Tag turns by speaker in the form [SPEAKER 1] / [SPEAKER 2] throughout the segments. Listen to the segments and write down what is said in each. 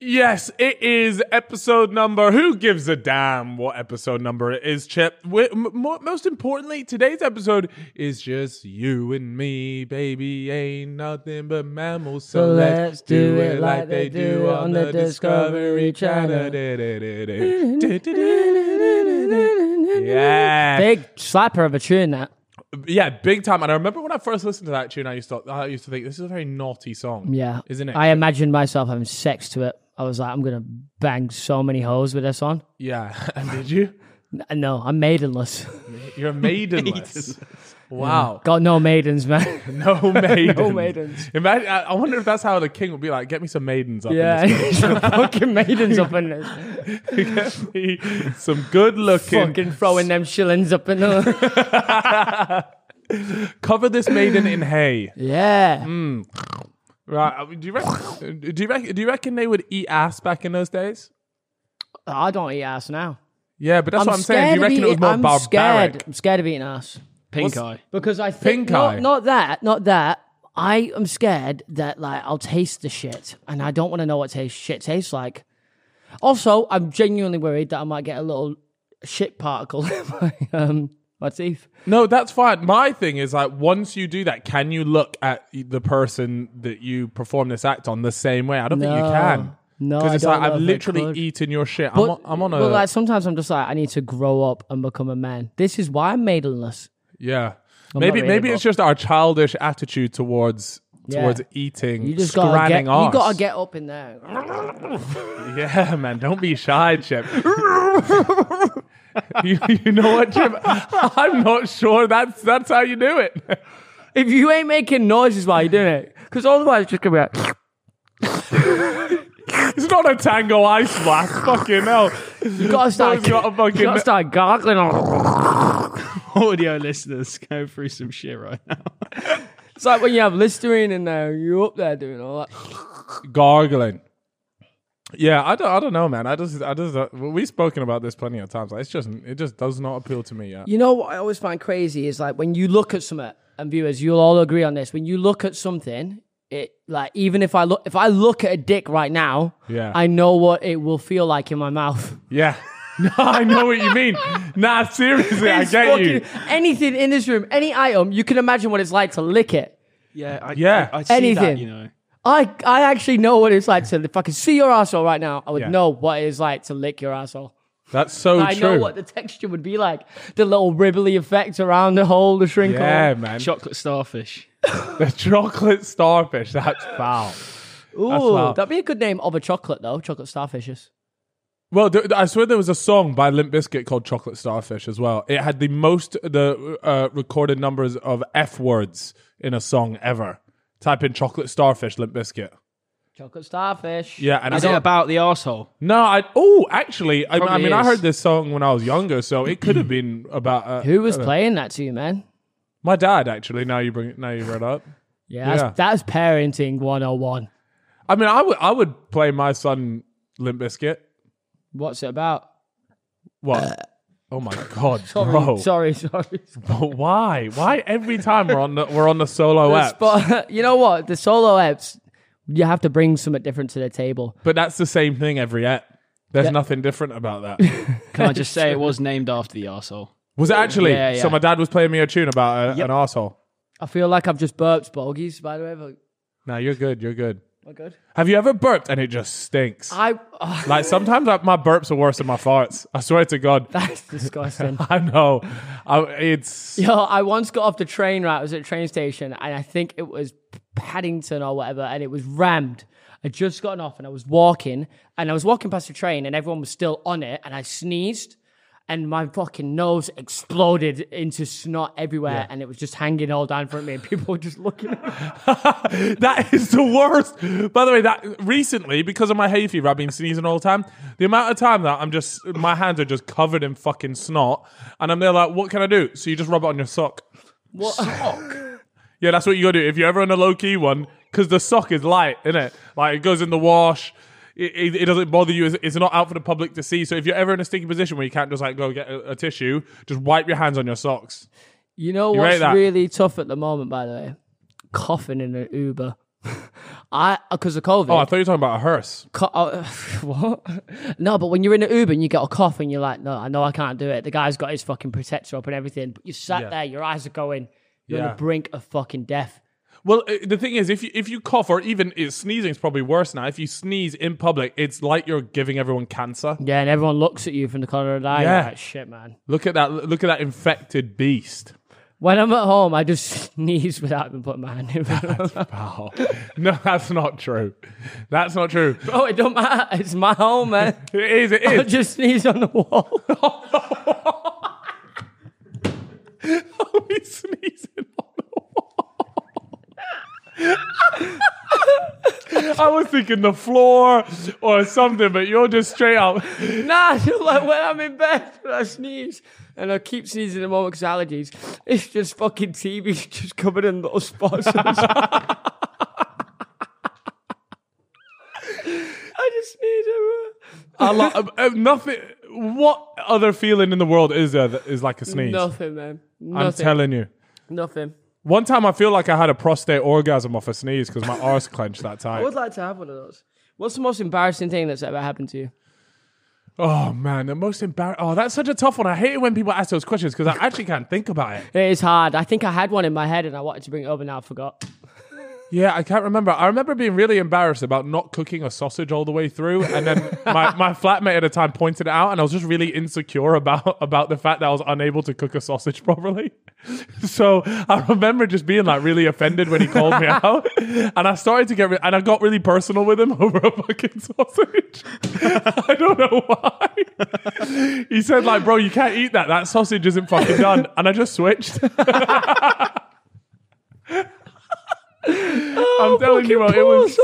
[SPEAKER 1] Yes, it is episode number. Who gives a damn what episode number it is, Chip? we m- mo- most importantly, today's episode is just you and me, baby. Ain't nothing but mammals, so, let's do it like they do on the Discovery Channel. Yeah,
[SPEAKER 2] Big slapper of a tune that.
[SPEAKER 1] yeah, big time. And I remember when I first listened to that tune, I used to, I used to think this is a very naughty song.
[SPEAKER 2] Yeah.
[SPEAKER 1] isn't it?
[SPEAKER 2] I imagined myself having sex to it. I was like, I'm gonna bang so many hoes with this on.
[SPEAKER 1] yeah. And did you?
[SPEAKER 2] N- No, I'm maidenless.
[SPEAKER 1] You're maidenless. Wow.
[SPEAKER 2] Got no maidens, man.
[SPEAKER 1] No maidens.
[SPEAKER 2] maidens.
[SPEAKER 1] Imagine, I, I wonder if that's how the king would be like, get me some maidens up
[SPEAKER 2] yeah,
[SPEAKER 1] in this
[SPEAKER 2] fucking maidens up in this.
[SPEAKER 1] place. Get me some good looking.
[SPEAKER 2] Fucking throwing them shillings up in the.
[SPEAKER 1] Cover this maiden in hay.
[SPEAKER 2] yeah.
[SPEAKER 1] Mm. Right. I mean, Do you, reckon, do, you reckon, do you reckon they would eat ass back in those days?
[SPEAKER 2] I don't eat ass now.
[SPEAKER 1] Yeah, but that's what I'm
[SPEAKER 2] scared
[SPEAKER 1] saying. Do you
[SPEAKER 2] of
[SPEAKER 1] reckon it
[SPEAKER 2] eating-
[SPEAKER 1] was more
[SPEAKER 2] I'm
[SPEAKER 1] barbaric?
[SPEAKER 2] Scared. I'm scared of eating ass.
[SPEAKER 3] Pink
[SPEAKER 1] What's-
[SPEAKER 3] eye.
[SPEAKER 2] Because I think
[SPEAKER 1] Pink eye.
[SPEAKER 2] not, not that, not that. I am scared that like I'll taste the shit, and I don't want to know what taste shit tastes like. Also, I'm genuinely worried that I might get a little shit particle in my um my teeth.
[SPEAKER 1] No, that's fine. My thing is like once you do that, can you look at the person that you perform this act on the same way? I don't think you
[SPEAKER 2] No.
[SPEAKER 1] can.
[SPEAKER 2] No,
[SPEAKER 1] because
[SPEAKER 2] I
[SPEAKER 1] it's
[SPEAKER 2] don't
[SPEAKER 1] like
[SPEAKER 2] know
[SPEAKER 1] I've
[SPEAKER 2] if I
[SPEAKER 1] literally
[SPEAKER 2] could.
[SPEAKER 1] eaten your shit. I'm
[SPEAKER 2] But,
[SPEAKER 1] on, I'm on a
[SPEAKER 2] but like sometimes I'm just like I need to grow up and become a man. This is why I'm maidenless.
[SPEAKER 1] yeah.
[SPEAKER 2] I'm
[SPEAKER 1] maybe
[SPEAKER 2] not
[SPEAKER 1] maybe
[SPEAKER 2] readable.
[SPEAKER 1] it's just our childish attitude towards
[SPEAKER 2] Yeah.
[SPEAKER 1] towards eating.
[SPEAKER 2] You just gotta
[SPEAKER 1] scranning
[SPEAKER 2] get
[SPEAKER 1] arse.
[SPEAKER 2] you gotta get up in there.
[SPEAKER 1] Yeah, man, don't be shy, Chip. you, you know what, Chip? I'm not sure that's that's how you do it.
[SPEAKER 2] If you ain't making noises while you're doing it, because otherwise it's just gonna be like.
[SPEAKER 1] It's not a tango ice blast. Fucking hell.
[SPEAKER 2] You gotta start.
[SPEAKER 1] Someone's gotta fucking-
[SPEAKER 2] you gotta start gargling. On.
[SPEAKER 3] Audio listeners, go through some shit right now.
[SPEAKER 2] It's like when you have Listerine in there, you're up there doing all that.
[SPEAKER 1] gargling. Yeah, I don't, I don't know, man. I just, I just, uh, we've spoken about this plenty of times. Like, it's just, it just does not appeal to me yet.
[SPEAKER 2] You know what I always find crazy is like when you look at something, and viewers, you'll all agree on this. When you look at something, it like even if I look if I look at a dick right now,
[SPEAKER 1] Yeah.
[SPEAKER 2] I know what it will feel like in my mouth.
[SPEAKER 1] Yeah, no, I know what you mean. Nah, seriously, I
[SPEAKER 2] It's
[SPEAKER 1] get you.
[SPEAKER 2] fucking- Anything in this room, any item, you can imagine what it's like to lick it.
[SPEAKER 3] Yeah, I,
[SPEAKER 1] Yeah.
[SPEAKER 3] I, I see
[SPEAKER 2] Anything.
[SPEAKER 3] that, you know.
[SPEAKER 2] I I actually know what it's like to fucking see your asshole right now. I would
[SPEAKER 1] Yeah.
[SPEAKER 2] know what it is like to lick your asshole.
[SPEAKER 1] That's so
[SPEAKER 2] I
[SPEAKER 1] true.
[SPEAKER 2] know what the texture would be like. The little ribbly effect around the hole, the shrink
[SPEAKER 1] yeah,
[SPEAKER 2] hole.
[SPEAKER 1] man.
[SPEAKER 3] Chocolate starfish.
[SPEAKER 1] the chocolate starfish. That's foul.
[SPEAKER 2] Ooh,
[SPEAKER 1] wild.
[SPEAKER 2] that'd be a good name of a chocolate though. Chocolate starfishes.
[SPEAKER 1] Well, th- I swear there was a song by Limp Bizkit called "Chocolate Starfish" as well. It had the most the uh, recorded numbers of f words in a song ever. Type in "Chocolate Starfish" Limp Bizkit.
[SPEAKER 2] Chocolate starfish.
[SPEAKER 1] Yeah, and
[SPEAKER 3] Is
[SPEAKER 1] I
[SPEAKER 3] it
[SPEAKER 1] don't-
[SPEAKER 3] about the asshole?
[SPEAKER 1] No, I oh actually, I, I
[SPEAKER 3] Probably
[SPEAKER 1] mean I
[SPEAKER 3] is.
[SPEAKER 1] heard this song when I was younger, so it could have been about uh,
[SPEAKER 2] Who was playing that to you, man?
[SPEAKER 1] my dad. Actually, now you bring now you brought up.
[SPEAKER 2] Yeah, that's,
[SPEAKER 1] Yeah.
[SPEAKER 2] that's parenting 101.
[SPEAKER 1] I mean, I would I would play my son Limp Bizkit.
[SPEAKER 2] What's it about?
[SPEAKER 1] What? Oh my god,
[SPEAKER 2] Sorry,
[SPEAKER 1] bro!
[SPEAKER 2] sorry, sorry.
[SPEAKER 1] But why? Why every time we're on the we're on the solo app?
[SPEAKER 2] But you know what? The solo apps, you have to bring something different to the table.
[SPEAKER 1] But that's the same thing every app. There's nothing different about that.
[SPEAKER 3] Can I just say it was named after the asshole?
[SPEAKER 1] Was it actually?
[SPEAKER 3] Yeah, yeah.
[SPEAKER 1] So my dad was playing me a tune about a,
[SPEAKER 3] Yep.
[SPEAKER 1] an asshole.
[SPEAKER 2] I feel like I've just burped bogies, by the way. But,
[SPEAKER 1] No, you're good. You're good.
[SPEAKER 2] we're good.
[SPEAKER 1] Have you ever burped and it just stinks?
[SPEAKER 2] I. oh,
[SPEAKER 1] Like sometimes like, my burps are worse than my farts. I swear to God.
[SPEAKER 2] that's disgusting.
[SPEAKER 1] I know. I, it's
[SPEAKER 2] Yo, I once got off the train, right? I was at a train station and I think it was Paddington or whatever, and it was rammed. I'd just gotten off and I was walking, and I was walking past the train, and everyone was still on it, and I sneezed, and my fucking nose exploded into snot everywhere, and it was just hanging all down in front of me, and people were just looking.
[SPEAKER 1] that is the worst. By the way, that recently because of my hay fever, I've been sneezing all the time. The amount of time that I'm just my hands are just covered in fucking snot, and I'm there like, what can I do? So you just rub it on your sock.
[SPEAKER 2] What?
[SPEAKER 1] Yeah, that's what you gotta do if you're ever on a low key one, because the sock is light, isn't it? Like it goes in the wash. It, it, it doesn't bother you. It's, it's not out for the public to see. So if you're ever in a sticky position where you can't just like go get a, a tissue, just wipe your hands on your socks.
[SPEAKER 2] You know
[SPEAKER 1] rate
[SPEAKER 2] what's
[SPEAKER 1] that?
[SPEAKER 2] really tough at the moment, by the way? Coughing in an Uber. I because of COVID.
[SPEAKER 1] Oh, I thought you were talking about a hearse.
[SPEAKER 2] co- oh, what? No, but when you're in an Uber and you get a cough and you're like, no, I know I can't do it. The guy's got his fucking protector up and everything, but you sat
[SPEAKER 1] Yeah.
[SPEAKER 2] there, your eyes are going, you're on
[SPEAKER 1] Yeah.
[SPEAKER 2] the brink of fucking death.
[SPEAKER 1] Well, uh, the thing is, if you, if you cough or even uh, sneezing is probably worse now. If you sneeze in public, it's like you're giving everyone cancer.
[SPEAKER 2] Yeah, and everyone looks at you from the corner of the eye. Yeah,
[SPEAKER 1] Yeah.
[SPEAKER 2] like, shit, man.
[SPEAKER 1] Look at that! Look at that infected beast.
[SPEAKER 2] When I'm at home, I just sneeze without even putting my hand in. front
[SPEAKER 1] Oh, no, that's not true. That's not true.
[SPEAKER 2] Oh, it don't matter. It's my home, man.
[SPEAKER 1] It is. It
[SPEAKER 2] I
[SPEAKER 1] is.
[SPEAKER 2] just sneeze on the wall.
[SPEAKER 1] He's sneezing on the wall. I was thinking the floor or something, but you're just straight up.
[SPEAKER 2] Nah, it's just like when I'm in bed, and I sneeze. And I keep sneezing at the moment 'cause allergies. It's just fucking TV's just covered in little spots. on the side. I just sneeze everywhere.
[SPEAKER 1] I lo- uh, uh, nothing. What other feeling in the world is there that is like a sneeze?
[SPEAKER 2] Nothing, man. Nothing.
[SPEAKER 1] I'm telling you.
[SPEAKER 2] Nothing.
[SPEAKER 1] One time I feel like I had a prostate orgasm off a sneeze because my arse clenched that
[SPEAKER 2] I would
[SPEAKER 1] time.
[SPEAKER 2] like to have one of those. What's the most embarrassing thing that's ever happened to you?
[SPEAKER 1] Oh man, the most embarrassing. Oh, that's such a tough one. I hate it when people ask those questions because I actually can't think about it.
[SPEAKER 2] It is hard. I think I had one in my head and I wanted to bring it up and now I forgot.
[SPEAKER 1] Yeah, I can't remember. I remember being really embarrassed about not cooking a sausage all the way through, and then my, my flatmate at the time pointed it out, and I was just really insecure about about the fact that I was unable to cook a sausage properly. So I remember just being like really offended when he called me out, and I started to get re- and I got really personal with him over a fucking sausage. I don't know why. he said like, "Bro, you can't eat that. That sausage isn't fucking done," and I just switched.
[SPEAKER 2] Oh,
[SPEAKER 1] I'm telling you, bro, it was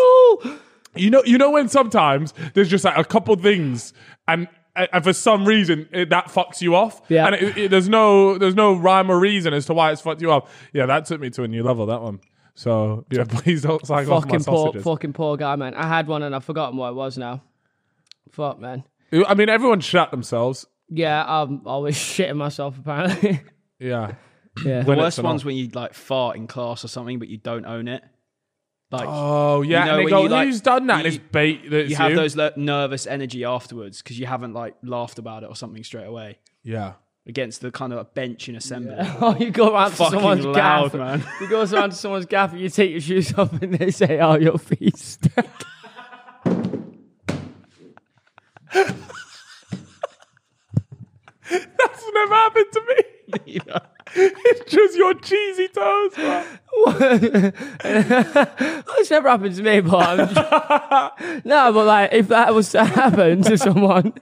[SPEAKER 1] you know, you know when sometimes there's just like a couple things, and uh, and for some reason it, that fucks you off.
[SPEAKER 2] Yeah.
[SPEAKER 1] And it, it, there's no there's no rhyme or reason as to why it's fucked you off. Yeah, that took me to a new level. That one. So yeah, please don't sign off my
[SPEAKER 2] Fucking poor,
[SPEAKER 1] sausages.
[SPEAKER 2] fucking poor guy, man. I had one and I've forgotten what it was now. Fuck, man.
[SPEAKER 1] I mean, everyone shat themselves.
[SPEAKER 2] Yeah, I'm always shitting myself apparently.
[SPEAKER 1] Yeah.
[SPEAKER 2] yeah.
[SPEAKER 1] When
[SPEAKER 3] Worst
[SPEAKER 1] it's an
[SPEAKER 3] one's when you like fart in class or something, but you don't own it. Like
[SPEAKER 1] Oh yeah,
[SPEAKER 3] know
[SPEAKER 1] and they
[SPEAKER 3] when
[SPEAKER 1] go,
[SPEAKER 3] you, like,
[SPEAKER 1] "Who's done that?" and
[SPEAKER 3] you-
[SPEAKER 1] it's bait. That it's
[SPEAKER 3] you have those le- nervous energy afterwards because you haven't like laughed about it or something straight away
[SPEAKER 1] Yeah.
[SPEAKER 3] against the kind of a bench in assembly.
[SPEAKER 2] oh, you go around to
[SPEAKER 3] Fucking
[SPEAKER 2] someone's gaff.
[SPEAKER 3] loud, man.
[SPEAKER 2] You go around to someone's gaff and you take your shoes off and they say, "Oh, your feet stink."
[SPEAKER 1] That's never happened to me. it's just your cheesy toes. bro.
[SPEAKER 2] That's never happened to me, but I'm just- no. But like, if that was to happen to someone,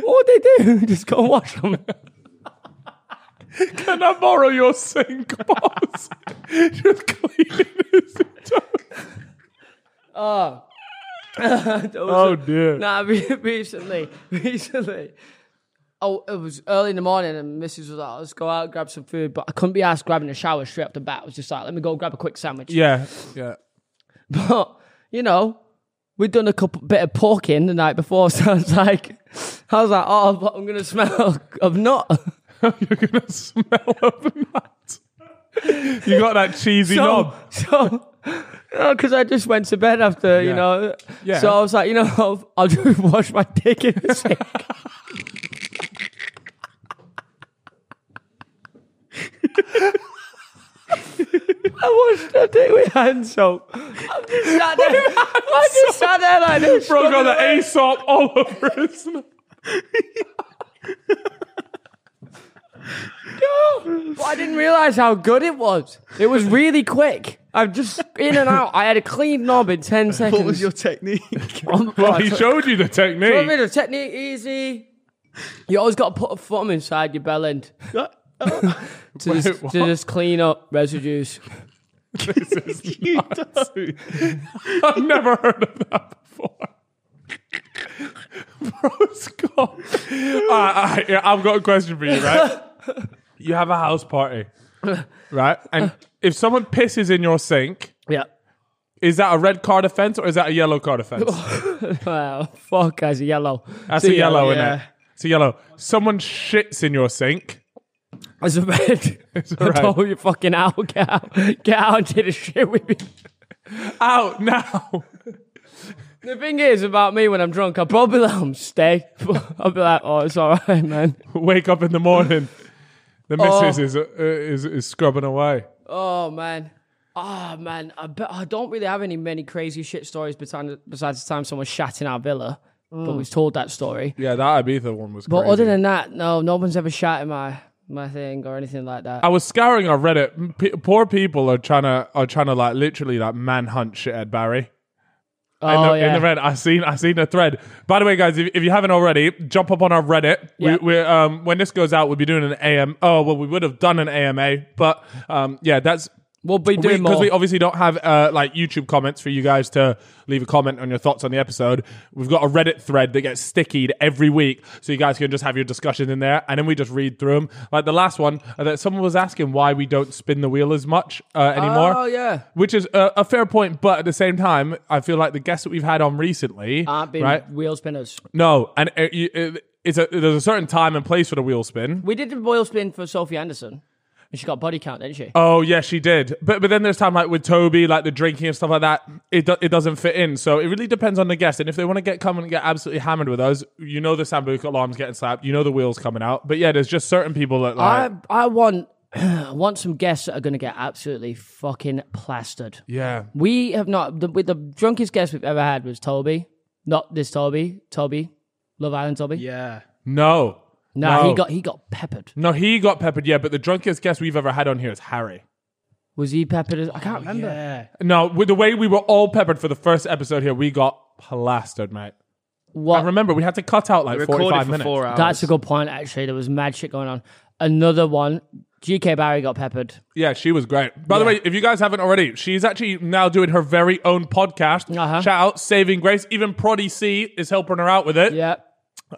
[SPEAKER 2] what would they do? Just go and wash them.
[SPEAKER 1] Can I borrow your sink, boss? just cleaning his toes. Oh dear.
[SPEAKER 2] Nah, re- recently, recently. Oh, it was early in the morning, and Mrs. was like, "Let's go out, grab some food." But I couldn't be asked grabbing a shower straight up the bat. I was just like, "Let me go grab a quick sandwich."
[SPEAKER 1] Yeah, yeah.
[SPEAKER 2] But you know, we'd done a couple bit of porking the night before, so I was like, "I was like, oh, but I'm gonna smell of nut."
[SPEAKER 1] You're gonna smell of that. You got that cheesy
[SPEAKER 2] So,
[SPEAKER 1] knob.
[SPEAKER 2] so, because I just went to bed after, you
[SPEAKER 1] Yeah.
[SPEAKER 2] know.
[SPEAKER 1] Yeah.
[SPEAKER 2] So I was like, you know, I'll, I'll just wash my dick in the sink. I washed my dick with hand soap. I'm just sat there. I just sat there like this.
[SPEAKER 1] Bro got the Aesop all over his knob.
[SPEAKER 2] But I didn't realize how good it was. It was really quick. I'm just in and out. I had a clean knob in ten seconds.
[SPEAKER 3] What was your technique?
[SPEAKER 2] Oh,
[SPEAKER 1] Well,
[SPEAKER 2] I
[SPEAKER 1] he
[SPEAKER 2] took-
[SPEAKER 1] showed you the
[SPEAKER 2] Put me
[SPEAKER 1] technique.
[SPEAKER 2] the technique easy. You always got to put a thumb inside your bell end to, just,
[SPEAKER 1] what?
[SPEAKER 2] to just clean up residues.
[SPEAKER 3] you don't.
[SPEAKER 1] I've never heard of that before. Bro, Scott. All right, all right, yeah, I've got a question for you, right? You have a house party, right? And if someone pisses in your sink,
[SPEAKER 2] Yeah.
[SPEAKER 1] is that a red card offense or is that a yellow card offense?
[SPEAKER 2] Wow. Fuck, as a yellow.
[SPEAKER 1] That's a yellow, isn't
[SPEAKER 3] yeah.
[SPEAKER 1] it? It's a yellow. Someone shits in your sink.
[SPEAKER 2] As a red.
[SPEAKER 1] a red.
[SPEAKER 2] I told you fucking out. Get out. Get out and take a shit with me.
[SPEAKER 1] out now.
[SPEAKER 2] The thing is about me when I'm drunk, I'll probably let them stay. I'll be like, oh, it's all right, man.
[SPEAKER 1] Wake up in the morning. The missus is, uh, is is scrubbing away.
[SPEAKER 2] Oh man. Oh man. I, bet I don't really have any many crazy shit stories besides, besides the time someone shat in our villa. But we've told that story.
[SPEAKER 1] Yeah, that Ibiza one was.
[SPEAKER 2] But
[SPEAKER 1] crazy.
[SPEAKER 2] other than that, no, no one's ever shat in my my thing or anything like that.
[SPEAKER 1] I was scouring on Reddit. P- poor people are trying to are trying to like literally like manhunt shit at Barry. in
[SPEAKER 2] Oh,
[SPEAKER 1] the, in
[SPEAKER 2] yeah.
[SPEAKER 1] the red, I seen I seen a thread. By the way, guys, if, if you haven't already, jump up on our Reddit.
[SPEAKER 2] Yeah.
[SPEAKER 1] We, we're um, when this goes out, we'll be doing an AM. Oh well, we would have done an AMA, but um, yeah, that's
[SPEAKER 2] we'll be doing
[SPEAKER 1] because
[SPEAKER 2] more.
[SPEAKER 1] we, obviously don't have uh, like YouTube comments for you guys to leave a comment on your thoughts on the episode. We've got a Reddit thread that gets stickied every week, so you guys can just have your discussion in there, and then we just read through them. Like the last one, uh, that someone was asking why we don't spin the wheel as much uh, anymore.
[SPEAKER 2] Oh, yeah.
[SPEAKER 1] which is a, a fair point, but at the same time, I feel like the guests that we've had on recently,
[SPEAKER 2] I've been
[SPEAKER 1] right?
[SPEAKER 2] wheel spinners.
[SPEAKER 1] No, and uh, you- uh, it's a, there's a certain time and place for the wheel spin.
[SPEAKER 2] We did the wheel spin for Sophie Anderson. And she got body count, didn't she?
[SPEAKER 1] Oh yeah, she did. But but then there's time like with Toby, like the drinking and stuff like that. It do, it doesn't fit in. So it really depends on the guest. And if they want to get come and get absolutely hammered with us, you know the sambuca alarm's getting slapped. You know the wheels coming out. But yeah, there's just certain people that like.
[SPEAKER 2] I I want I want some guests that are gonna get absolutely fucking plastered.
[SPEAKER 1] yeah,
[SPEAKER 2] We have not. The, with the drunkest guest we've ever had was Toby. Not this Toby. Toby, Love Island Toby.
[SPEAKER 3] Yeah.
[SPEAKER 1] no,
[SPEAKER 2] Nah,
[SPEAKER 1] no,
[SPEAKER 2] he got he got peppered.
[SPEAKER 1] no. He got peppered. Yeah, but the drunkest guest we've ever had on here is Harry.
[SPEAKER 2] Was he peppered? As, I
[SPEAKER 1] Oh,
[SPEAKER 2] can't remember.
[SPEAKER 3] Yeah.
[SPEAKER 1] No, with the way we were all peppered for the first episode here, we got plastered, mate.
[SPEAKER 2] What?
[SPEAKER 1] I remember we had to cut out like
[SPEAKER 3] Recorded
[SPEAKER 1] 45
[SPEAKER 3] for
[SPEAKER 1] minutes.
[SPEAKER 3] four hours.
[SPEAKER 2] That's a good point. Actually, there was mad shit going on. Another one. GK Barry got peppered.
[SPEAKER 1] Yeah, she was great. By the way, if you guys haven't already, she's actually now doing her very own podcast.
[SPEAKER 2] Uh-huh.
[SPEAKER 1] Shout out Saving Grace. Even Proddy C is helping her out with it.
[SPEAKER 2] Yeah.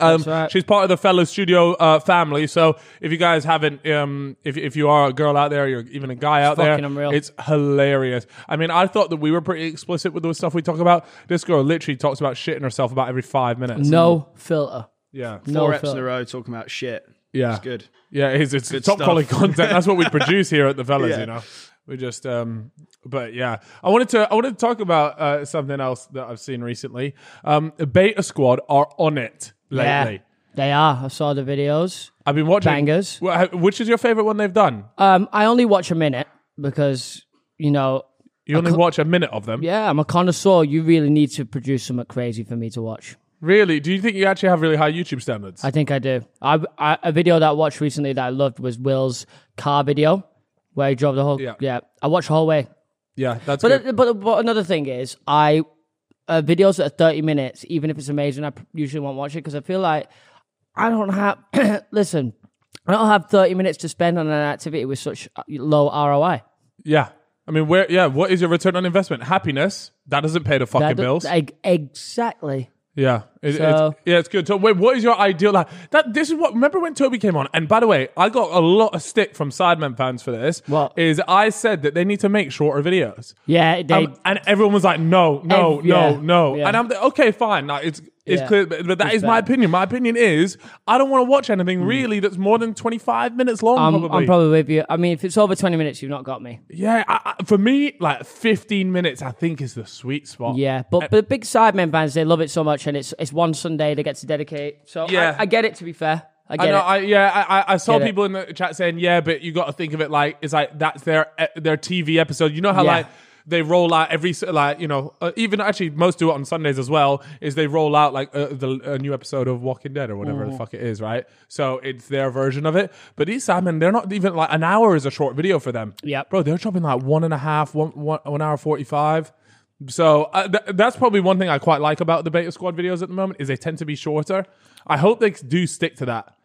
[SPEAKER 1] um,
[SPEAKER 2] right.
[SPEAKER 1] She's part of the fellow studio uh, family. So if you guys haven't, um, if, if you are a girl out there, you're even a guy out there,
[SPEAKER 2] fucking unreal.
[SPEAKER 1] it's hilarious. I mean, I thought that we were pretty explicit with the stuff we talk about. This girl literally talks about shitting herself about every five minutes.
[SPEAKER 2] No filter.
[SPEAKER 1] Yeah.
[SPEAKER 2] No
[SPEAKER 3] Four reps in a
[SPEAKER 2] filter.
[SPEAKER 3] row talking about shit.
[SPEAKER 1] Yeah.
[SPEAKER 3] It's good.
[SPEAKER 1] Yeah, it's, it's top
[SPEAKER 3] stuff.
[SPEAKER 1] quality content. That's what we produce here at the fellas,
[SPEAKER 3] Yeah.
[SPEAKER 1] you know. We just um but yeah. I wanted to I wanted to talk about uh, something else that I've seen recently. Um Beta Squad are on it lately.
[SPEAKER 2] Yeah. They are. I saw the videos.
[SPEAKER 1] I've been watching
[SPEAKER 2] Bangers.
[SPEAKER 1] Wha- ha- Which is your favorite one they've done?
[SPEAKER 2] Um, I only watch a minute because you know,
[SPEAKER 1] You only watch a minute of them.
[SPEAKER 2] Uh, yeah, I'm a connoisseur. You really need to produce something crazy for me to watch.
[SPEAKER 1] Really? Do you think you actually have really high YouTube standards?
[SPEAKER 2] I think I do. I, I a video that I watched recently that I loved was Will's car video where he drove the whole.
[SPEAKER 1] Yeah.
[SPEAKER 2] Yeah, I watched the whole way.
[SPEAKER 1] yeah, that's
[SPEAKER 2] But,
[SPEAKER 1] good.
[SPEAKER 2] uh, but but another thing is I uh, videos that are thirty minutes, even if it's amazing, I p- usually won't watch it because I feel like I don't have. listen, I don't have thirty minutes to spend on an activity with such uh, low ROI.
[SPEAKER 1] yeah. I mean, where yeah, what is your return on investment? Happiness? That doesn't pay the fucking
[SPEAKER 2] That-
[SPEAKER 1] bills.
[SPEAKER 2] eg- exactly.
[SPEAKER 1] Yeah, it,
[SPEAKER 2] So-
[SPEAKER 1] it's, yeah, it's good. So, wait, what is your ideal? Like, that this is what. Remember when Toby came on? And by the way, I got a lot of stick from Sidemen fans for this.
[SPEAKER 2] What?
[SPEAKER 1] is I said that they need to make shorter videos,
[SPEAKER 2] Yeah, they.
[SPEAKER 1] Um, and everyone was like, "No, no,
[SPEAKER 2] Ev-
[SPEAKER 1] no,
[SPEAKER 2] yeah,
[SPEAKER 1] no."
[SPEAKER 2] yeah.
[SPEAKER 1] And I'm like, "Okay, fine. Like, it's it's
[SPEAKER 2] Yeah.
[SPEAKER 1] clear, but, but that is my
[SPEAKER 2] bad. Mm.
[SPEAKER 1] opinion. My opinion is I don't want to watch anything really that's more than 25 minutes long.
[SPEAKER 2] I'm,
[SPEAKER 1] probably,
[SPEAKER 2] I'm probably with you. I mean, if it's over 20 minutes, you've not got me.
[SPEAKER 1] yeah. I, I, for me, like 15 minutes, I think is the sweet spot.
[SPEAKER 2] Yeah, but but big Sidemen fans, they love it so much, and it's it's one Sunday they get to dedicate. So
[SPEAKER 1] Yeah.
[SPEAKER 2] I, I get it. To be fair, I get
[SPEAKER 1] I know.
[SPEAKER 2] it.
[SPEAKER 1] I, yeah, I, I- I saw
[SPEAKER 2] Get it.
[SPEAKER 1] people in the chat saying, "Yeah, but you got to think of it like it's like that's their eh, their TV episode." You know how
[SPEAKER 2] Yeah.
[SPEAKER 1] like they roll out every s- like you know uh, even actually most do it on Sundays as well. Is they roll out like uh, the a new episode of Walking Dead or whatever the fuck it is, right? So it's their version of it. But these Simon, they're not even like an hour is a short video for them.
[SPEAKER 2] Yep.
[SPEAKER 1] bro, they're dropping like one and a half, one one, one hour forty five. So uh, th- that's probably one thing I quite like about the Beta Squad videos at the moment is they tend to be shorter. I hope they do stick to that.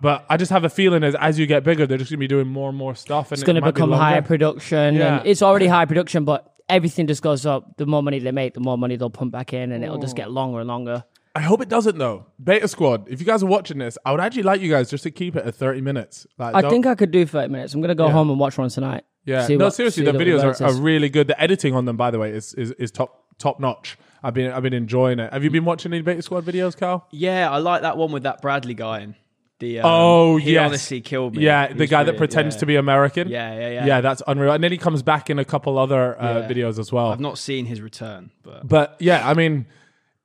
[SPEAKER 1] But I just have a feeling as as you get bigger, they're just gonna be doing more and more stuff, and
[SPEAKER 2] it's going to become higher production.
[SPEAKER 1] Yeah.
[SPEAKER 2] And it's already high production, but everything just goes up. The more money they make, the more money they'll pump back in, and it'll just get longer and longer.
[SPEAKER 1] I hope it doesn't though. Beta Squad, if you guys are watching this, I would actually like you guys just to keep it at thirty minutes. Like,
[SPEAKER 2] I
[SPEAKER 1] don't-
[SPEAKER 2] think I could do 30 minutes. I'm going to go home and watch one tonight.
[SPEAKER 1] yeah.
[SPEAKER 2] See
[SPEAKER 1] no,
[SPEAKER 2] what-
[SPEAKER 1] seriously,
[SPEAKER 2] see
[SPEAKER 1] the
[SPEAKER 2] what
[SPEAKER 1] videos
[SPEAKER 2] works
[SPEAKER 1] are, are
[SPEAKER 2] is.
[SPEAKER 1] really good. The editing on them, by the way, is is, is top top notch. I've been I've been enjoying it. Have you been watching any Beta Squad videos, Carl?
[SPEAKER 3] Yeah, I like that one with that Bradley guy in. The um,
[SPEAKER 1] Oh,
[SPEAKER 3] he
[SPEAKER 1] yes.
[SPEAKER 3] honestly killed me.
[SPEAKER 1] Yeah,
[SPEAKER 3] He
[SPEAKER 1] the
[SPEAKER 3] was
[SPEAKER 1] guy that
[SPEAKER 3] brilliant,
[SPEAKER 1] pretends
[SPEAKER 3] yeah.
[SPEAKER 1] to be American.
[SPEAKER 3] Yeah, yeah, yeah.
[SPEAKER 1] Yeah, that's unreal. And then he comes back in a couple other uh,
[SPEAKER 3] Yeah.
[SPEAKER 1] videos as well.
[SPEAKER 3] I've not seen his return, but
[SPEAKER 1] But yeah, I mean,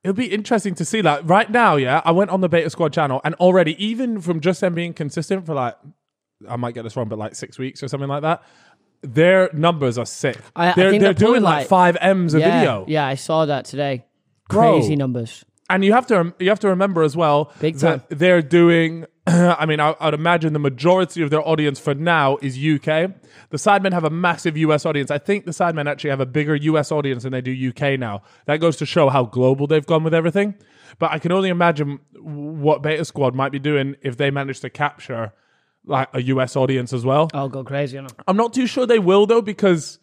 [SPEAKER 1] it'll be interesting to see that. Right now, yeah, I went on the Beta Squad channel and already, even from just them being consistent for like, I might get this wrong, but like six weeks or something like that, their numbers are sick.
[SPEAKER 2] I- I
[SPEAKER 1] they're
[SPEAKER 2] think
[SPEAKER 1] they're
[SPEAKER 2] they're
[SPEAKER 1] doing
[SPEAKER 2] pulling,
[SPEAKER 1] like
[SPEAKER 2] like-
[SPEAKER 1] five M's a
[SPEAKER 2] yeah,
[SPEAKER 1] video.
[SPEAKER 2] Yeah, I saw that today.
[SPEAKER 1] Bro.
[SPEAKER 2] Crazy numbers.
[SPEAKER 1] and you have to you have to remember as well
[SPEAKER 2] Big
[SPEAKER 1] that they're doing. I mean, I, I'd imagine the majority of their audience for now is UK. The Sidemen have a massive US audience. I think the Sidemen actually have a bigger US audience than they do UK now. That goes to show how global they've gone with everything. But I can only imagine what Beta Squad might be doing if they manage to capture like a US audience as well.
[SPEAKER 2] I'll Oh, go crazy on them.
[SPEAKER 1] I'm not too sure they will though because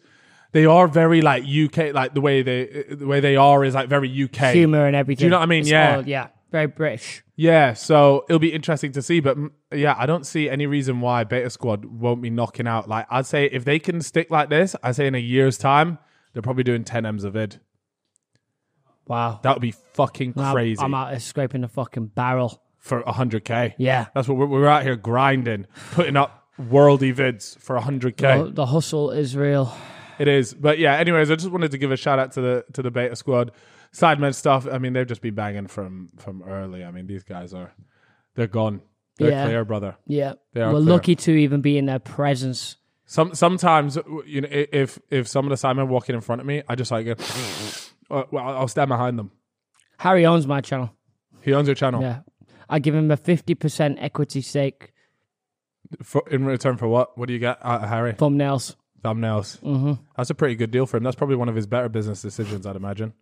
[SPEAKER 1] they are very like UK. Like the way they the way they are is like very UK
[SPEAKER 2] Humor and everything.
[SPEAKER 1] Do you know what I mean?
[SPEAKER 2] It's
[SPEAKER 1] Yeah.
[SPEAKER 2] all- yeah. Very British.
[SPEAKER 1] Yeah, so it'll be interesting to see, but mm, yeah, I don't see any reason why Beta Squad won't be knocking out. Like I'd say, if they can stick like this, I would say in a year's time they're probably doing 10 m's of vid.
[SPEAKER 2] Wow.
[SPEAKER 1] That would be fucking
[SPEAKER 2] I'm-
[SPEAKER 1] crazy
[SPEAKER 2] I'm out here scraping the fucking barrel.
[SPEAKER 1] for 100k.
[SPEAKER 2] Yeah.
[SPEAKER 1] that's what we're, we're out here grinding, putting up worldy vids for 100k.
[SPEAKER 2] The, the hustle is real.
[SPEAKER 1] It is, but yeah. Anyways, I just wanted to give a shout out to the to the Beta Squad, Sidemen stuff. I mean, they've just been banging from from early. I mean, these guys are they're gone. They're
[SPEAKER 2] Yeah.
[SPEAKER 1] clear, brother.
[SPEAKER 2] Yeah.
[SPEAKER 1] are
[SPEAKER 2] We're
[SPEAKER 1] clear.
[SPEAKER 2] lucky to even be in their presence.
[SPEAKER 1] Some sometimes uh, you know i- if if some of the Simon walking in front of me, I just like go, uh, well, I'll stand behind them.
[SPEAKER 2] Harry owns my channel.
[SPEAKER 1] He owns your channel
[SPEAKER 2] Yeah. I give him a 50% equity stake.
[SPEAKER 1] for, in return for what? What do you get, out of Harry?
[SPEAKER 2] Thumbnails.
[SPEAKER 1] Thumbnails.
[SPEAKER 2] Mm-hmm.
[SPEAKER 1] That's a pretty good deal for him. That's probably one of his better business decisions, I'd imagine.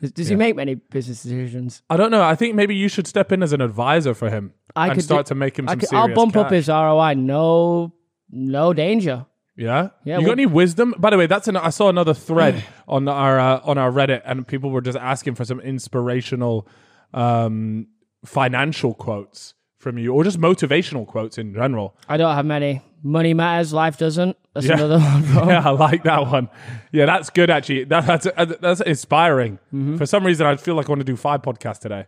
[SPEAKER 2] Does, does he make many business decisions?
[SPEAKER 1] I don't know. I think maybe you should step in as an advisor for him
[SPEAKER 2] I
[SPEAKER 1] and
[SPEAKER 2] could
[SPEAKER 1] start
[SPEAKER 2] do-
[SPEAKER 1] to make him
[SPEAKER 2] I
[SPEAKER 1] some
[SPEAKER 2] could,
[SPEAKER 1] serious.
[SPEAKER 2] I'll bump up
[SPEAKER 1] cash.
[SPEAKER 2] his ROI. No, no danger.
[SPEAKER 1] Yeah.
[SPEAKER 2] Yeah,
[SPEAKER 1] You
[SPEAKER 2] well-
[SPEAKER 1] got any wisdom? By the way, that's an. I saw another thread on our uh, on our Reddit, and people were just asking for some inspirational, um, financial quotes from you, or just motivational quotes in general.
[SPEAKER 2] I don't have many. Money matters. Life doesn't. That's
[SPEAKER 1] Yeah.
[SPEAKER 2] another one. bro.
[SPEAKER 1] Yeah, I like that one. Yeah, that's good actually. That, that's uh, that's inspiring.
[SPEAKER 2] Mm-hmm.
[SPEAKER 1] For some reason, I feel like I want to do five podcasts today.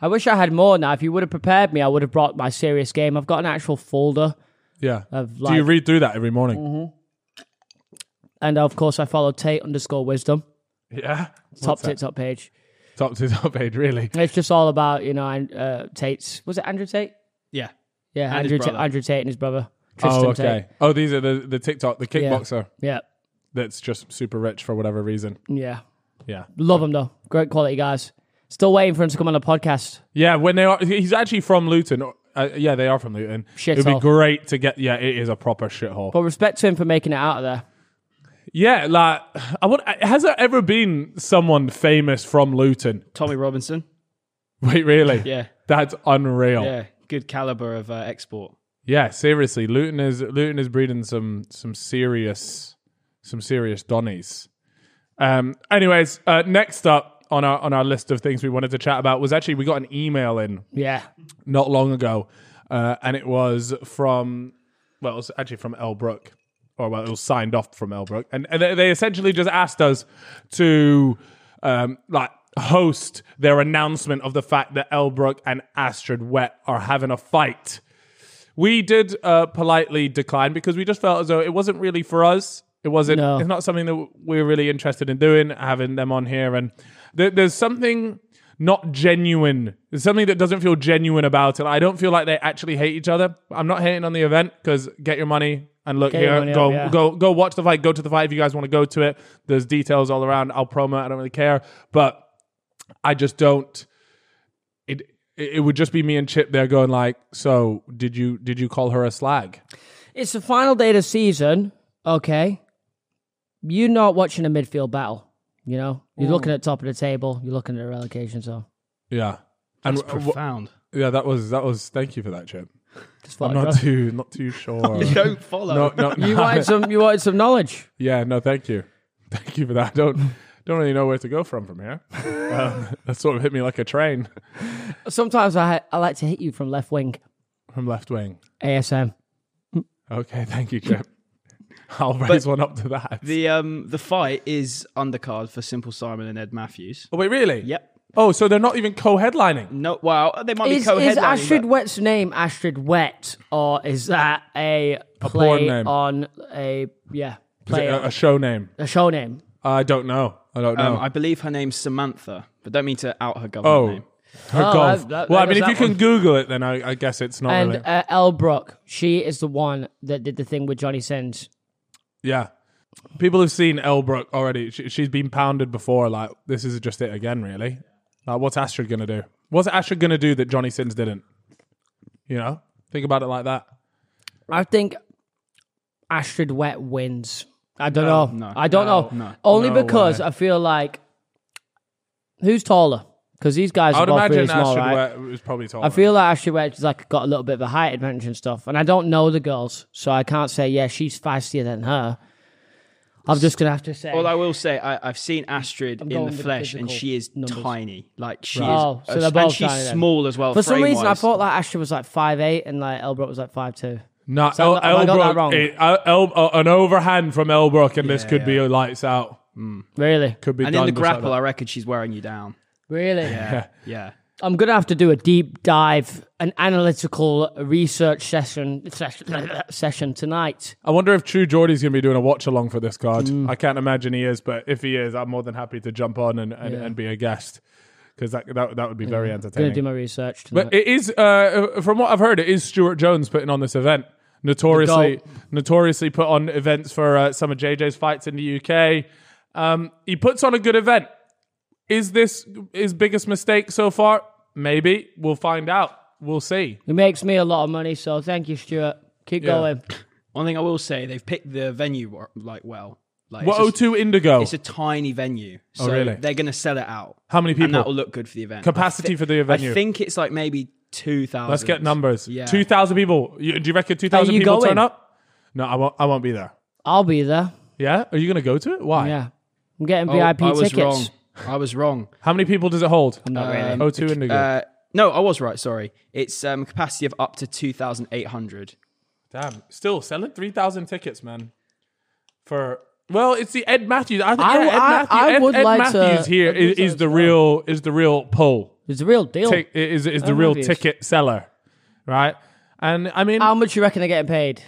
[SPEAKER 2] I wish I had more now. If you would have prepared me, I would have brought my serious game. I've got an actual folder.
[SPEAKER 1] Yeah.
[SPEAKER 2] Of
[SPEAKER 1] do you
[SPEAKER 2] like- Mm-hmm.
[SPEAKER 1] read through that every morning?
[SPEAKER 2] And of course, I follow Tate underscore wisdom.
[SPEAKER 1] Yeah.
[SPEAKER 2] Top tip, top page.
[SPEAKER 1] Top to top aid, really.
[SPEAKER 2] It's just all about, you know, and, uh, Tate's. Was it Andrew Tate?
[SPEAKER 3] yeah.
[SPEAKER 2] Yeah,
[SPEAKER 3] And his
[SPEAKER 2] Andrew, Ta-
[SPEAKER 3] brother.
[SPEAKER 2] Andrew Tate and his brother. Tristan
[SPEAKER 1] Oh, okay.
[SPEAKER 2] Tate.
[SPEAKER 1] Oh, these are the the TikTok, the kickboxer
[SPEAKER 2] Yeah.
[SPEAKER 1] that's just super rich for whatever reason.
[SPEAKER 2] Yeah.
[SPEAKER 1] Yeah.
[SPEAKER 2] Love them though. Great quality guys. Still waiting for him to come on the podcast.
[SPEAKER 1] Yeah, when they are, he's actually from Luton. Uh, yeah, they are from Luton. It'd be
[SPEAKER 2] Shithole.
[SPEAKER 1] great to get. Yeah, it is a proper shithole.
[SPEAKER 2] But respect to him for making it out of there.
[SPEAKER 1] Yeah, like I want. Has there ever been someone famous from Luton?
[SPEAKER 3] Tommy Robinson.
[SPEAKER 1] Wait, really?
[SPEAKER 3] Yeah.
[SPEAKER 1] that's unreal. Yeah.
[SPEAKER 3] Yeah. Good caliber of uh, export.
[SPEAKER 1] seriously, Luton is Luton is breeding some some serious some serious donnies. Um. Anyways, uh, next up on our on our list of things we wanted to chat about was actually we got an email in
[SPEAKER 2] Yeah.
[SPEAKER 1] not long ago, uh, and it was from well, it was actually from El Brook, or well, it was signed off from El Brook, and, and they- they essentially just asked us to um, like host their announcement of the fact that El Brook and Astrid Wet are having a fight. We did uh, politely decline because we just felt as though it wasn't really for us. It wasn't.
[SPEAKER 2] No.
[SPEAKER 1] It's not something that we're really interested in doing. Having them on here, and there, there's something not genuine. There's something that doesn't feel genuine about it. I don't feel like they actually hate each other. I'm not hating on the event because get your money and look
[SPEAKER 2] Get your
[SPEAKER 1] here.
[SPEAKER 2] money
[SPEAKER 1] go
[SPEAKER 2] up, yeah.
[SPEAKER 1] go go watch the fight. Go to the fight if you guys want to go to it. There's details all around. I'll promo. it, I don't really care, but I just don't it it would just be me and Chip there going like, so did you did you call her a slag?
[SPEAKER 2] It's the final day of the season. Okay. You're not watching a midfield battle. You know? You're looking at top of the table, you're looking at the relegation zone.
[SPEAKER 1] Yeah, and
[SPEAKER 3] It's profound.
[SPEAKER 1] yeah, that was that was. Thank you for that, Chip.
[SPEAKER 2] Just
[SPEAKER 1] I'm
[SPEAKER 2] thought I'd
[SPEAKER 1] not
[SPEAKER 2] drop-
[SPEAKER 1] too not too sure.
[SPEAKER 3] Don't follow.
[SPEAKER 1] no, no,
[SPEAKER 2] you
[SPEAKER 1] no.
[SPEAKER 2] wanted some you wanted some knowledge.
[SPEAKER 1] yeah, no, thank you, thank you for that. I don't don't really know where to go from from here. Um, that sort of hit me like a train
[SPEAKER 2] Sometimes I I like to hit you from left wing.
[SPEAKER 1] from left wing.
[SPEAKER 2] ASM.
[SPEAKER 1] Okay, thank you, Chip. I'll raise one up to that.
[SPEAKER 3] The um the fight is undercard for Simple Simon and Ed Matthews.
[SPEAKER 1] oh wait, really?
[SPEAKER 3] Yep.
[SPEAKER 1] Oh, so they're not even co-headlining.
[SPEAKER 3] No, well, they might be
[SPEAKER 2] Is,
[SPEAKER 3] co-headlining.
[SPEAKER 2] is Astrid
[SPEAKER 3] but-
[SPEAKER 2] Wett's name Astrid Wet, or is that a
[SPEAKER 1] porn
[SPEAKER 2] play
[SPEAKER 1] name.
[SPEAKER 2] on a yeah
[SPEAKER 1] Is it
[SPEAKER 2] play
[SPEAKER 1] a, Oh,
[SPEAKER 2] a,
[SPEAKER 1] a show name?
[SPEAKER 2] a show name?
[SPEAKER 1] I don't know. I don't know.
[SPEAKER 3] um, I believe her name's Samantha, but don't mean to out her government
[SPEAKER 1] oh,
[SPEAKER 3] name.
[SPEAKER 1] her
[SPEAKER 2] Oh,
[SPEAKER 1] golf.
[SPEAKER 2] that- that-
[SPEAKER 1] well, I
[SPEAKER 2] that
[SPEAKER 1] mean, if
[SPEAKER 2] goes
[SPEAKER 1] you
[SPEAKER 2] that
[SPEAKER 1] can
[SPEAKER 2] one.
[SPEAKER 1] Google it, then I, I guess it's not
[SPEAKER 2] And
[SPEAKER 1] really.
[SPEAKER 2] uh, Elle Brook, she is the one that did the thing with Johnny Sins.
[SPEAKER 1] Yeah. People have seen Elbrook already. She, she's been pounded before. Like, this is just it again, really. Like, what's Astrid going to do? What's Astrid going to do that Johnny Sins didn't? You know? Think about it like that.
[SPEAKER 2] I think Astrid Wet wins. I don't know.
[SPEAKER 3] no,
[SPEAKER 2] I don't
[SPEAKER 1] no,
[SPEAKER 2] know.
[SPEAKER 1] no,
[SPEAKER 2] Only
[SPEAKER 1] no
[SPEAKER 2] because
[SPEAKER 1] way.
[SPEAKER 2] I feel like who's taller? Because these guys
[SPEAKER 1] I
[SPEAKER 2] are
[SPEAKER 1] would
[SPEAKER 2] both really
[SPEAKER 1] imagine
[SPEAKER 2] small,
[SPEAKER 1] Astrid
[SPEAKER 2] right?
[SPEAKER 1] Wet was probably taller.
[SPEAKER 2] I feel like Ashley Wedge like got a little bit of a height advantage and stuff, and I don't know the girls, so I can't say yeah she's feistier than her. I'm just gonna have to say.
[SPEAKER 3] Well, I will say I, I've seen Astrid
[SPEAKER 2] going
[SPEAKER 3] in the
[SPEAKER 2] with the
[SPEAKER 3] flesh, and
[SPEAKER 2] physical
[SPEAKER 3] she is
[SPEAKER 2] numbers.
[SPEAKER 3] tiny. Like she
[SPEAKER 2] Oh,
[SPEAKER 3] is,
[SPEAKER 2] so they're both
[SPEAKER 3] and she's
[SPEAKER 2] tiny then.
[SPEAKER 3] small as well.
[SPEAKER 2] for some reason, I
[SPEAKER 3] frame-wise.
[SPEAKER 2] thought like Ashley was like five eight and like Elbrook was like five two.
[SPEAKER 3] Mm.
[SPEAKER 1] no,
[SPEAKER 2] So
[SPEAKER 1] El,
[SPEAKER 2] have I got that wrong?
[SPEAKER 1] Elbrook, it- El, El, uh, an overhand from Elbrook, and this could be a lights out.
[SPEAKER 2] Really,
[SPEAKER 1] Could be
[SPEAKER 3] And in
[SPEAKER 1] done
[SPEAKER 3] the
[SPEAKER 1] just like
[SPEAKER 3] grapple,
[SPEAKER 1] that.
[SPEAKER 3] I reckon she's wearing you down.
[SPEAKER 2] really.
[SPEAKER 3] Yeah, yeah.
[SPEAKER 2] I'm gonna have to do a deep dive, an analytical research session session, session tonight.
[SPEAKER 1] I wonder if True Geordie's going to be doing a watch along for this card.
[SPEAKER 2] Mm.
[SPEAKER 1] I can't imagine he is, but if he is, I'm more than happy to jump on and, and,
[SPEAKER 2] Yeah.
[SPEAKER 1] and be a guest because that, that that would be very
[SPEAKER 2] I'm gonna
[SPEAKER 1] entertaining.
[SPEAKER 2] do my research tonight.
[SPEAKER 1] But it is, uh, from what I've heard, it is Stuart Jones putting on this event. Notoriously,
[SPEAKER 2] The
[SPEAKER 1] notoriously put on events for uh, some of JJ's fights in the UK. Um, he puts on a good event. Is this his biggest mistake so far? Maybe we'll find out. We'll see.
[SPEAKER 2] it makes me a lot of money, so thank you, Stuart. Keep
[SPEAKER 1] Yeah.
[SPEAKER 2] going.
[SPEAKER 3] One thing I will say, they've picked the venue wor- like well. Like
[SPEAKER 1] What
[SPEAKER 3] it's, just-
[SPEAKER 1] O2 Indigo?
[SPEAKER 3] it's a tiny venue, so
[SPEAKER 2] Oh,
[SPEAKER 1] really?
[SPEAKER 3] they're going to sell it out.
[SPEAKER 1] How many
[SPEAKER 3] And that will
[SPEAKER 1] people?
[SPEAKER 3] look good for the event.
[SPEAKER 1] Capacity
[SPEAKER 3] I thi-
[SPEAKER 1] for the venue.
[SPEAKER 3] I think it's like maybe two thousand.
[SPEAKER 1] Let's get numbers.
[SPEAKER 3] Yeah.
[SPEAKER 1] Two thousand people. You, do you reckon two thousand
[SPEAKER 2] you
[SPEAKER 1] people
[SPEAKER 2] going?
[SPEAKER 1] turn up? No, I won't. I won't be there.
[SPEAKER 2] I'll be there.
[SPEAKER 1] Yeah. Are you going to go to it? Why?
[SPEAKER 2] Yeah, I'm getting
[SPEAKER 3] Oh,
[SPEAKER 2] VIP
[SPEAKER 3] I was
[SPEAKER 2] tickets.
[SPEAKER 3] wrong. I was wrong.
[SPEAKER 1] How many people does it hold?
[SPEAKER 2] Not really.
[SPEAKER 1] O two Indigo.
[SPEAKER 3] Uh, no, I was right. Sorry, it's um, capacity of up to two thousand eight hundred.
[SPEAKER 1] Damn, still selling three thousand tickets, man. For well, it's the Ed Matthews. I, think
[SPEAKER 2] I-
[SPEAKER 1] yeah, Ed,
[SPEAKER 2] I-
[SPEAKER 1] Matthews,
[SPEAKER 2] I
[SPEAKER 1] Ed-
[SPEAKER 2] would
[SPEAKER 1] Ed
[SPEAKER 2] like to-
[SPEAKER 1] Matthews here
[SPEAKER 2] I'd do
[SPEAKER 1] is,
[SPEAKER 2] so
[SPEAKER 1] is
[SPEAKER 2] as
[SPEAKER 1] the
[SPEAKER 2] well.
[SPEAKER 1] real is the real pull.
[SPEAKER 2] It's a real deal.
[SPEAKER 1] Tic- Is is the real
[SPEAKER 2] Matthews.
[SPEAKER 1] ticket seller, right? And I mean,
[SPEAKER 2] How much you reckon they're getting paid?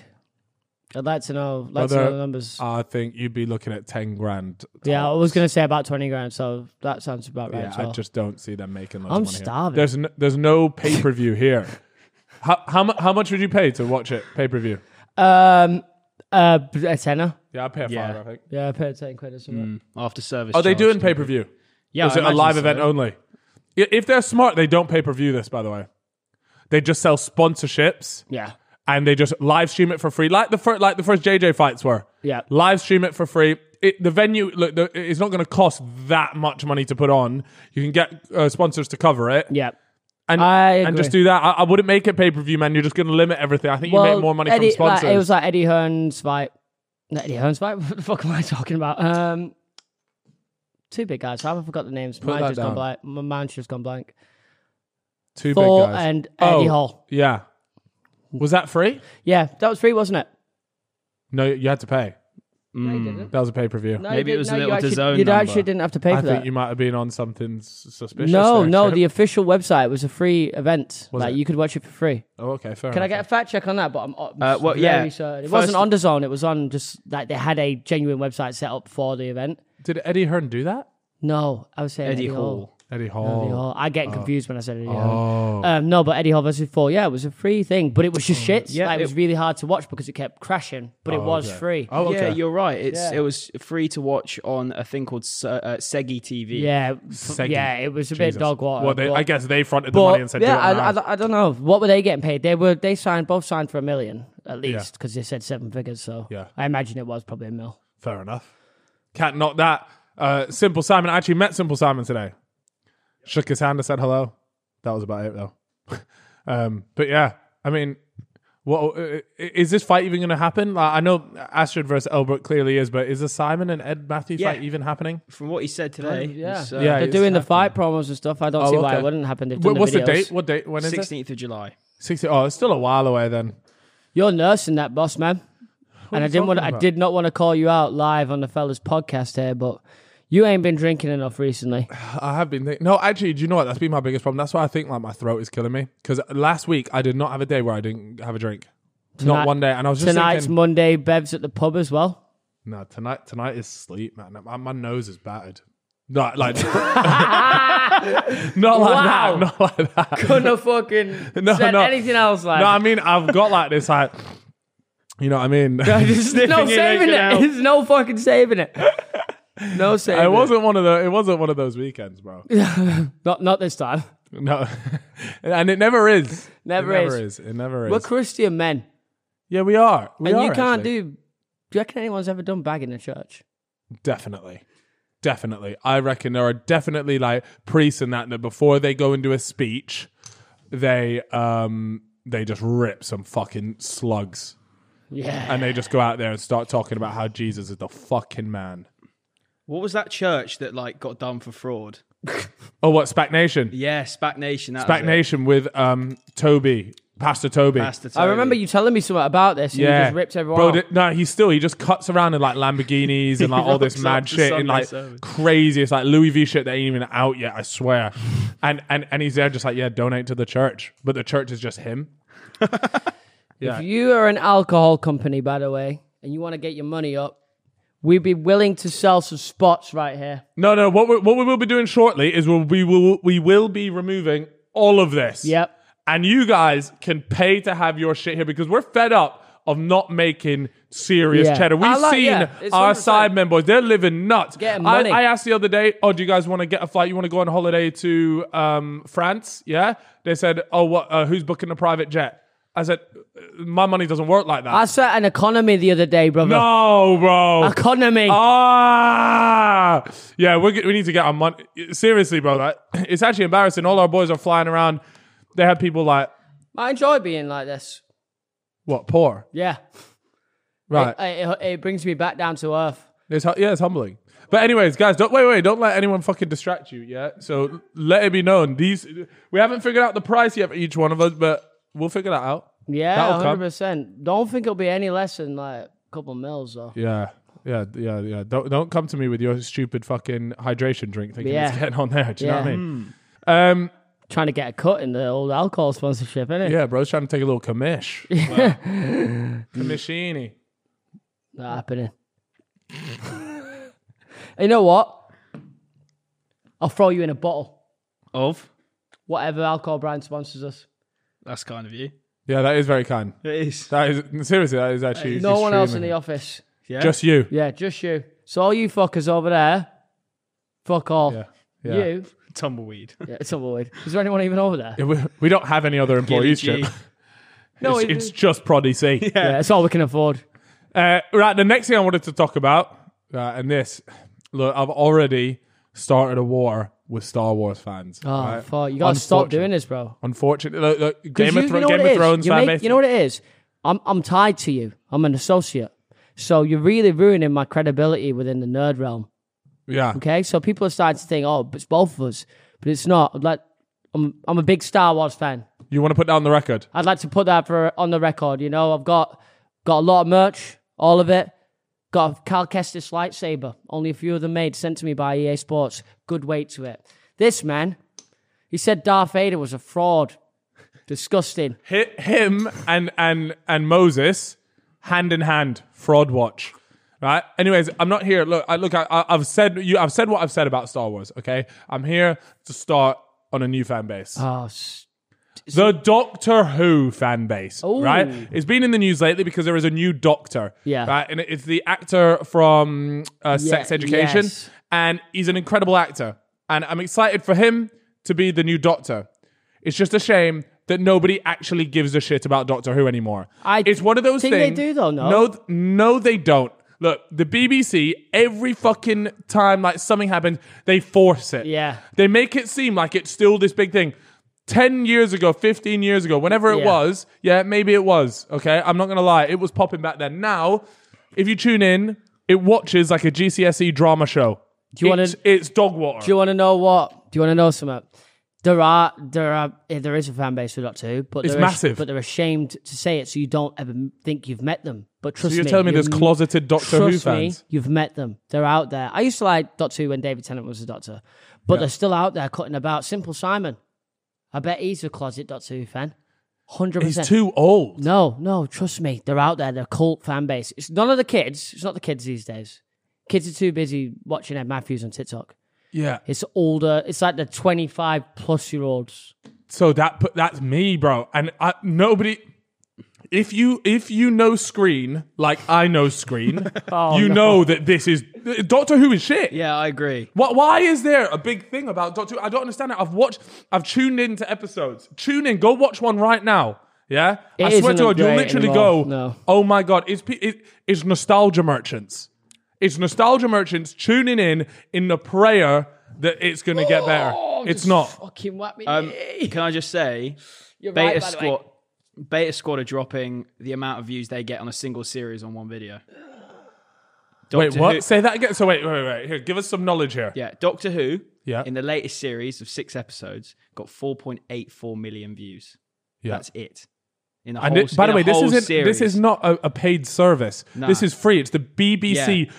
[SPEAKER 2] I'd like to know. Like to know
[SPEAKER 1] Brother,
[SPEAKER 2] the numbers.
[SPEAKER 1] I think you'd be looking at ten grand.
[SPEAKER 2] yeah, I was gonna say about twenty grand, so that sounds about right.
[SPEAKER 1] Yeah,
[SPEAKER 2] as
[SPEAKER 1] I
[SPEAKER 2] well.
[SPEAKER 1] just don't see them making. Loads
[SPEAKER 2] I'm
[SPEAKER 1] of money here.
[SPEAKER 2] starving.
[SPEAKER 1] There's no, there's no pay per view here. How how, mu- how much would you pay to watch it pay per view?
[SPEAKER 2] um, uh, a tenner.
[SPEAKER 1] Yeah, I pay a
[SPEAKER 3] Yeah.
[SPEAKER 1] five. I think.
[SPEAKER 2] Yeah, I paid ten quid or
[SPEAKER 1] Mm.
[SPEAKER 2] something.
[SPEAKER 3] After service,
[SPEAKER 1] Are Oh, they
[SPEAKER 3] charge.
[SPEAKER 1] doing pay per view?
[SPEAKER 3] Yeah,
[SPEAKER 1] Is
[SPEAKER 3] I
[SPEAKER 1] it a
[SPEAKER 3] imagine
[SPEAKER 1] live
[SPEAKER 3] so.
[SPEAKER 1] event only? I- If they're smart, they don't pay per view this, by the way. They just sell sponsorships
[SPEAKER 2] Yeah,
[SPEAKER 1] and they just live stream it for free, like the first, like the first JJ fights were.
[SPEAKER 2] Yeah.
[SPEAKER 1] live stream it for free. It, the venue, look, the, it's not going to cost that much money to put on. You can get uh, sponsors to cover it,
[SPEAKER 2] yeah.
[SPEAKER 1] and
[SPEAKER 2] I agree.
[SPEAKER 1] and just do that. I, I wouldn't make it pay per view, man. You're just going to limit everything. I think you make more money
[SPEAKER 2] Eddie,
[SPEAKER 1] from sponsors.
[SPEAKER 2] Like, it was like Eddie Hearn's fight. Not Eddie Hearn's fight. What the fuck am I talking about? Um, two big guys. I haven't forgot the names. Mine's
[SPEAKER 1] that
[SPEAKER 2] just
[SPEAKER 1] down.
[SPEAKER 2] gone blank. My mind's just gone blank.
[SPEAKER 1] Two
[SPEAKER 2] Thor
[SPEAKER 1] big guys.
[SPEAKER 2] and
[SPEAKER 1] oh,
[SPEAKER 2] Eddie Hall.
[SPEAKER 1] Yeah, was that free?
[SPEAKER 2] Yeah, that was free, wasn't it?
[SPEAKER 1] No, you had to pay.
[SPEAKER 2] No, you didn't.
[SPEAKER 1] That was a pay per view.
[SPEAKER 2] No,
[SPEAKER 3] Maybe
[SPEAKER 2] you
[SPEAKER 3] it was a
[SPEAKER 2] didn't. No,
[SPEAKER 3] little
[SPEAKER 2] you
[SPEAKER 3] DAZN
[SPEAKER 2] actually, You actually
[SPEAKER 3] number.
[SPEAKER 2] didn't have to pay
[SPEAKER 1] I
[SPEAKER 2] for that.
[SPEAKER 1] think you might have been on something s- suspicious.
[SPEAKER 2] No,
[SPEAKER 1] there,
[SPEAKER 2] no,
[SPEAKER 1] Chip.
[SPEAKER 2] the official website was a free event.
[SPEAKER 1] Was
[SPEAKER 2] like
[SPEAKER 1] it?
[SPEAKER 2] you could watch it for free.
[SPEAKER 1] Oh, okay, fair.
[SPEAKER 2] Can I
[SPEAKER 1] enough.
[SPEAKER 2] get a fact check on that? But I'm uh,
[SPEAKER 3] Uh, well,
[SPEAKER 2] very
[SPEAKER 3] yeah.
[SPEAKER 2] certain it
[SPEAKER 3] First-
[SPEAKER 2] wasn't on the zone. It was on just like they had a genuine website set up for the event.
[SPEAKER 1] Did Eddie Hearn do that?
[SPEAKER 2] No, I was saying
[SPEAKER 3] Eddie Hall.
[SPEAKER 1] Eddie
[SPEAKER 2] Eddie
[SPEAKER 1] Hall.
[SPEAKER 2] Hall. I get confused when I said Eddie
[SPEAKER 1] Oh.
[SPEAKER 2] Hall. Um, no, but Eddie Hall versus Four. Yeah, it was a free thing, but it was just shit.
[SPEAKER 3] Yeah,
[SPEAKER 2] like, it,
[SPEAKER 3] it-
[SPEAKER 2] was really hard to watch because it kept crashing. But it was
[SPEAKER 1] okay.
[SPEAKER 2] free.
[SPEAKER 1] Oh. Oh,
[SPEAKER 3] Yeah,
[SPEAKER 1] okay.
[SPEAKER 3] you're right. It's
[SPEAKER 2] Yeah.
[SPEAKER 3] it was free to watch on a thing called Se- uh, Segi TV.
[SPEAKER 2] Yeah,
[SPEAKER 1] Seggy.
[SPEAKER 2] yeah, it was a
[SPEAKER 1] Jesus.
[SPEAKER 2] bit dog water.
[SPEAKER 1] Well, they,
[SPEAKER 2] but-
[SPEAKER 1] I guess they fronted the
[SPEAKER 2] But,
[SPEAKER 1] money and said,
[SPEAKER 2] yeah,
[SPEAKER 1] "Do it now."
[SPEAKER 2] I, I, I don't know. What were they getting paid? They were they signed both signed for a million at least because they said seven figures. So
[SPEAKER 1] Yeah.
[SPEAKER 2] I imagine it was probably a mil.
[SPEAKER 1] fair enough. Can't knock that. Uh, Simple Simon. I actually met Simple Simon today. Shook his hand and said hello. That was about it though. um, but yeah, I mean, what uh, is this fight even going to happen? Like, I know Astrid versus Elbrook clearly is, but is the Simon and Ed Matthew
[SPEAKER 3] Yeah.
[SPEAKER 1] fight even happening?
[SPEAKER 3] From what he said today, uh,
[SPEAKER 2] Yeah,
[SPEAKER 3] it's,
[SPEAKER 1] Yeah,
[SPEAKER 2] they're
[SPEAKER 1] it's
[SPEAKER 2] doing the fight promos and stuff. I don't see why
[SPEAKER 1] Oh, okay.
[SPEAKER 2] it wouldn't happen. They've
[SPEAKER 1] Wh-
[SPEAKER 2] done
[SPEAKER 1] what's
[SPEAKER 2] the,
[SPEAKER 1] the
[SPEAKER 2] videos.
[SPEAKER 1] date? What date? When is it?
[SPEAKER 3] 16th of July.
[SPEAKER 1] 16. Oh, it's still a while away then.
[SPEAKER 2] You're nursing that boss man, and
[SPEAKER 1] are
[SPEAKER 2] I
[SPEAKER 1] you
[SPEAKER 2] didn't want
[SPEAKER 1] talking
[SPEAKER 2] I
[SPEAKER 1] about?
[SPEAKER 2] did not want to call you out live on the fellas podcast here, but You ain't been drinking enough recently.
[SPEAKER 1] I have been thinking. No, actually, do you know what? That's been my biggest problem. That's why I think like my throat is killing me. Because last week I did not have a day where I didn't have a drink.
[SPEAKER 2] Tonight-
[SPEAKER 1] not one day. And I was just
[SPEAKER 2] Tonight's
[SPEAKER 1] thinking,
[SPEAKER 2] Monday. Bev's at the pub as well.
[SPEAKER 1] no, tonight tonight is sleep, man. My, my nose is battered. Not like, not like
[SPEAKER 2] Wow.
[SPEAKER 1] that. Not like that.
[SPEAKER 2] Couldn't have fucking
[SPEAKER 1] No,
[SPEAKER 2] said
[SPEAKER 1] no.
[SPEAKER 2] anything else. Like
[SPEAKER 1] No, I mean I've got like this like, you know what I mean.
[SPEAKER 2] no saving it. There's no fucking saving it. No saving.
[SPEAKER 1] It wasn't one of the. It wasn't one of those weekends, bro.
[SPEAKER 2] Not not this time.
[SPEAKER 1] No, and it never is.
[SPEAKER 2] Never
[SPEAKER 1] it
[SPEAKER 2] is.
[SPEAKER 1] Never is. It never is.
[SPEAKER 2] We're Christian men,
[SPEAKER 1] yeah, we are. We
[SPEAKER 2] and
[SPEAKER 1] are,
[SPEAKER 2] you can't
[SPEAKER 1] actually.
[SPEAKER 2] do. Do you reckon anyone's ever done bag in the church?
[SPEAKER 1] Definitely. Definitely. I reckon there are definitely like priests and that that before they go into a speech, they um they just rip some fucking slugs
[SPEAKER 2] Yeah.
[SPEAKER 1] and they just go out there and start talking about how Jesus is the fucking man.
[SPEAKER 3] What was that church that like got done for fraud?
[SPEAKER 1] Oh what, Spac Nation?
[SPEAKER 3] Yes, Spac Nation. that was
[SPEAKER 1] Spac
[SPEAKER 3] it.
[SPEAKER 1] Nation with um Toby. Pastor Toby.
[SPEAKER 3] Pastor
[SPEAKER 2] I
[SPEAKER 3] Tony.
[SPEAKER 2] remember you telling me something about this. And You
[SPEAKER 1] yeah,
[SPEAKER 2] just ripped everyone.
[SPEAKER 1] Bro,
[SPEAKER 2] off.
[SPEAKER 1] di- no, he's still he just cuts around in like Lamborghinis and like all this
[SPEAKER 3] rocks up
[SPEAKER 1] mad
[SPEAKER 3] to
[SPEAKER 1] shit
[SPEAKER 3] Sunday
[SPEAKER 1] and like
[SPEAKER 3] service.
[SPEAKER 1] craziest like Louis V shit that ain't even out yet. I swear, and and and he's there just like yeah, donate to the church, but the church is just him.
[SPEAKER 2] If you are an alcohol company, by the way, and you want to get your money up, we'd be willing to sell some spots right here.
[SPEAKER 1] No, no, what we, what we will be doing shortly is we'll, we will we will be removing all of this.
[SPEAKER 2] Yep.
[SPEAKER 1] and you guys can pay to have your shit here because we're fed up. Of not making serious
[SPEAKER 2] Yeah.
[SPEAKER 1] cheddar. We've
[SPEAKER 2] I like-
[SPEAKER 1] seen
[SPEAKER 2] yeah, it's
[SPEAKER 1] our
[SPEAKER 2] 100%.
[SPEAKER 1] side men boys, they're living nuts.
[SPEAKER 2] Getting
[SPEAKER 1] I-
[SPEAKER 2] money.
[SPEAKER 1] I asked the other day, "Oh, do you guys want to get a flight? You want to go on holiday to um, France?" Yeah, they said, "Oh, what? Uh, who's booking a private jet?" I said, "My money doesn't work like that."
[SPEAKER 2] I set an economy the other day, brother.
[SPEAKER 1] no, Oh. bro.
[SPEAKER 2] Economy.
[SPEAKER 1] Ah, yeah, we're, g- we need to get our money. Seriously, bro, like, it's actually embarrassing. All our boys are flying around. They have people like
[SPEAKER 2] I enjoy being like this.
[SPEAKER 1] what poor,
[SPEAKER 2] Yeah.
[SPEAKER 1] right?
[SPEAKER 2] It, it, it brings me back down to earth.
[SPEAKER 1] It's hu- yeah, it's humbling. But anyways, guys, don't wait, wait, don't let anyone fucking distract you. Yeah, so let it be known. These we haven't figured out the price yet for each one of us, but we'll figure that out.
[SPEAKER 2] Yeah,
[SPEAKER 1] That'll
[SPEAKER 2] hundred
[SPEAKER 1] come.
[SPEAKER 2] percent. Don't think it'll be any less than like a couple mils though.
[SPEAKER 1] Yeah, yeah, yeah, yeah. Don't don't come to me with your stupid fucking hydration drink thinking
[SPEAKER 2] Yeah.
[SPEAKER 1] it's getting on there. Do you know what I
[SPEAKER 2] Yeah. Hmm.
[SPEAKER 1] mean? Um,
[SPEAKER 2] Trying to get a cut in the old alcohol sponsorship, innit?
[SPEAKER 1] yeah, bro's trying to take a little commish. Commishini.
[SPEAKER 2] Not happening. you know what? I'll throw you in a bottle.
[SPEAKER 3] of.
[SPEAKER 2] Whatever alcohol brand sponsors us.
[SPEAKER 3] That's kind of you.
[SPEAKER 1] Yeah, that is very kind.
[SPEAKER 3] It is.
[SPEAKER 1] That is seriously, that is actually
[SPEAKER 2] Uh, No one else in
[SPEAKER 1] extremely-
[SPEAKER 2] the office.
[SPEAKER 3] Yeah.
[SPEAKER 1] just you.
[SPEAKER 2] Yeah, just you. So all you fuckers over there, fuck off.
[SPEAKER 1] Yeah, yeah.
[SPEAKER 2] You.
[SPEAKER 3] tumbleweed.
[SPEAKER 2] Yeah, it's avoid. Is there anyone even over there?
[SPEAKER 1] Yeah, we- We don't have any other employees,
[SPEAKER 3] Gilly G.
[SPEAKER 1] Chip.
[SPEAKER 2] No,
[SPEAKER 1] it's,
[SPEAKER 2] it-
[SPEAKER 1] it's just Proddy C.
[SPEAKER 2] Yeah, that's all we can afford.
[SPEAKER 1] Uh, right, the next thing I wanted to talk about, uh, and this, look, I've already started a war with Star Wars fans.
[SPEAKER 2] Oh, fuck. You got to stop
[SPEAKER 1] Unfortunate.
[SPEAKER 2] doing this, bro.
[SPEAKER 1] Unfortunately, look, look, Game
[SPEAKER 2] you,
[SPEAKER 1] of, Thro-
[SPEAKER 2] you know
[SPEAKER 1] Game
[SPEAKER 2] what it
[SPEAKER 1] of
[SPEAKER 2] is?
[SPEAKER 1] Thrones
[SPEAKER 2] You,
[SPEAKER 1] fan
[SPEAKER 2] make-
[SPEAKER 1] base.
[SPEAKER 2] you know what it is? I'm I'm tied to you. I'm an associate. So you're really ruining my credibility within the nerd realm.
[SPEAKER 1] yeah,
[SPEAKER 2] Okay, so people are starting to think, oh, it's both of us, but it's not. Like, I'm I'm a big Star Wars fan.
[SPEAKER 1] you want to put that on the record?
[SPEAKER 2] I'd like to put that for on the record. You know, I've got got a lot of merch, all of it. Got a Cal Kestis lightsaber. Only a few of them made, sent to me by EA Sports. Good weight to it. This man, he said Darth Vader was a fraud. Disgusting.
[SPEAKER 1] Hit him and and and Moses hand in hand, fraud watch. Right. Anyways, I'm not here. Look, I, look, I, I- I've said you. I've said what I've said about Star Wars. Okay, I'm here to start on a new fan base.
[SPEAKER 2] Oh, s-
[SPEAKER 1] The Doctor Who fan base, right? It's been in the news lately because there is a new Doctor,
[SPEAKER 2] Yeah.
[SPEAKER 1] right? And it's the actor from uh, Sex
[SPEAKER 2] Yeah,
[SPEAKER 1] Education,
[SPEAKER 2] yes.
[SPEAKER 1] and he's an incredible actor, and I'm excited for him to be the new Doctor. It's just a shame that nobody actually gives a shit about Doctor Who anymore.
[SPEAKER 2] I
[SPEAKER 1] it's one of those
[SPEAKER 2] think they
[SPEAKER 1] things.
[SPEAKER 2] do though, no?
[SPEAKER 1] no, th- no, they don't. Look, the BBC every fucking time like something happens, they force it.
[SPEAKER 2] Yeah.
[SPEAKER 1] They make it seem like it's still this big thing. 10 years ago, 15 years ago, whenever it
[SPEAKER 2] Yeah.
[SPEAKER 1] was, yeah, maybe it was. Okay. I'm not going to lie. It was popping back then. Now, if you tune in, it watches like a GCSE E drama show.
[SPEAKER 2] Do you wanna-
[SPEAKER 1] it's, it's dog water.
[SPEAKER 2] Do you want to know what? Do you want to know something? There are there are eh, there is a fan base for Doctor Who, but
[SPEAKER 1] It's
[SPEAKER 2] they're ash-
[SPEAKER 1] massive.
[SPEAKER 2] but they're ashamed to say it, so you don't ever m- think you've met them. But trust
[SPEAKER 1] So you're
[SPEAKER 2] me,
[SPEAKER 1] telling me
[SPEAKER 2] you
[SPEAKER 1] there's
[SPEAKER 2] m-
[SPEAKER 1] closeted Doctor Who
[SPEAKER 2] trust me,
[SPEAKER 1] fans?
[SPEAKER 2] you've met them. They're out there. I used to like Doctor Who when David Tennant was the Doctor, but they're still out there cutting about. Simple Simon, I bet he's a closet Doctor Who fan. Hundred
[SPEAKER 1] He's
[SPEAKER 2] percent.
[SPEAKER 1] too old.
[SPEAKER 2] No, no, trust me, they're out there. They're cult fan base. It's none of the kids. It's not the kids these days. Kids are too busy watching Ed Matthews on TikTok.
[SPEAKER 1] Yeah.
[SPEAKER 2] It's older. It's like the twenty-five plus year olds.
[SPEAKER 1] So that put that's me, bro. And I, nobody. If you if you know screen like I know screen,
[SPEAKER 2] Oh,
[SPEAKER 1] you
[SPEAKER 2] no.
[SPEAKER 1] know that this is Doctor Who is shit.
[SPEAKER 3] Yeah, I agree.
[SPEAKER 1] Why, why is there a big thing about Doctor Who? I don't understand it. I've watched, I've tuned in to episodes. Tune in, go watch one right now. Yeah, I swear
[SPEAKER 2] It
[SPEAKER 1] to
[SPEAKER 2] isn't
[SPEAKER 1] God, you'll
[SPEAKER 2] great
[SPEAKER 1] literally
[SPEAKER 2] anymore.
[SPEAKER 1] go,
[SPEAKER 2] No.
[SPEAKER 1] "Oh my God!" It's pe- it, it's nostalgia merchants. It's nostalgia merchants tuning in in the prayer that it's going to get better. It's not.
[SPEAKER 2] Oh, Fucking whack me.
[SPEAKER 3] Um, can I just say,
[SPEAKER 2] You're right,
[SPEAKER 3] Beta
[SPEAKER 2] by the way.
[SPEAKER 3] Squad, Beta Squad are dropping the amount of views they get on a single series on one video.
[SPEAKER 1] Wait,
[SPEAKER 3] Doctor
[SPEAKER 1] what?
[SPEAKER 3] Who-
[SPEAKER 1] Say that again. So wait, wait, wait. Here, give us some knowledge here.
[SPEAKER 3] yeah, Doctor Who.
[SPEAKER 1] Yeah.
[SPEAKER 3] In the latest series of six episodes, got 4.84 million views.
[SPEAKER 1] Yeah.
[SPEAKER 3] That's it. In the
[SPEAKER 1] And
[SPEAKER 3] whole,
[SPEAKER 1] it- by
[SPEAKER 3] in
[SPEAKER 1] the
[SPEAKER 3] a
[SPEAKER 1] way, this
[SPEAKER 3] whole
[SPEAKER 1] isn't
[SPEAKER 3] series.
[SPEAKER 1] this is not a, a paid service. This is free. It's the BBC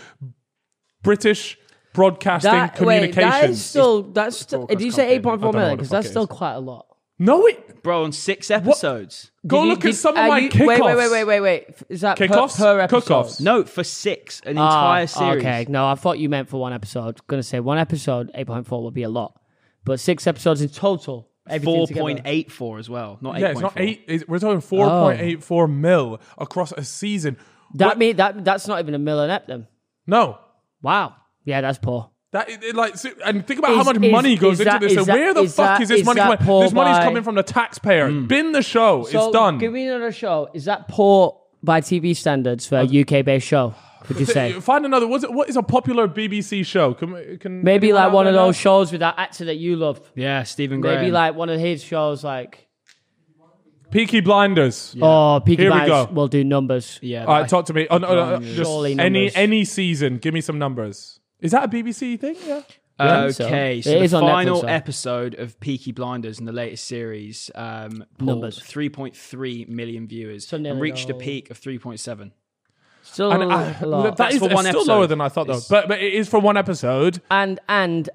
[SPEAKER 1] British Broadcasting
[SPEAKER 2] that, wait,
[SPEAKER 1] Communications.
[SPEAKER 2] that is still that's. Still,
[SPEAKER 3] broadcast
[SPEAKER 2] did you say eight
[SPEAKER 1] I
[SPEAKER 2] point four
[SPEAKER 1] don't know
[SPEAKER 2] million?
[SPEAKER 1] what the
[SPEAKER 2] Because
[SPEAKER 1] fuck
[SPEAKER 2] that's
[SPEAKER 1] it
[SPEAKER 2] still
[SPEAKER 1] is.
[SPEAKER 2] quite a lot.
[SPEAKER 1] no, it,
[SPEAKER 3] bro on six episodes.
[SPEAKER 1] go
[SPEAKER 2] Did you-
[SPEAKER 1] look
[SPEAKER 2] did-
[SPEAKER 1] at some of
[SPEAKER 2] are
[SPEAKER 1] my
[SPEAKER 2] you-
[SPEAKER 1] kickoffs.
[SPEAKER 2] Wait, wait, wait, wait, wait, wait. Is that per-
[SPEAKER 1] Kickoffs?
[SPEAKER 2] per episode?
[SPEAKER 1] Cook-offs?
[SPEAKER 3] No, for six, an
[SPEAKER 2] Ah,
[SPEAKER 3] entire series.
[SPEAKER 2] Okay, no, I thought you meant for one episode. Gonna say one episode, eight point four would be a lot, but six episodes in total. everything
[SPEAKER 3] Four
[SPEAKER 2] together.
[SPEAKER 3] point eight four as well, not eight.
[SPEAKER 1] Yeah, it's not eight. It's, we're
[SPEAKER 2] Oh.
[SPEAKER 1] talking four point eight four mil across a season.
[SPEAKER 2] That
[SPEAKER 1] What-
[SPEAKER 2] mean that that's not even a million ep then.
[SPEAKER 1] no,
[SPEAKER 2] Wow. Yeah, that's poor.
[SPEAKER 1] that it, it like so- and think about how
[SPEAKER 2] Is-
[SPEAKER 1] much
[SPEAKER 2] is-
[SPEAKER 1] money
[SPEAKER 2] is
[SPEAKER 1] goes into
[SPEAKER 2] that-
[SPEAKER 1] this. So
[SPEAKER 2] is that-
[SPEAKER 1] where the
[SPEAKER 2] is
[SPEAKER 1] fuck
[SPEAKER 2] that-
[SPEAKER 1] is this
[SPEAKER 2] is
[SPEAKER 1] money
[SPEAKER 2] that
[SPEAKER 1] coming?
[SPEAKER 2] poor
[SPEAKER 1] This money's
[SPEAKER 2] by- Hmm.
[SPEAKER 1] coming from the taxpayer. Bin the show. it's done.
[SPEAKER 2] Give me another show. Is that poor by TV standards for a UK based show? Would you say?
[SPEAKER 1] Find another. What's it, what is a popular BBC show? Can, we- can
[SPEAKER 2] Maybe
[SPEAKER 1] anyone
[SPEAKER 2] like
[SPEAKER 1] out
[SPEAKER 2] one of
[SPEAKER 1] there know?
[SPEAKER 2] those shows with that actor that you love.
[SPEAKER 3] Yeah, Stephen Graham.
[SPEAKER 2] Maybe like one of his shows, like
[SPEAKER 1] Peaky Blinders.
[SPEAKER 2] oh, Peaky
[SPEAKER 1] Here we
[SPEAKER 2] Blinders
[SPEAKER 1] go.
[SPEAKER 2] will do numbers.
[SPEAKER 3] yeah,
[SPEAKER 1] All
[SPEAKER 3] I-
[SPEAKER 1] right, talk to me. Oh, no, no, just
[SPEAKER 2] Surely
[SPEAKER 1] any
[SPEAKER 2] numbers.
[SPEAKER 1] any season. Give me some numbers. Is that a BBC thing? Yeah.
[SPEAKER 2] think so.
[SPEAKER 3] Okay,
[SPEAKER 2] It
[SPEAKER 3] so the
[SPEAKER 2] is on Netflix,
[SPEAKER 3] final
[SPEAKER 2] though.
[SPEAKER 3] episode of Peaky Blinders in the latest series um,
[SPEAKER 2] Numbers.
[SPEAKER 3] three point three million viewers
[SPEAKER 2] nearly
[SPEAKER 3] and reached a
[SPEAKER 2] all.
[SPEAKER 3] peak of three point seven.
[SPEAKER 2] Still
[SPEAKER 1] And
[SPEAKER 2] Oh, a
[SPEAKER 1] I-
[SPEAKER 2] lot.
[SPEAKER 1] that
[SPEAKER 3] That's
[SPEAKER 1] is-
[SPEAKER 3] for
[SPEAKER 1] it's
[SPEAKER 3] one
[SPEAKER 1] still
[SPEAKER 3] episode.
[SPEAKER 1] lower than I thought, though.
[SPEAKER 3] It's-
[SPEAKER 1] But, but it is for one episode.
[SPEAKER 2] and and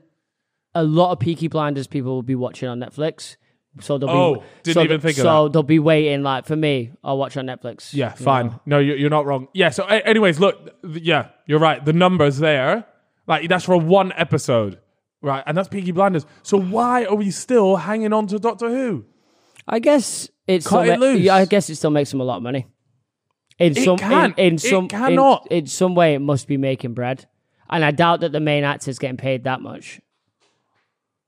[SPEAKER 2] a lot of Peaky Blinders people will be watching on Netflix. So they'll
[SPEAKER 1] Oh,
[SPEAKER 2] be
[SPEAKER 1] didn't
[SPEAKER 2] so,
[SPEAKER 1] even think of
[SPEAKER 2] so they'll be waiting like for me. I'll watch on Netflix.
[SPEAKER 1] Yeah, fine. No, you- you're not wrong. Yeah. So, a- anyways, look. th- Yeah, you're right. The numbers there, like that's for one episode, right? And that's Peaky Blinders. So why are we still hanging on to Doctor Who?
[SPEAKER 2] I guess it's
[SPEAKER 1] Cut
[SPEAKER 2] still
[SPEAKER 1] it loose.
[SPEAKER 2] Yeah, I guess it still makes them a lot of money. In some,
[SPEAKER 1] can.
[SPEAKER 2] in, in
[SPEAKER 1] It
[SPEAKER 2] some, in-
[SPEAKER 1] cannot.
[SPEAKER 2] In, some way, it must be making bread, and I doubt that the main actor's getting paid that much.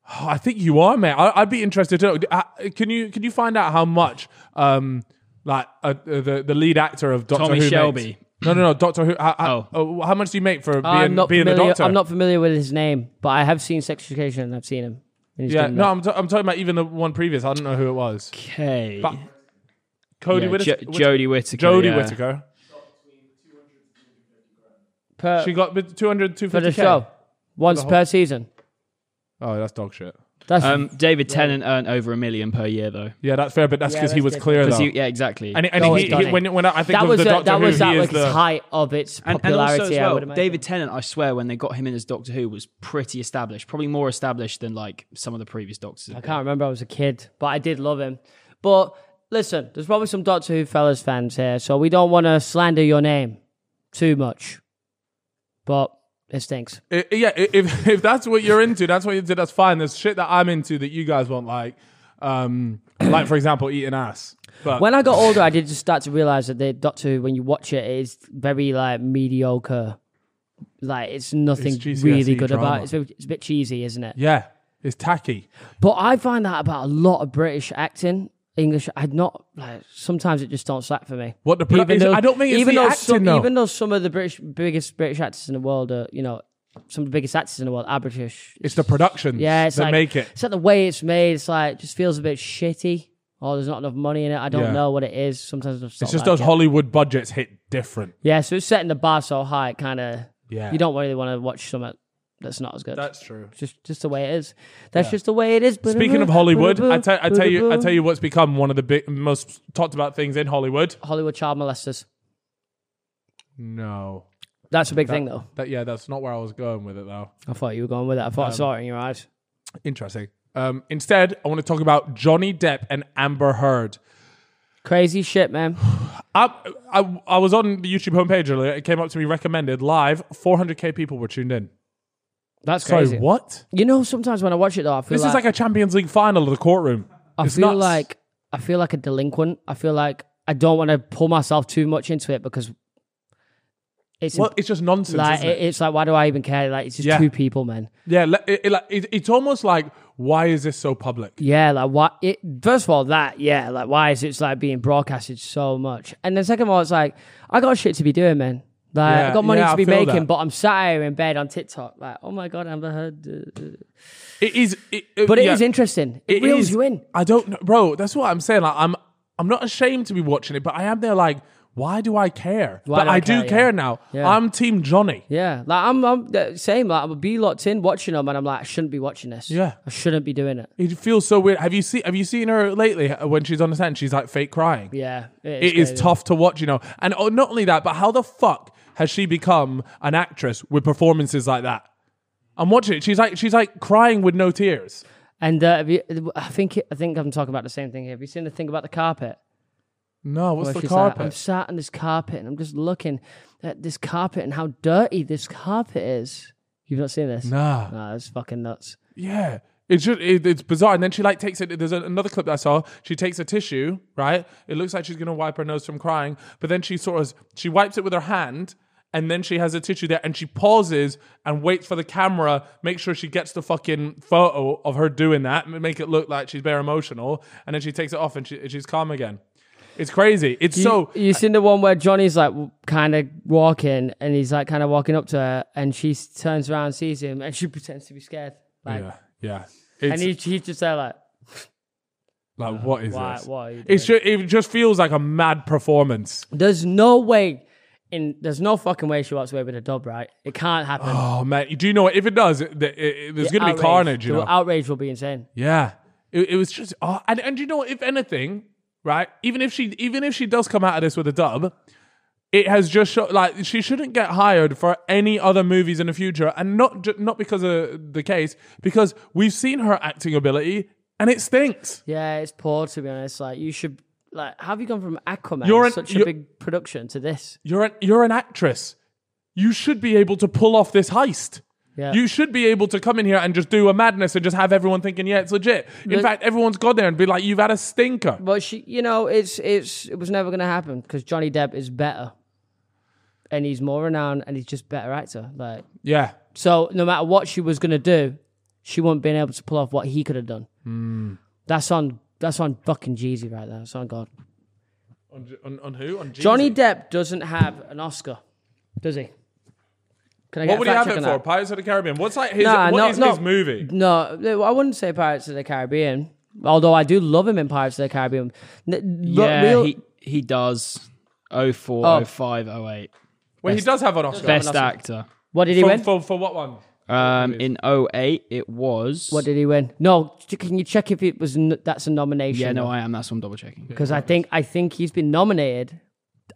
[SPEAKER 1] Oh, I think you are, mate. I, I'd be interested to know. Uh, Can you can you find out how much, um, like uh, uh, the the lead actor of Doctor
[SPEAKER 3] Tommy
[SPEAKER 1] Who? makes?
[SPEAKER 3] Shelby.
[SPEAKER 1] No, no, no. Doctor Who. How, how, oh. how much do you make for being,
[SPEAKER 2] I'm not
[SPEAKER 1] being the
[SPEAKER 2] familiar.
[SPEAKER 1] Doctor?
[SPEAKER 2] I'm not familiar with his name, but I have seen Sex Education and I've seen him. And he's
[SPEAKER 1] Yeah,
[SPEAKER 2] doing
[SPEAKER 1] no,
[SPEAKER 2] that.
[SPEAKER 1] I'm, t- I'm talking about even the one previous. I don't know who it was.
[SPEAKER 3] Okay,
[SPEAKER 1] But Cody
[SPEAKER 3] yeah,
[SPEAKER 1] Whittaker.
[SPEAKER 3] Jo- Jodie Whittaker.
[SPEAKER 1] Jodie
[SPEAKER 3] yeah.
[SPEAKER 1] Whittaker.
[SPEAKER 2] per,
[SPEAKER 1] She got bit- 200,
[SPEAKER 2] for
[SPEAKER 1] 250
[SPEAKER 2] the show once per season.
[SPEAKER 1] Oh, that's dog shit.
[SPEAKER 2] That's
[SPEAKER 3] Um, David Tennant earned over a million per year though.
[SPEAKER 1] Yeah, that's fair, but that's
[SPEAKER 2] Yeah,
[SPEAKER 1] because he
[SPEAKER 2] that's
[SPEAKER 1] was
[SPEAKER 2] different.
[SPEAKER 1] clear though.
[SPEAKER 3] Because he- yeah, exactly.
[SPEAKER 1] and and
[SPEAKER 2] No,
[SPEAKER 1] he,
[SPEAKER 2] it's
[SPEAKER 1] he,
[SPEAKER 2] Donny.
[SPEAKER 1] when when I think
[SPEAKER 2] that
[SPEAKER 1] of
[SPEAKER 2] was
[SPEAKER 1] the
[SPEAKER 2] a-
[SPEAKER 1] Doctor
[SPEAKER 2] that
[SPEAKER 1] Who,
[SPEAKER 2] was
[SPEAKER 1] he
[SPEAKER 2] that
[SPEAKER 1] is
[SPEAKER 2] was the
[SPEAKER 1] the
[SPEAKER 2] height of its
[SPEAKER 3] and, and
[SPEAKER 2] popularity.
[SPEAKER 3] also as
[SPEAKER 2] I
[SPEAKER 3] well,
[SPEAKER 2] would imagine.
[SPEAKER 3] David Tennant, I swear, when they got him in as Doctor Who, was pretty established. Probably more established than like some of the previous Doctors.
[SPEAKER 2] I can't remember. I was a kid, but I did love him. But listen, there's probably some Doctor Who fellas fans here, so we don't want to slander your name too much. But it stinks.
[SPEAKER 1] I- I- yeah, i- if if that's what you're into, that's what you into. That's fine. There's shit that I'm into that you guys won't like. Um, like for example, eating ass. But
[SPEAKER 2] When I got older, I did just start to realize that the Doctor Who, when you watch it, is very like mediocre. Like it's nothing
[SPEAKER 1] It's GCSE
[SPEAKER 2] really good about
[SPEAKER 1] drama.
[SPEAKER 2] it. It's a, bit- it's a bit cheesy, isn't it?
[SPEAKER 1] yeah, it's tacky.
[SPEAKER 2] But I find that about a lot of British acting. English, I'd not like. Sometimes it just don't slap for me.
[SPEAKER 1] What the pro- is- I don't think it's
[SPEAKER 2] even
[SPEAKER 1] the
[SPEAKER 2] though
[SPEAKER 1] acting,
[SPEAKER 2] some,
[SPEAKER 1] though.
[SPEAKER 2] even though some of the British biggest British actors in the world are, you know, some of the biggest actors in the world are British.
[SPEAKER 1] It's the production.
[SPEAKER 2] yeah, it's
[SPEAKER 1] that
[SPEAKER 2] like
[SPEAKER 1] make it.
[SPEAKER 2] It's like the way it's made. It's like it just feels a bit shitty. Or there's not enough money in it. I don't
[SPEAKER 1] Yeah.
[SPEAKER 2] know what it is. Sometimes I
[SPEAKER 1] It's just
[SPEAKER 2] like
[SPEAKER 1] those
[SPEAKER 2] it.
[SPEAKER 1] Hollywood budgets hit different.
[SPEAKER 2] Yeah, so it's setting the bar so high, it kind of.
[SPEAKER 1] Yeah.
[SPEAKER 2] You don't really want to watch something that's not as good.
[SPEAKER 1] That's true.
[SPEAKER 2] It's just just the way it is. That's just the way it is.
[SPEAKER 1] Speaking of Hollywood, I tell, I tell you, I tell you what's become one of the big, most talked about things in Hollywood.
[SPEAKER 2] Hollywood child molesters.
[SPEAKER 1] No,
[SPEAKER 2] That's a big thing, though.
[SPEAKER 1] that yeah, that's not where I was going with it though.
[SPEAKER 2] I thought you were going with that. I thought
[SPEAKER 1] Um,
[SPEAKER 2] I saw it in your eyes.
[SPEAKER 1] Interesting. Um, instead, I want to talk about Johnny Depp and Amber Heard.
[SPEAKER 2] Crazy shit, man.
[SPEAKER 1] I, I, I was on the YouTube homepage earlier. It came up to me recommended live. 400k people were tuned in.
[SPEAKER 2] That's
[SPEAKER 1] Sorry,
[SPEAKER 2] crazy.
[SPEAKER 1] what?
[SPEAKER 2] You know, sometimes when I watch it, though, I feel
[SPEAKER 1] This
[SPEAKER 2] like,
[SPEAKER 1] is like a Champions League final of the courtroom.
[SPEAKER 2] I
[SPEAKER 1] It's
[SPEAKER 2] feel
[SPEAKER 1] nuts.
[SPEAKER 2] like I feel like a delinquent. I feel like I don't want to pull myself too much into it because it's
[SPEAKER 1] well, it's just nonsense.
[SPEAKER 2] like
[SPEAKER 1] isn't it?
[SPEAKER 2] it's like why do I even care? Like it's just
[SPEAKER 1] Yeah.
[SPEAKER 2] two people, man.
[SPEAKER 1] yeah, le- it, it, like, it, it's almost like why is this so public?
[SPEAKER 2] Yeah, like why? It, first of all, that yeah, like why is it like being broadcasted so much? And then second of all, it's like I got shit to be doing, man. Like
[SPEAKER 1] Yeah,
[SPEAKER 2] I got money
[SPEAKER 1] yeah, I
[SPEAKER 2] to be
[SPEAKER 1] feel
[SPEAKER 2] making,
[SPEAKER 1] that.
[SPEAKER 2] but I'm sat here in bed on TikTok, like oh my god, Amber Heard. uh, uh.
[SPEAKER 1] It is, it,
[SPEAKER 2] But it is
[SPEAKER 1] yeah.
[SPEAKER 2] interesting. It,
[SPEAKER 1] It
[SPEAKER 2] reels
[SPEAKER 1] is-
[SPEAKER 2] you in.
[SPEAKER 1] I don't know, bro. That's what I'm saying. Like, I'm I'm not ashamed to be watching it, but I am there. Like, why do I care?
[SPEAKER 2] Why
[SPEAKER 1] but
[SPEAKER 2] do
[SPEAKER 1] I,
[SPEAKER 2] I
[SPEAKER 1] do
[SPEAKER 2] care, yeah.
[SPEAKER 1] care now. I'm Team Johnny.
[SPEAKER 2] Yeah, like I'm, I'm the same. Like I'm a be locked in watching them, and I'm like, I shouldn't be watching this.
[SPEAKER 1] Yeah.
[SPEAKER 2] I shouldn't be doing it.
[SPEAKER 1] It feels so weird. Have you seen Have you seen her lately uh, when she's on the set? She's like fake crying.
[SPEAKER 2] Yeah,
[SPEAKER 1] It is
[SPEAKER 2] crazy.
[SPEAKER 1] tough to watch, you know. And oh, not only that, but how the fuck has she become an actress with performances like that? I'm watching it. She's like she's like crying with no tears.
[SPEAKER 2] And uh, have you, I think I think I'm talking about the same thing here. Have you seen the thing about the carpet?
[SPEAKER 1] No, what's
[SPEAKER 2] Where
[SPEAKER 1] the
[SPEAKER 2] she's like,
[SPEAKER 1] carpet?
[SPEAKER 2] I'm sat on this carpet and I'm just looking at this carpet and how dirty this carpet is. You've not seen this?
[SPEAKER 1] nah.
[SPEAKER 2] Nah, that's fucking nuts.
[SPEAKER 1] Yeah. It's just it, it's bizarre, and then she like takes it. There's a, another clip that I saw. She takes a tissue, right? It looks like she's gonna wipe her nose from crying, but then she sort of she wipes it with her hand, and then she has a tissue there, and she pauses and waits for the camera, make sure she gets the fucking photo of her doing that, and make it look like she's very emotional, and then she takes it off and she, she's calm again. It's crazy. It's so
[SPEAKER 2] you, you seen the one where Johnny's like kind of walking and he's like kind of walking up to her and she s- turns around, sees him, and she pretends to be scared. Like,
[SPEAKER 1] yeah, yeah.
[SPEAKER 2] and
[SPEAKER 1] It's
[SPEAKER 2] he, he's just there like,
[SPEAKER 1] like what is
[SPEAKER 2] why,
[SPEAKER 1] this?
[SPEAKER 2] why? Are you doing
[SPEAKER 1] It's ju- it just feels like a mad performance.
[SPEAKER 2] There's no way in there's no fucking way she walks away with a dub, right? It can't happen.
[SPEAKER 1] Oh man, do you know what? If it does, it, it, it, there's going to be
[SPEAKER 2] Outrage.
[SPEAKER 1] carnage. You
[SPEAKER 2] The
[SPEAKER 1] know?
[SPEAKER 2] outrage will be insane.
[SPEAKER 1] yeah, it, it was just. Oh, and and you know what? If anything, right? Even if she even if she does come out of this with a dub, it has just show, like she shouldn't get hired for any other movies in the future, and not ju- not because of the case, because we've seen her acting ability, and it stinks.
[SPEAKER 2] Yeah, it's poor to be honest. Like you should like how have you gone from Aquaman
[SPEAKER 1] You're an-
[SPEAKER 2] such
[SPEAKER 1] you're-
[SPEAKER 2] a big production to this?
[SPEAKER 1] You're an you're an actress. You should be able to pull off this heist.
[SPEAKER 2] Yeah.
[SPEAKER 1] You should be able to come in here and just do a madness and just have everyone thinking, yeah, it's legit. In
[SPEAKER 2] The-
[SPEAKER 1] fact, everyone's gone there and be like, you've had a stinker.
[SPEAKER 2] But she you know, it's it's it was never gonna happen because Johnny Depp is better. And he's more renowned and he's just better actor. Like
[SPEAKER 1] Yeah.
[SPEAKER 2] so no matter what she was gonna do, she wouldn't been able to pull off what he could have done.
[SPEAKER 1] Hmm.
[SPEAKER 2] That's on that's on fucking Jeezy right there. That's on God.
[SPEAKER 1] On, on, on who? On Jeezy?
[SPEAKER 2] Johnny Depp doesn't have an Oscar, does he? Can I
[SPEAKER 1] What would he have
[SPEAKER 2] fact
[SPEAKER 1] it
[SPEAKER 2] check
[SPEAKER 1] for?
[SPEAKER 2] on that?
[SPEAKER 1] Pirates of the Caribbean. What's like his?
[SPEAKER 2] Nah,
[SPEAKER 1] what
[SPEAKER 2] no,
[SPEAKER 1] is
[SPEAKER 2] no.
[SPEAKER 1] his movie?
[SPEAKER 2] No, no, uh, I wouldn't say Pirates of the Caribbean. Although I do love him in Pirates of the Caribbean. N- but
[SPEAKER 3] yeah,
[SPEAKER 2] real- Oh.
[SPEAKER 3] he he does. 04, 05, 08.
[SPEAKER 1] Well, he does have an Oscar.
[SPEAKER 3] Best actor.
[SPEAKER 2] what did he
[SPEAKER 1] for,
[SPEAKER 2] win?
[SPEAKER 1] for, for what one?
[SPEAKER 3] Um, in 08, it was.
[SPEAKER 2] what did he win? No, j- can you check if it was n- that's a nomination?
[SPEAKER 3] yeah, no, I am. That's what I'm double checking.
[SPEAKER 2] because I think I think he's been nominated.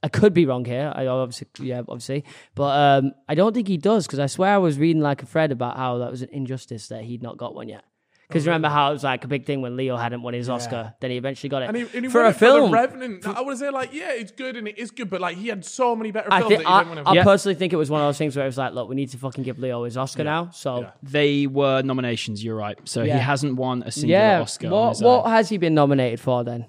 [SPEAKER 2] I could be wrong here. I obviously, yeah, obviously, but um, I don't think he does because I swear I was reading like a thread about how that was an injustice that he'd not got one yet.
[SPEAKER 1] Oh,
[SPEAKER 2] Because remember how it was like a big thing when Leo hadn't won his Oscar, then he eventually got it
[SPEAKER 1] And he, and he
[SPEAKER 2] for
[SPEAKER 1] won
[SPEAKER 2] a
[SPEAKER 1] it
[SPEAKER 2] film.
[SPEAKER 1] For the Revenant. I would say like, yeah, it's good and it is good, but like he had so many better
[SPEAKER 2] I
[SPEAKER 1] films
[SPEAKER 2] think
[SPEAKER 1] that he
[SPEAKER 2] I,
[SPEAKER 1] didn't want
[SPEAKER 2] I
[SPEAKER 1] to.
[SPEAKER 2] personally think it was one of those things where it was like, look, we need to fucking give Leo his Oscar now. So yeah,
[SPEAKER 3] They were nominations, you're right. So
[SPEAKER 2] Yeah.
[SPEAKER 3] he hasn't won a single Oscar. on
[SPEAKER 2] what
[SPEAKER 3] his
[SPEAKER 2] what
[SPEAKER 3] own.
[SPEAKER 2] has he been nominated for then?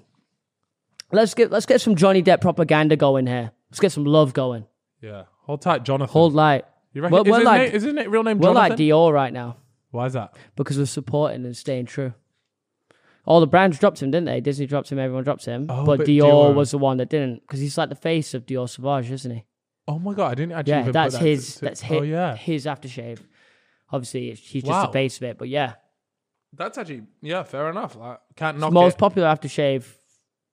[SPEAKER 2] Let's get let's get some Johnny Depp propaganda going here. Let's get some love going.
[SPEAKER 1] Yeah. Hold tight, Jonathan.
[SPEAKER 2] Hold light.
[SPEAKER 1] You reckon?
[SPEAKER 2] We're,
[SPEAKER 1] is,
[SPEAKER 2] we're
[SPEAKER 1] his
[SPEAKER 2] like,
[SPEAKER 1] name, is his name, real name
[SPEAKER 2] we're
[SPEAKER 1] Jonathan?
[SPEAKER 2] like Dior right now
[SPEAKER 1] Why is that?
[SPEAKER 2] because we're supporting and staying true. All the brands dropped him, didn't they? Disney dropped him, everyone dropped him.
[SPEAKER 1] Oh,
[SPEAKER 2] but
[SPEAKER 1] but
[SPEAKER 2] Dior,
[SPEAKER 1] Dior-
[SPEAKER 2] was the one that didn't because he's like the face of Dior Sauvage, isn't he?
[SPEAKER 1] Oh my god, I didn't actually.
[SPEAKER 2] Yeah,
[SPEAKER 1] even put
[SPEAKER 2] that's
[SPEAKER 1] that to-
[SPEAKER 2] his.
[SPEAKER 1] to-
[SPEAKER 2] that's his,
[SPEAKER 1] Oh yeah,
[SPEAKER 2] his aftershave. Obviously, it's- he's just
[SPEAKER 1] Wow.
[SPEAKER 2] the face of it, but yeah,
[SPEAKER 1] That's actually yeah, fair enough. Like, can't knock
[SPEAKER 2] most
[SPEAKER 1] it.
[SPEAKER 2] popular aftershave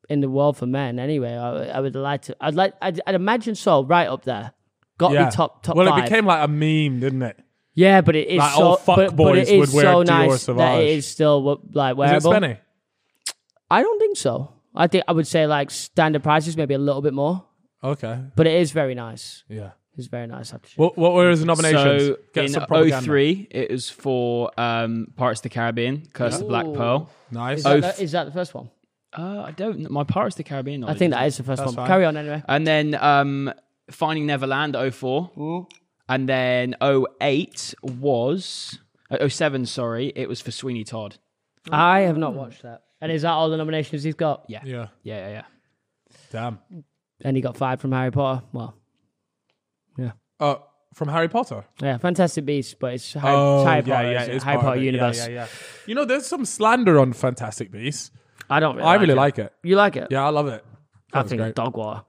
[SPEAKER 2] in the world for men. Anyway, I, I would like to. I'd like. I'd, I'd imagine so. Right up there, got to
[SPEAKER 1] yeah.
[SPEAKER 2] be top top
[SPEAKER 1] Well,
[SPEAKER 2] five.
[SPEAKER 1] it became like a meme, didn't it?
[SPEAKER 2] Yeah, but it is
[SPEAKER 1] Like,
[SPEAKER 2] so.
[SPEAKER 1] all fuck
[SPEAKER 2] but, but
[SPEAKER 1] boys
[SPEAKER 2] it
[SPEAKER 1] would
[SPEAKER 2] is
[SPEAKER 1] wear
[SPEAKER 2] so
[SPEAKER 1] Dior
[SPEAKER 2] nice that
[SPEAKER 1] Sauvage.
[SPEAKER 2] it is still what- like
[SPEAKER 1] Is
[SPEAKER 2] wearable.
[SPEAKER 1] it Spenny?
[SPEAKER 2] I don't think so. I think I would say like standard prices, maybe a little bit more,
[SPEAKER 1] Okay.
[SPEAKER 2] but it is very nice.
[SPEAKER 1] Yeah.
[SPEAKER 2] It's very nice. I have to
[SPEAKER 1] What, what were his nominations?
[SPEAKER 3] So
[SPEAKER 1] Get
[SPEAKER 3] in
[SPEAKER 1] some
[SPEAKER 2] oh
[SPEAKER 1] propaganda.
[SPEAKER 3] 03, it was for um, Pirates of the Caribbean, Curse of the Black
[SPEAKER 2] Ooh.
[SPEAKER 3] Pearl.
[SPEAKER 1] Nice.
[SPEAKER 2] Is that,
[SPEAKER 3] Oh,
[SPEAKER 2] the,
[SPEAKER 3] f-
[SPEAKER 2] is that the first one?
[SPEAKER 3] Uh, I don't. know. My Pirates of the Caribbean.
[SPEAKER 2] I
[SPEAKER 3] knowledge
[SPEAKER 2] think
[SPEAKER 3] is-
[SPEAKER 2] that is the first one.
[SPEAKER 1] fine.
[SPEAKER 2] Carry on anyway.
[SPEAKER 3] And then um, Finding Neverland 04. And then 08 was uh, 07, sorry, it was for Sweeney Todd.
[SPEAKER 2] I have not watched that. And is that all the nominations he's got?
[SPEAKER 3] Yeah.
[SPEAKER 1] yeah.
[SPEAKER 3] Yeah, yeah, yeah.
[SPEAKER 1] Damn.
[SPEAKER 2] And he got five from Harry Potter. Well,
[SPEAKER 1] Uh, from Harry Potter.
[SPEAKER 2] yeah, Fantastic Beasts, but it's Harry, it's Harry Potter. it's
[SPEAKER 1] part
[SPEAKER 2] Harry
[SPEAKER 1] of
[SPEAKER 2] Potter
[SPEAKER 1] it. Oh, Yeah,
[SPEAKER 2] universe.
[SPEAKER 1] Yeah, yeah, You know, there's some slander on Fantastic Beasts.
[SPEAKER 2] I don't. Really
[SPEAKER 1] I really
[SPEAKER 2] it.
[SPEAKER 1] like it.
[SPEAKER 2] You like it?
[SPEAKER 1] Yeah, I love it.
[SPEAKER 2] I
[SPEAKER 1] was
[SPEAKER 2] think
[SPEAKER 1] great.
[SPEAKER 2] it's dog water.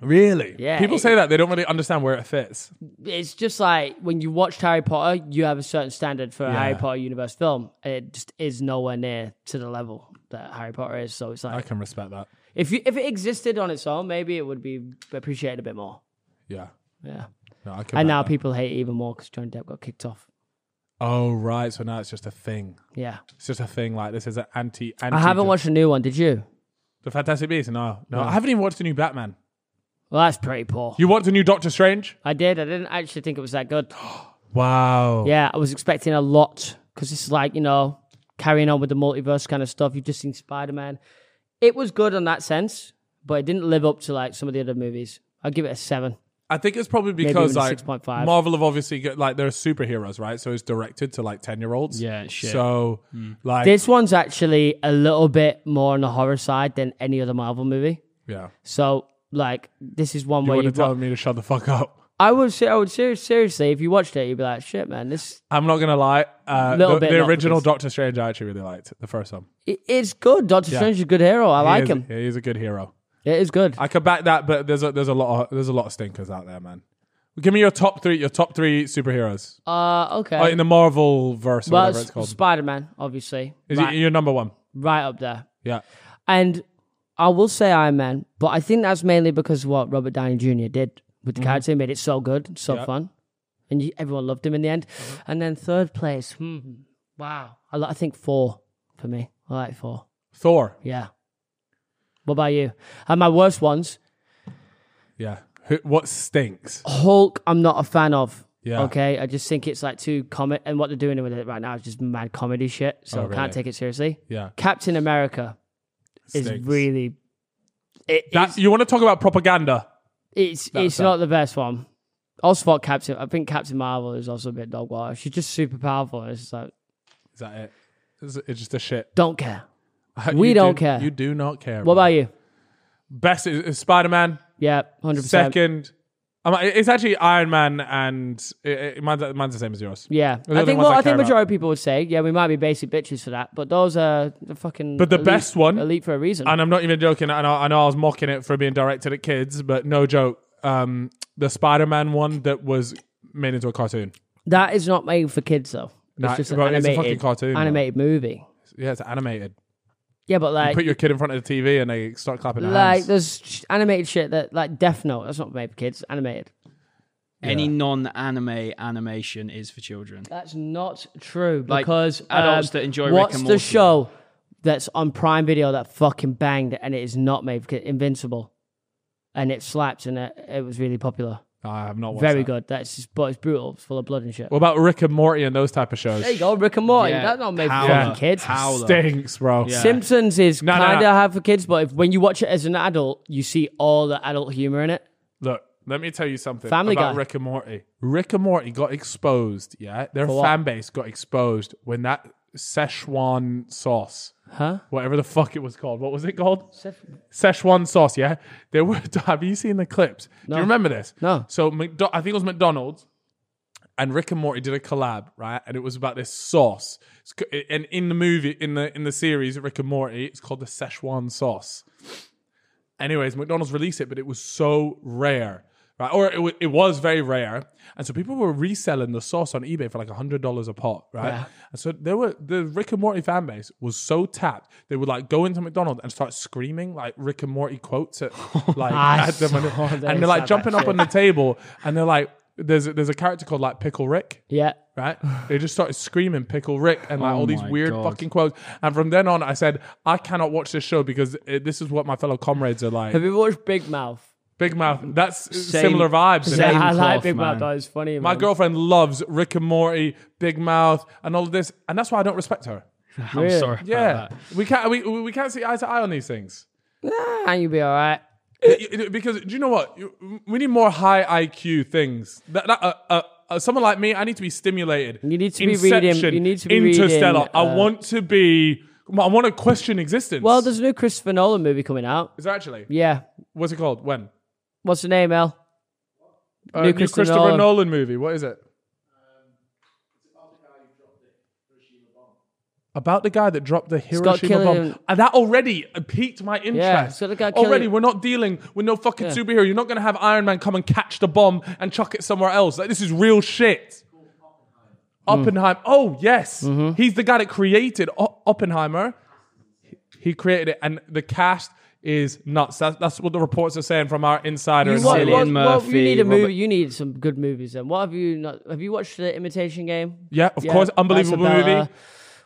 [SPEAKER 1] Really?
[SPEAKER 2] Yeah,
[SPEAKER 1] People
[SPEAKER 2] it-
[SPEAKER 1] say that they don't really understand where it fits.
[SPEAKER 2] It's just like when you watched Harry Potter, you have a certain standard for a Harry
[SPEAKER 1] Yeah.
[SPEAKER 2] Potter universe film. and It just is nowhere near to the level that Harry Potter is. So it's like
[SPEAKER 1] I can respect that.
[SPEAKER 2] if you if it existed on its own, maybe it would be appreciated a bit more.
[SPEAKER 1] Yeah.
[SPEAKER 2] Yeah.
[SPEAKER 1] No, I can. back
[SPEAKER 2] And now
[SPEAKER 1] that.
[SPEAKER 2] people hate it even more because Johnny Depp got kicked off.
[SPEAKER 1] Oh right, so now it's just a thing.
[SPEAKER 2] Yeah.
[SPEAKER 1] It's just a thing. Like this is an anti. anti
[SPEAKER 2] I haven't watched the new one. Did you?
[SPEAKER 1] the Fantastic Beasts. No, no, I haven't even watched the new Batman.
[SPEAKER 2] Well, that's pretty poor.
[SPEAKER 1] You watched the new Doctor Strange?
[SPEAKER 2] I did. I didn't actually think it was that good.
[SPEAKER 1] Wow.
[SPEAKER 2] Yeah, I was expecting a lot because it's like you know carrying on with the multiverse kind of stuff. You've just seen Spider Man. It was good in that sense, but it didn't live up to like some of the other movies. I'll give it a seven.
[SPEAKER 1] I think it's probably because
[SPEAKER 2] even
[SPEAKER 1] like
[SPEAKER 2] 6.5.
[SPEAKER 1] Marvel have obviously got, like they're superheroes, right? So it's directed to like ten year olds.
[SPEAKER 3] Yeah, shit.
[SPEAKER 1] So like
[SPEAKER 2] This one's actually a little bit more on the horror side than any other Marvel movie.
[SPEAKER 1] yeah,
[SPEAKER 2] So like this is one
[SPEAKER 1] you
[SPEAKER 2] where
[SPEAKER 1] would
[SPEAKER 2] you.
[SPEAKER 1] have
[SPEAKER 2] Got,
[SPEAKER 1] telling me to shut the fuck up.
[SPEAKER 2] I would say I would ser- seriously if you watched it, you'd be like, shit, man, this
[SPEAKER 1] I'm not gonna lie. Uh,
[SPEAKER 2] Little
[SPEAKER 1] the,
[SPEAKER 2] bit,
[SPEAKER 1] the
[SPEAKER 2] not
[SPEAKER 1] original
[SPEAKER 2] because-
[SPEAKER 1] Doctor Strange, I actually really liked the first one.
[SPEAKER 2] it is good. Doctor Strange is a good hero. I like
[SPEAKER 1] he is,
[SPEAKER 2] him.
[SPEAKER 1] He is a good hero.
[SPEAKER 2] It is good.
[SPEAKER 1] I could back that, but there's a there's a lot of there's a lot of stinkers out there, man. Give me your top three your top three superheroes
[SPEAKER 2] uh,
[SPEAKER 1] Uh,
[SPEAKER 2] okay.
[SPEAKER 1] in the Marvel verse or whatever it's
[SPEAKER 2] well,
[SPEAKER 1] called.
[SPEAKER 2] Spider Man, obviously,
[SPEAKER 1] Is
[SPEAKER 2] right,
[SPEAKER 1] it your number one?
[SPEAKER 2] right up there.
[SPEAKER 1] Yeah.
[SPEAKER 2] And I will say Iron Man, but I think that's mainly because of what Robert Downey Jr. did with the
[SPEAKER 1] Mm-hmm.
[SPEAKER 2] character. He made it so good, so fun. And you, everyone loved him in the end.
[SPEAKER 1] Mm-hmm.
[SPEAKER 2] And then third place, hmm, wow. I, li- I think four for me. I like four.
[SPEAKER 1] Thor.
[SPEAKER 2] Yeah. What about you? And my worst ones
[SPEAKER 1] Yeah. Who, what stinks?
[SPEAKER 2] Hulk, I'm not a fan of.
[SPEAKER 1] Yeah.
[SPEAKER 2] Okay. I just think it's like too comic. And what they're doing with it right now is just mad comedy shit. So
[SPEAKER 1] Oh,
[SPEAKER 2] I
[SPEAKER 1] really?
[SPEAKER 2] can't take it seriously.
[SPEAKER 1] Yeah.
[SPEAKER 2] Captain America
[SPEAKER 1] Stinks.
[SPEAKER 2] is really. It is.
[SPEAKER 1] That, you want to talk about propaganda?
[SPEAKER 2] It's it's not the best one. Also, thought Captain. I think Captain Marvel is also a bit dog water. She's just super powerful. And it's just like
[SPEAKER 1] Is that it? It's, it's just a shit.
[SPEAKER 2] don't care.
[SPEAKER 1] You do-
[SPEAKER 2] don't care.
[SPEAKER 1] You do not care.
[SPEAKER 2] What
[SPEAKER 1] bro.
[SPEAKER 2] about you?
[SPEAKER 1] best is, is Spider Man.
[SPEAKER 2] Yeah, hundred percent.
[SPEAKER 1] Second, um, it's actually Iron Man, and it, it, mine's, mine's the same as yours. are
[SPEAKER 2] Yeah, I
[SPEAKER 1] the ones
[SPEAKER 2] think.
[SPEAKER 1] I
[SPEAKER 2] Well, I think
[SPEAKER 1] care about.
[SPEAKER 2] majority of people would say, yeah, we might be basic bitches for that, but those are the fucking.
[SPEAKER 1] But the
[SPEAKER 2] elite-
[SPEAKER 1] best one-
[SPEAKER 2] elite for a reason.
[SPEAKER 1] and I'm not even joking. I know, I know I was mocking it for being directed at kids, but no joke. Um, the Spider-Man one that was made into a cartoon.
[SPEAKER 2] that is not made for kids though. It's
[SPEAKER 1] Nah,
[SPEAKER 2] just an
[SPEAKER 1] bro, it's a
[SPEAKER 2] animated,
[SPEAKER 1] fucking cartoon, bro.
[SPEAKER 2] animated movie.
[SPEAKER 1] Yeah, it's animated.
[SPEAKER 2] Yeah, but like,
[SPEAKER 1] Put your kid in front of the TV and they start clapping their
[SPEAKER 2] like
[SPEAKER 1] hands.
[SPEAKER 2] there's sh- animated shit that like Death Note. That's not made for kids. Animated.
[SPEAKER 3] Any non anime animation is for children.
[SPEAKER 2] That's not true
[SPEAKER 3] Like,
[SPEAKER 2] because
[SPEAKER 3] adults
[SPEAKER 2] um,
[SPEAKER 3] that enjoy Rick
[SPEAKER 2] what's
[SPEAKER 3] and
[SPEAKER 2] the
[SPEAKER 3] Morty.
[SPEAKER 2] show that's on Prime Video that fucking banged and it is not made for Invincible, and it slapped and it, it was really popular.
[SPEAKER 1] I have not watched
[SPEAKER 2] Very
[SPEAKER 1] that.
[SPEAKER 2] good. That's just, but it's brutal. It's full of blood and shit.
[SPEAKER 1] What about Rick and Morty and those type of shows?
[SPEAKER 2] there you go, Rick and Morty.
[SPEAKER 3] Yeah.
[SPEAKER 2] That's not made
[SPEAKER 3] Howler.
[SPEAKER 2] for fucking kids.
[SPEAKER 3] Howler.
[SPEAKER 1] Stinks, bro.
[SPEAKER 3] Yeah.
[SPEAKER 2] Simpsons is
[SPEAKER 1] No, no,
[SPEAKER 2] kind of
[SPEAKER 1] no.
[SPEAKER 2] hard for kids, but if, when you watch it as an adult, you see all the adult humor in it.
[SPEAKER 1] Look, let me tell you something
[SPEAKER 2] Family
[SPEAKER 1] about
[SPEAKER 2] Guy.
[SPEAKER 1] Rick and Morty. Rick and Morty got exposed. Yeah, their
[SPEAKER 2] what?
[SPEAKER 1] fan base got exposed when that Szechuan sauce,
[SPEAKER 2] Huh?
[SPEAKER 1] whatever the fuck it was called, what was it called?
[SPEAKER 2] Seth-
[SPEAKER 1] Szechuan sauce, yeah. There were. Have you seen the clips? Do you remember this?
[SPEAKER 2] No.
[SPEAKER 1] So McDo- I think it was McDonald's, and Rick and Morty did a collab, right? And it was about this sauce. It's co- and in the movie, in the in the series, Rick and Morty, it's called the Szechuan sauce. Anyways, McDonald's released it, but it was so rare, right? Or it, wa- it was very rare, and so people were reselling the sauce on eBay for like hundred dollars a pot, right? And so there were the Rick and Morty fan base was so tapped they would like go into McDonald's and start screaming like Rick and Morty quotes at like
[SPEAKER 2] I
[SPEAKER 1] at them, and,
[SPEAKER 2] saw that.
[SPEAKER 1] and they're like
[SPEAKER 2] Saw that
[SPEAKER 1] jumping up on the table and they're like. there's a, there's a character called like Pickle Rick,
[SPEAKER 2] Yeah.
[SPEAKER 1] right? They just started screaming Pickle Rick and like
[SPEAKER 3] Oh
[SPEAKER 1] all these
[SPEAKER 3] my
[SPEAKER 1] weird
[SPEAKER 3] God.
[SPEAKER 1] fucking quotes. And from then on, I said I cannot watch this show because uh this is what my fellow comrades are like.
[SPEAKER 2] Have you watched Big Mouth?
[SPEAKER 1] Big Mouth. That's
[SPEAKER 3] Same-
[SPEAKER 1] similar vibes. isn't it?
[SPEAKER 3] Same
[SPEAKER 2] I like
[SPEAKER 3] cloth,
[SPEAKER 2] Big Mouth.
[SPEAKER 3] man.
[SPEAKER 2] That was funny.
[SPEAKER 1] My
[SPEAKER 2] man.
[SPEAKER 1] girlfriend loves Rick and Morty, Big Mouth, and all of this, and that's why I don't respect her.
[SPEAKER 3] I'm
[SPEAKER 2] Really?
[SPEAKER 3] sorry. About
[SPEAKER 1] Yeah,
[SPEAKER 3] That.
[SPEAKER 1] we can't we, we can't see eye to eye on these things.
[SPEAKER 2] Ah, you'll be all right.
[SPEAKER 1] Y- y- because do you know what? You- We need more high IQ things. That, that, uh, uh, uh, someone like me, I need to be stimulated.
[SPEAKER 2] You need to be reading- you need to be
[SPEAKER 1] Interstellar.
[SPEAKER 2] reading,
[SPEAKER 1] I
[SPEAKER 2] uh,
[SPEAKER 1] want to be. I want to question existence.
[SPEAKER 2] Well, there's a new Christopher Nolan movie coming out.
[SPEAKER 1] is there actually
[SPEAKER 2] Yeah.
[SPEAKER 1] what's it called? When
[SPEAKER 2] What's the name, El?
[SPEAKER 1] uh,
[SPEAKER 2] New
[SPEAKER 1] new
[SPEAKER 2] Christopher
[SPEAKER 1] Christopher,
[SPEAKER 2] Nolan.
[SPEAKER 1] Nolan. movie? What is it? About the guy that dropped the Hiroshima
[SPEAKER 2] Killian-
[SPEAKER 1] bomb, and that already piqued my interest.
[SPEAKER 2] it's got the guy
[SPEAKER 1] already,
[SPEAKER 2] Killian-
[SPEAKER 1] we're not dealing with no fucking superhero. You're not going to have Iron Man come and catch the bomb and chuck it somewhere else. Like, this is real shit. Oppenheimer. Oh yes, he's the guy that created o- Oppenheimer. He created it, and the cast is nuts. That's, that's what the reports are saying from our insider.
[SPEAKER 3] Cillian
[SPEAKER 2] What-
[SPEAKER 1] Australia.
[SPEAKER 2] what- what- you
[SPEAKER 3] Murphy,
[SPEAKER 2] need a movie.
[SPEAKER 3] Robert-
[SPEAKER 2] You need some good movies. Then what have you not? Have you watched the Imitation Game?
[SPEAKER 1] Yeah, of course, unbelievable
[SPEAKER 2] Isabella.
[SPEAKER 1] movie.
[SPEAKER 2] uh,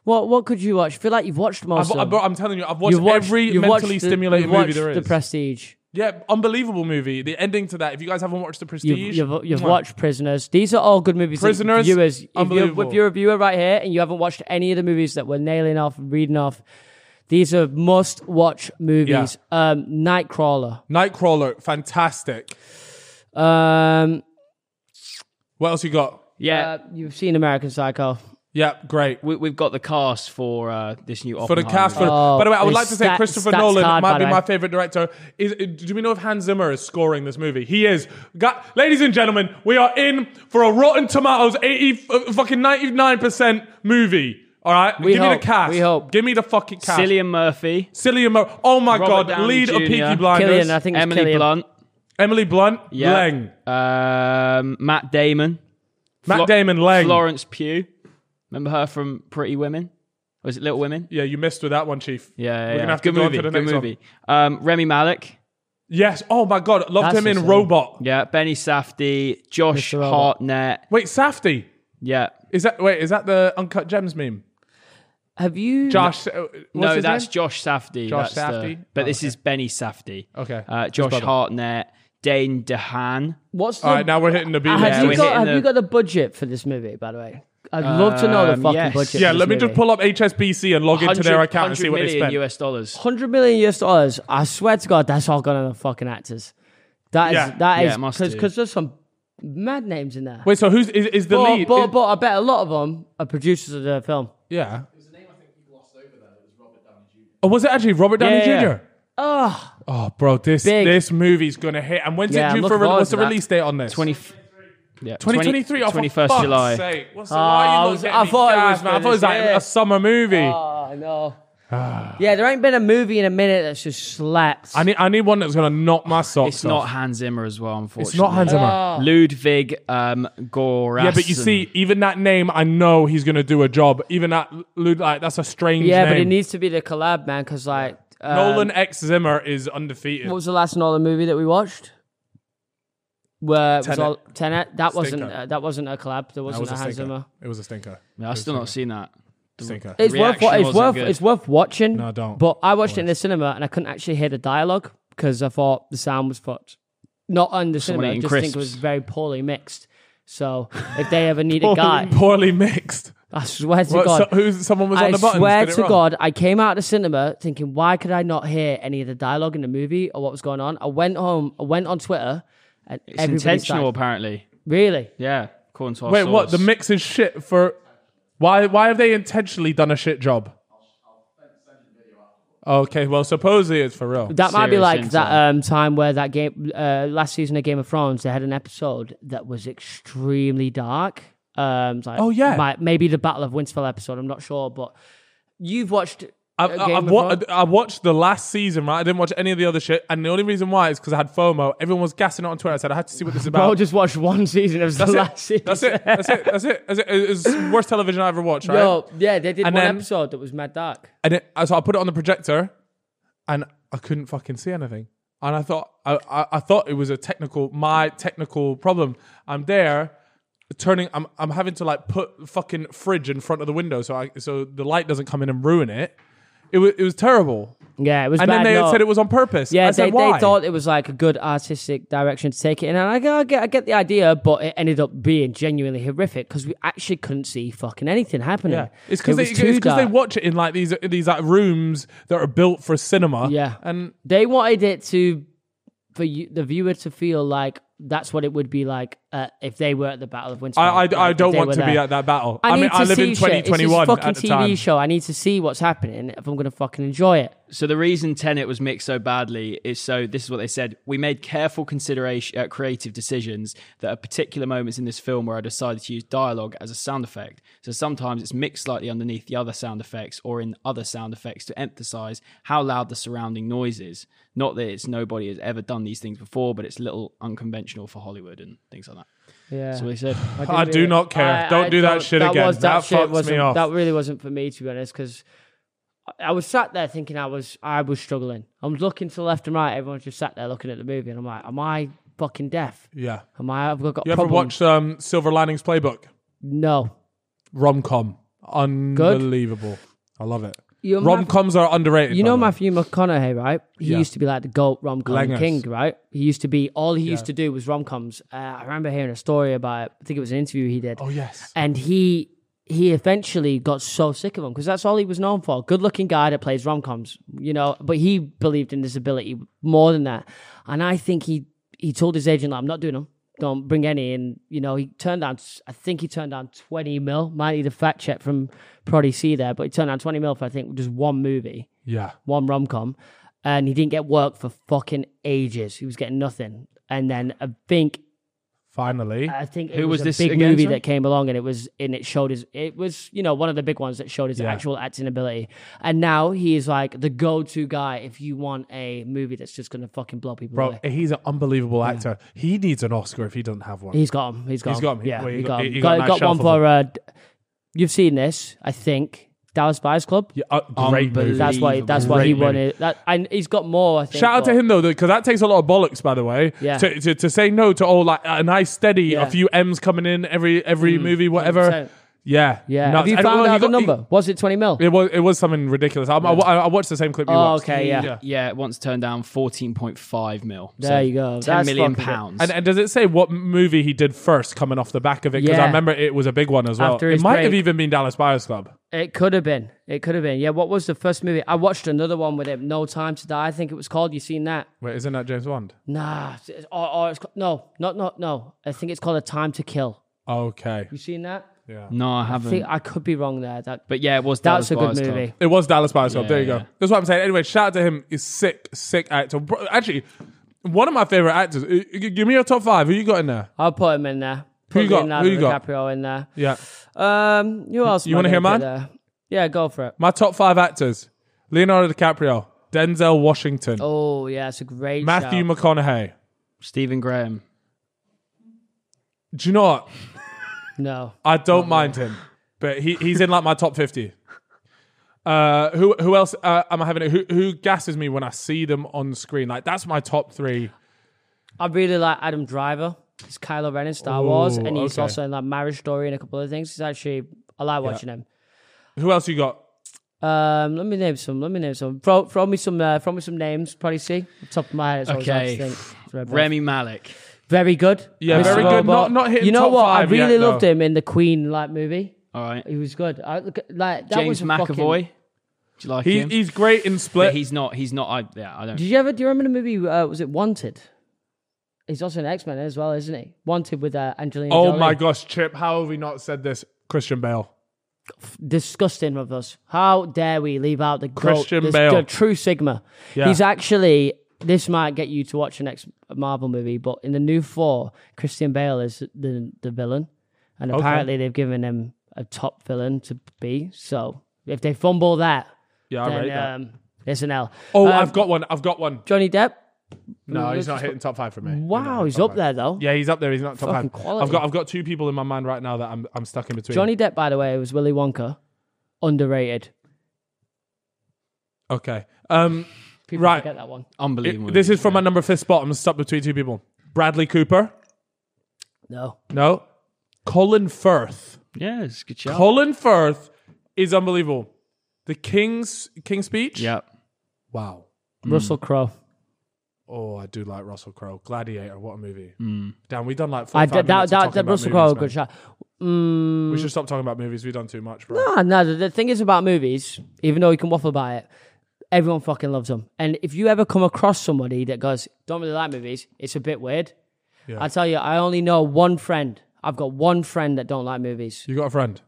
[SPEAKER 2] What what could you watch? I feel like you've watched most.
[SPEAKER 1] I've,
[SPEAKER 2] of
[SPEAKER 1] I've,
[SPEAKER 2] them.
[SPEAKER 1] I'm telling you, I've watched, every
[SPEAKER 2] you've
[SPEAKER 1] mentally
[SPEAKER 2] watched the-
[SPEAKER 1] stimulating
[SPEAKER 2] you've
[SPEAKER 1] movie
[SPEAKER 2] watched
[SPEAKER 1] there is.
[SPEAKER 2] The Prestige.
[SPEAKER 1] yeah, unbelievable movie. The ending to that. If you guys haven't watched The Prestige,
[SPEAKER 2] You've, you've, you've
[SPEAKER 1] mwah.
[SPEAKER 2] watched Prisoners. These are all good movies. that
[SPEAKER 1] Prisoners,
[SPEAKER 2] viewers. If you're,
[SPEAKER 1] unbelievable.
[SPEAKER 2] if you're a viewer right here and you haven't watched any of the movies that we're nailing off, reading off, these are must-watch movies. Um, Nightcrawler.
[SPEAKER 1] Nightcrawler, fantastic.
[SPEAKER 2] Um,
[SPEAKER 1] What else you got?
[SPEAKER 3] Yeah.
[SPEAKER 2] uh, you've seen American Psycho.
[SPEAKER 1] Yeah, great.
[SPEAKER 3] we, we've got the cast for uh, this new
[SPEAKER 1] For the
[SPEAKER 3] Oppenheimer
[SPEAKER 1] cast, for,
[SPEAKER 3] movie.
[SPEAKER 2] Oh,
[SPEAKER 1] by the way, I would
[SPEAKER 2] it's
[SPEAKER 1] like to say
[SPEAKER 2] stat-
[SPEAKER 1] Christopher
[SPEAKER 2] stats
[SPEAKER 1] Nolan
[SPEAKER 2] hard, by
[SPEAKER 1] might be
[SPEAKER 2] the way.
[SPEAKER 1] my favorite director. Is do we know if Hans Zimmer is scoring this movie? He is. Got, ladies and gentlemen, we are in for a Rotten Tomatoes eighty f- fucking ninety nine percent movie. All right,
[SPEAKER 2] We
[SPEAKER 1] give me
[SPEAKER 2] hope,
[SPEAKER 1] the cast.
[SPEAKER 2] we hope.
[SPEAKER 1] Give me the fucking cast.
[SPEAKER 3] Cillian Murphy,
[SPEAKER 1] Cillian Murphy. Oh my
[SPEAKER 3] Robert
[SPEAKER 1] god,
[SPEAKER 3] Downey
[SPEAKER 1] lead of
[SPEAKER 3] Jr..
[SPEAKER 1] Peaky Blinders.
[SPEAKER 2] Killian, I think it's
[SPEAKER 3] Emily
[SPEAKER 2] Killian.
[SPEAKER 3] Blunt,
[SPEAKER 1] Emily Blunt, Lang.
[SPEAKER 3] um, Matt Damon,
[SPEAKER 1] Matt
[SPEAKER 3] Flo-
[SPEAKER 1] Damon, Lang.
[SPEAKER 3] Florence Pugh. Remember her from Pretty Women? Or is it Little Women?
[SPEAKER 1] Yeah, you missed with that one, Chief.
[SPEAKER 3] Yeah, yeah,
[SPEAKER 1] we're
[SPEAKER 3] yeah.
[SPEAKER 1] gonna have
[SPEAKER 3] good
[SPEAKER 1] to go
[SPEAKER 3] movie.
[SPEAKER 1] on to the
[SPEAKER 3] good
[SPEAKER 1] next
[SPEAKER 3] movie. Um, Remy Malik,
[SPEAKER 1] Yes. Oh my god, loved
[SPEAKER 2] That's
[SPEAKER 1] him in
[SPEAKER 2] insane.
[SPEAKER 1] Robot.
[SPEAKER 3] yeah. Benny Safdie, Josh
[SPEAKER 2] Mr. Robot.
[SPEAKER 3] Hartnett,
[SPEAKER 1] Wait, Safty.
[SPEAKER 3] yeah.
[SPEAKER 1] Is that wait? Is that the uncut gems meme?
[SPEAKER 2] Have you?
[SPEAKER 1] Josh. uh, What's
[SPEAKER 3] no,
[SPEAKER 1] his
[SPEAKER 3] that's
[SPEAKER 1] name?
[SPEAKER 3] Josh Safdie.
[SPEAKER 1] Josh
[SPEAKER 3] that's the-
[SPEAKER 1] Safdie?
[SPEAKER 3] but
[SPEAKER 1] Oh,
[SPEAKER 3] this
[SPEAKER 1] okay.
[SPEAKER 3] is Benny Safdie.
[SPEAKER 1] Okay.
[SPEAKER 3] Uh,
[SPEAKER 1] His
[SPEAKER 3] Josh
[SPEAKER 1] brother.
[SPEAKER 3] Hartnett, Dane DeHaan.
[SPEAKER 2] What's the?
[SPEAKER 1] All right, now we're hitting the beat.
[SPEAKER 2] Uh, have
[SPEAKER 3] Yeah,
[SPEAKER 2] you
[SPEAKER 3] we're
[SPEAKER 2] got
[SPEAKER 3] hitting
[SPEAKER 2] Have
[SPEAKER 3] the-
[SPEAKER 2] you got the budget for this movie? By the way, I'd love to know the
[SPEAKER 3] Um,
[SPEAKER 2] fucking
[SPEAKER 3] yes.
[SPEAKER 2] budget.
[SPEAKER 1] yeah,
[SPEAKER 2] for this
[SPEAKER 1] let me just
[SPEAKER 2] movie.
[SPEAKER 1] pull up HSBC and log into their
[SPEAKER 3] 100
[SPEAKER 1] account and see what
[SPEAKER 3] 100
[SPEAKER 1] they
[SPEAKER 3] million
[SPEAKER 1] spent.
[SPEAKER 3] US dollars.
[SPEAKER 2] hundred million US dollars. I swear to God, that's all gone on the fucking actors. That is
[SPEAKER 1] Yeah.
[SPEAKER 2] that
[SPEAKER 3] Yeah,
[SPEAKER 2] is
[SPEAKER 3] it must
[SPEAKER 2] because
[SPEAKER 3] do.
[SPEAKER 2] because there's some mad names in there.
[SPEAKER 1] Wait, so who's is, is the
[SPEAKER 2] but,
[SPEAKER 1] lead?
[SPEAKER 2] but,
[SPEAKER 1] Is-
[SPEAKER 2] but I bet a lot of them are producers of the film.
[SPEAKER 1] yeah. Oh, was it actually Robert Downey
[SPEAKER 3] Yeah, yeah.
[SPEAKER 1] Jr.? Oh, bro, this
[SPEAKER 2] Big.
[SPEAKER 1] this movie's gonna hit. And when's
[SPEAKER 2] Yeah,
[SPEAKER 1] it
[SPEAKER 2] I'm
[SPEAKER 1] due for?
[SPEAKER 2] looking
[SPEAKER 1] Re-
[SPEAKER 2] forward
[SPEAKER 1] what's
[SPEAKER 2] to
[SPEAKER 1] the
[SPEAKER 2] that.
[SPEAKER 1] release date on this? Oh,
[SPEAKER 3] 20, yeah,
[SPEAKER 1] 2023 off
[SPEAKER 3] 21st July.
[SPEAKER 1] What's the, why are you
[SPEAKER 2] Oh, I
[SPEAKER 1] not
[SPEAKER 2] was-
[SPEAKER 1] getting
[SPEAKER 2] I
[SPEAKER 1] me
[SPEAKER 2] thought it
[SPEAKER 1] gas,
[SPEAKER 2] was
[SPEAKER 1] man? I thought it was
[SPEAKER 2] finished,
[SPEAKER 1] like
[SPEAKER 2] yeah.
[SPEAKER 1] a summer movie.
[SPEAKER 2] Oh no. yeah, there ain't been a movie in a minute that's just slapped.
[SPEAKER 1] Ah. I need I need one that's gonna knock my socks
[SPEAKER 3] It's
[SPEAKER 1] off.
[SPEAKER 3] not Hans Zimmer as well, unfortunately.
[SPEAKER 1] it's not Hans Zimmer.
[SPEAKER 3] Ludwig um, Gorason.
[SPEAKER 1] yeah, but you see, even that name, I know he's gonna do a job. Even that, Lud- like that's a strange
[SPEAKER 2] yeah,
[SPEAKER 1] name.
[SPEAKER 2] but it needs to be the collab, man. Because like, uh,
[SPEAKER 1] Nolan X Zimmer is undefeated.
[SPEAKER 2] what was the last Nolan movie that we watched? Where it was
[SPEAKER 1] Tenet.
[SPEAKER 2] all Tenet? That wasn't
[SPEAKER 1] Stinker.
[SPEAKER 2] uh, that wasn't a collab.
[SPEAKER 1] That
[SPEAKER 2] There wasn't
[SPEAKER 1] was a
[SPEAKER 2] a Hans
[SPEAKER 1] stinker.
[SPEAKER 2] Zimmer.
[SPEAKER 1] It was a stinker.
[SPEAKER 3] No, I've still not seen that.
[SPEAKER 1] Stinker.
[SPEAKER 2] It's worth,
[SPEAKER 3] reaction
[SPEAKER 2] it's
[SPEAKER 3] wasn't
[SPEAKER 2] worth,
[SPEAKER 3] good.
[SPEAKER 2] it's worth watching.
[SPEAKER 1] No, don't.
[SPEAKER 2] But I watched it in the cinema and I couldn't actually hear the dialogue because I thought the sound was fucked. Not on the
[SPEAKER 3] Someone
[SPEAKER 2] cinema. I
[SPEAKER 3] eating
[SPEAKER 2] just think it
[SPEAKER 3] crisps.
[SPEAKER 2] was very poorly mixed. So if they ever need a guy,
[SPEAKER 1] poorly mixed.
[SPEAKER 2] I swear to
[SPEAKER 1] What,
[SPEAKER 2] God.
[SPEAKER 1] so- who's someone was on
[SPEAKER 2] I
[SPEAKER 1] the buttons?
[SPEAKER 2] swear
[SPEAKER 1] did it
[SPEAKER 2] to
[SPEAKER 1] wrong.
[SPEAKER 2] God, I came out of the cinema thinking, why could I not hear any of the dialogue in the movie or what was going on? I went home, I went on Twitter, and
[SPEAKER 3] It's intentional, apparently.
[SPEAKER 2] Really?
[SPEAKER 3] Yeah, according to our
[SPEAKER 1] Wait, what?
[SPEAKER 3] source.
[SPEAKER 1] The mix is shit for. Why? Why have they intentionally done a shit job? Okay, well, supposedly it's for real.
[SPEAKER 2] That might be
[SPEAKER 3] Serious
[SPEAKER 2] like that
[SPEAKER 3] intel.
[SPEAKER 2] um, time where that game uh, last season of Game of Thrones, they had an episode that was extremely dark. Um, it's like,
[SPEAKER 1] Oh, yeah.
[SPEAKER 2] might- maybe the Battle of Winterfell episode. I'm not sure, but you've watched.
[SPEAKER 1] I've,
[SPEAKER 2] uh,
[SPEAKER 1] I've,
[SPEAKER 2] Game of
[SPEAKER 1] wa-
[SPEAKER 2] Thrones?
[SPEAKER 1] I watched the last season, right? I didn't watch any of the other shit, and the only reason why is because I had FOMO. Everyone was gassing it on Twitter. I said I had to see what this is
[SPEAKER 2] Bro,
[SPEAKER 1] about.
[SPEAKER 2] just watched one season of the
[SPEAKER 1] that's,
[SPEAKER 2] last
[SPEAKER 1] it.
[SPEAKER 2] season.
[SPEAKER 1] that's it. That's it. That's it. That's it. It's the worst television I ever watched, right?
[SPEAKER 2] Yo, yeah, they did
[SPEAKER 1] And
[SPEAKER 2] one
[SPEAKER 1] then-
[SPEAKER 2] episode that was mad dark.
[SPEAKER 1] uh, And it, so I put it on the projector, and I couldn't fucking see anything. and I thought I, I, I thought it was a technical my technical problem. I'm there turning I'm I'm having to like put fucking fridge in front of the window so I so the light doesn't come in and ruin it. It was it was terrible.
[SPEAKER 2] Yeah, it was
[SPEAKER 1] And then
[SPEAKER 2] bad.
[SPEAKER 1] they
[SPEAKER 2] no.
[SPEAKER 1] said it was on purpose.
[SPEAKER 2] Yeah,
[SPEAKER 1] I said
[SPEAKER 2] they,
[SPEAKER 1] why?
[SPEAKER 2] they thought it was like a good artistic direction to take it in, and I, get- I get, I get the idea, but it ended up being genuinely horrific because we actually couldn't see fucking anything happening.
[SPEAKER 1] yeah, it's because
[SPEAKER 2] It
[SPEAKER 1] they,
[SPEAKER 2] was
[SPEAKER 1] it's
[SPEAKER 2] too
[SPEAKER 1] 'cause they
[SPEAKER 2] dark.
[SPEAKER 1] watch it in like these these like rooms that are built for cinema.
[SPEAKER 2] Yeah.
[SPEAKER 1] and
[SPEAKER 2] They wanted it to for you, the viewer to feel like that's what it would be like uh, if they were at the Battle of Winterfell.
[SPEAKER 1] I I,
[SPEAKER 2] like,
[SPEAKER 1] I
[SPEAKER 2] if
[SPEAKER 1] don't
[SPEAKER 2] they
[SPEAKER 1] want
[SPEAKER 2] were
[SPEAKER 1] to be
[SPEAKER 2] there.
[SPEAKER 1] at that battle.
[SPEAKER 2] I,
[SPEAKER 1] I,
[SPEAKER 2] need
[SPEAKER 1] mean,
[SPEAKER 2] to
[SPEAKER 1] I live
[SPEAKER 2] see
[SPEAKER 1] in
[SPEAKER 2] shit. It's just
[SPEAKER 1] 2021
[SPEAKER 2] fucking
[SPEAKER 1] at the
[SPEAKER 2] TV
[SPEAKER 1] time.
[SPEAKER 2] show. I need to see what's happening if I'm gonna fucking enjoy it.
[SPEAKER 3] So the reason Tenet was mixed so badly is so this is what they said: we made careful consideration, uh, creative decisions that are particular moments in this film where I decided to use dialogue as a sound effect. So sometimes it's mixed slightly underneath the other sound effects or in other sound effects to emphasize how loud the surrounding noise is. Not that it's nobody has ever done these things before, but it's a little unconventional for Hollywood and things like that.
[SPEAKER 2] Yeah.
[SPEAKER 3] That's what they said.
[SPEAKER 1] I do
[SPEAKER 2] really-
[SPEAKER 1] not care.
[SPEAKER 2] I-
[SPEAKER 1] Don't
[SPEAKER 2] I
[SPEAKER 1] do that shit again.
[SPEAKER 2] was-
[SPEAKER 1] That fucks me
[SPEAKER 2] wasn't-
[SPEAKER 1] off.
[SPEAKER 2] That really wasn't for me, to be honest, because I was sat there thinking I was I was struggling. I was looking to left and right. Everyone's just sat there looking at the movie, and I'm like, am I fucking deaf?
[SPEAKER 1] Yeah,
[SPEAKER 2] Am I? I've got
[SPEAKER 1] you ever
[SPEAKER 2] problems.
[SPEAKER 1] watch um, Silver Linings Playbook
[SPEAKER 2] No.
[SPEAKER 1] rom com? Unbelievable. I love it.
[SPEAKER 2] You
[SPEAKER 1] Rom coms are underrated.
[SPEAKER 2] You
[SPEAKER 1] by
[SPEAKER 2] know
[SPEAKER 1] the way.
[SPEAKER 2] Matthew McConaughey, right? He
[SPEAKER 1] Yeah.
[SPEAKER 2] used to be like the goat rom com
[SPEAKER 1] Langers.
[SPEAKER 2] king, right? He used to be all he used to do was rom coms. Uh, I remember hearing a story about it. I think it was an interview he did.
[SPEAKER 1] Oh yes.
[SPEAKER 2] and he he eventually got so sick of them because that's all he was known for. Good looking guy that plays rom coms, you know. But he believed in his ability more than that, and I think he he told his agent, like, "I'm not doing them. Don't bring any." And you know, he turned down. I think he turned down 20 mil. Might need a fact check from Proddy C there, but he turned down 20 mil for I think just one movie
[SPEAKER 1] Yeah.
[SPEAKER 2] one rom com, and he didn't get work for fucking ages. He was getting nothing, and then I think
[SPEAKER 1] Finally.
[SPEAKER 2] I think it
[SPEAKER 3] Who
[SPEAKER 2] was,
[SPEAKER 3] was this
[SPEAKER 2] a big
[SPEAKER 3] again,
[SPEAKER 2] movie
[SPEAKER 3] sorry?
[SPEAKER 2] that came along, and it was and it showed his it was you know one of the big ones that showed his actual acting ability, and now he is like the go to guy if you want a movie that's just gonna fucking blow people
[SPEAKER 1] Bro,
[SPEAKER 2] away.
[SPEAKER 1] he's an unbelievable actor. He needs an Oscar if he doesn't have one.
[SPEAKER 2] He's got him. He's got
[SPEAKER 1] He's
[SPEAKER 2] him.
[SPEAKER 1] got 'em.
[SPEAKER 2] Yeah,
[SPEAKER 1] Well,
[SPEAKER 2] he,
[SPEAKER 1] he got-
[SPEAKER 2] got, him.
[SPEAKER 1] he- he got
[SPEAKER 2] got,
[SPEAKER 1] a nice
[SPEAKER 2] got one
[SPEAKER 1] shelf of
[SPEAKER 2] for. Uh, d- you've seen this, I think. Dallas Buyers Club.
[SPEAKER 1] Yeah, uh, great movie.
[SPEAKER 3] Unbelievable.
[SPEAKER 2] That's why. That's why
[SPEAKER 1] Great
[SPEAKER 2] he
[SPEAKER 1] movie.
[SPEAKER 2] won it. That, and he's got more. I think,
[SPEAKER 1] Shout out to
[SPEAKER 2] but-
[SPEAKER 1] him though, because that takes a lot of bollocks, by the way.
[SPEAKER 2] Yeah.
[SPEAKER 1] To, to, to say no to all like a nice steady,
[SPEAKER 2] Yeah.
[SPEAKER 1] a few M's coming in every every movie, whatever.
[SPEAKER 2] 100%.
[SPEAKER 1] Yeah,
[SPEAKER 2] Yeah.
[SPEAKER 1] nuts.
[SPEAKER 2] Have you
[SPEAKER 1] And,
[SPEAKER 2] found
[SPEAKER 1] well, he
[SPEAKER 2] out the
[SPEAKER 1] got-
[SPEAKER 2] number? was it 20 mil?
[SPEAKER 1] It was it was something ridiculous. I, I, I watched the same clip. You
[SPEAKER 2] Oh,
[SPEAKER 1] watched.
[SPEAKER 2] okay, yeah.
[SPEAKER 3] yeah, it once turned down fourteen point five mil.
[SPEAKER 2] There you go.
[SPEAKER 3] Ten
[SPEAKER 2] That's
[SPEAKER 3] million
[SPEAKER 2] fucking good. uh,
[SPEAKER 3] pounds.
[SPEAKER 1] And, and does it say what movie he did first, coming off the back of it? Because
[SPEAKER 2] Yeah.
[SPEAKER 1] I remember it was a big one as well.
[SPEAKER 2] After
[SPEAKER 1] it
[SPEAKER 2] his
[SPEAKER 1] might
[SPEAKER 2] break.
[SPEAKER 1] have even been Dallas Buyers Club.
[SPEAKER 2] It could have been. It could have been. Yeah. What was the first movie? I watched another one with him. No Time to Die. I think it was called. You seen that?
[SPEAKER 1] Wait, isn't that James Bond?
[SPEAKER 2] Nah. it's- it's- Or, or it's, ca- no, not not no. I think it's called A Time to Kill.
[SPEAKER 1] Okay,
[SPEAKER 2] You seen that?
[SPEAKER 3] no, I
[SPEAKER 2] I
[SPEAKER 3] haven't.
[SPEAKER 2] think I could be wrong there. That
[SPEAKER 3] but yeah, it was
[SPEAKER 2] that's
[SPEAKER 3] Dallas
[SPEAKER 2] a good
[SPEAKER 3] Buyers Club.
[SPEAKER 2] movie.
[SPEAKER 1] it was Dallas Buyers Club.
[SPEAKER 3] Yeah,
[SPEAKER 1] there you
[SPEAKER 3] yeah.
[SPEAKER 1] go. That's what I'm saying. Anyway, shout out to him. He's sick, sick actor. Bro, Actually, one of my favorite actors. Uh, g- Give me your top five. Who you got in there?
[SPEAKER 2] I'll put him in there.
[SPEAKER 1] Who
[SPEAKER 2] Put
[SPEAKER 1] you got?
[SPEAKER 2] Leonardo
[SPEAKER 1] Who you got?
[SPEAKER 2] DiCaprio in there.
[SPEAKER 1] Yeah.
[SPEAKER 2] Um, who else?
[SPEAKER 1] you
[SPEAKER 2] am I
[SPEAKER 1] wanna hear
[SPEAKER 2] gonna put
[SPEAKER 1] mine?
[SPEAKER 2] there? Yeah, go for it.
[SPEAKER 1] My top five actors: Leonardo DiCaprio, Denzel Washington,
[SPEAKER 2] Oh yeah, it's a great.
[SPEAKER 1] Matthew
[SPEAKER 2] shout.
[SPEAKER 1] McConaughey.
[SPEAKER 3] Stephen Graham.
[SPEAKER 1] Do you know what?
[SPEAKER 2] no.
[SPEAKER 1] I don't mind him, but he, he's in like my top fifty. Uh, who who else uh, am I having? Who who gasses me when I see them on screen? Like that's my top three.
[SPEAKER 2] I really like Adam Driver. He's Kylo Ren in Star Wars,
[SPEAKER 1] Ooh,
[SPEAKER 2] and he's
[SPEAKER 1] okay.
[SPEAKER 2] also in like Marriage Story and a couple of things. He's actually I like watching him.
[SPEAKER 1] Who else you got?
[SPEAKER 2] Um, let me name some. Let me name some. Throw, throw me some. Uh, throw me some names. Probably see top of my head. It's always hard to
[SPEAKER 3] Okay.
[SPEAKER 2] think. Throw it back.
[SPEAKER 3] Remy Malik.
[SPEAKER 2] very good.
[SPEAKER 1] Yeah,
[SPEAKER 2] Mr.
[SPEAKER 1] very good. Not-
[SPEAKER 2] Robot.
[SPEAKER 1] not hitting
[SPEAKER 2] You know
[SPEAKER 1] top
[SPEAKER 2] what?
[SPEAKER 1] five
[SPEAKER 2] I
[SPEAKER 1] yet,
[SPEAKER 2] really loved
[SPEAKER 1] though.
[SPEAKER 2] him in the Queen like movie.
[SPEAKER 3] All right.
[SPEAKER 2] He was good. I look at- like that was
[SPEAKER 3] James
[SPEAKER 2] a Fucking...
[SPEAKER 3] McAvoy. Do you like
[SPEAKER 1] He,
[SPEAKER 3] him?
[SPEAKER 1] he's great in
[SPEAKER 3] but
[SPEAKER 1] Split.
[SPEAKER 3] he's not. He's not. I, yeah, I don't.
[SPEAKER 2] Did you ever? Do you remember the movie? Uh, was it Wanted? He's also an X Men as well, isn't he? Wanted with uh, Angelina
[SPEAKER 1] oh
[SPEAKER 2] Jolie.
[SPEAKER 1] my gosh, Chip! How have we not said this? Christian Bale.
[SPEAKER 2] disgusting of us. How dare we leave out the goat,
[SPEAKER 1] Christian
[SPEAKER 2] this-
[SPEAKER 1] Bale.
[SPEAKER 2] the true Sigma?
[SPEAKER 1] Yeah.
[SPEAKER 2] He's actually. This might get you to watch the next Marvel movie, but in the new four, Christian Bale is the the villain, and apparently they've given him a top villain to be. So if they fumble that,
[SPEAKER 1] Yeah, I rate
[SPEAKER 2] then
[SPEAKER 1] that.
[SPEAKER 2] um, it's an L.
[SPEAKER 1] Oh,
[SPEAKER 2] um,
[SPEAKER 1] I've got one. I've got one.
[SPEAKER 2] Johnny Depp.
[SPEAKER 1] No, he's not
[SPEAKER 2] just-
[SPEAKER 1] hitting top five for me.
[SPEAKER 2] Wow, he's up there though.
[SPEAKER 1] Yeah, he's up there. He's not top
[SPEAKER 2] Fucking
[SPEAKER 1] five.
[SPEAKER 2] quality.
[SPEAKER 1] I've got I've got two people in my mind right now that I'm I'm stuck in between.
[SPEAKER 2] Johnny Depp, by the way, was Willy Wonka, underrated.
[SPEAKER 1] Okay. Um,
[SPEAKER 2] People
[SPEAKER 1] Right.
[SPEAKER 2] forget that one.
[SPEAKER 3] Unbelievable.
[SPEAKER 1] This is from my number fifth spot. I'm stuck between two people. Bradley Cooper.
[SPEAKER 2] No.
[SPEAKER 1] No. Colin Firth.
[SPEAKER 3] Yes, good shout.
[SPEAKER 1] Colin Firth is unbelievable. The King's King's Speech.
[SPEAKER 3] yep.
[SPEAKER 1] Wow. Hmm.
[SPEAKER 2] Russell Crowe.
[SPEAKER 1] Oh, I do like Russell Crowe. Gladiator. What a movie. Damn, we've done like
[SPEAKER 2] Mm. I
[SPEAKER 1] 45
[SPEAKER 2] did, that,
[SPEAKER 1] minutes of
[SPEAKER 2] that,
[SPEAKER 1] talking
[SPEAKER 2] that
[SPEAKER 1] about
[SPEAKER 2] Russell Crowe,
[SPEAKER 1] movies,
[SPEAKER 2] good
[SPEAKER 1] man.
[SPEAKER 2] shot. Mm,
[SPEAKER 1] We should stop talking about movies. We've done too much, bro.
[SPEAKER 2] ah, no, the, the thing is about movies, even though you can waffle about it, everyone fucking loves them. And if you ever come across somebody that goes, don't really like movies, it's a bit weird. I tell you, I only know one friend. I've got one friend that don't like movies.
[SPEAKER 1] You got a friend?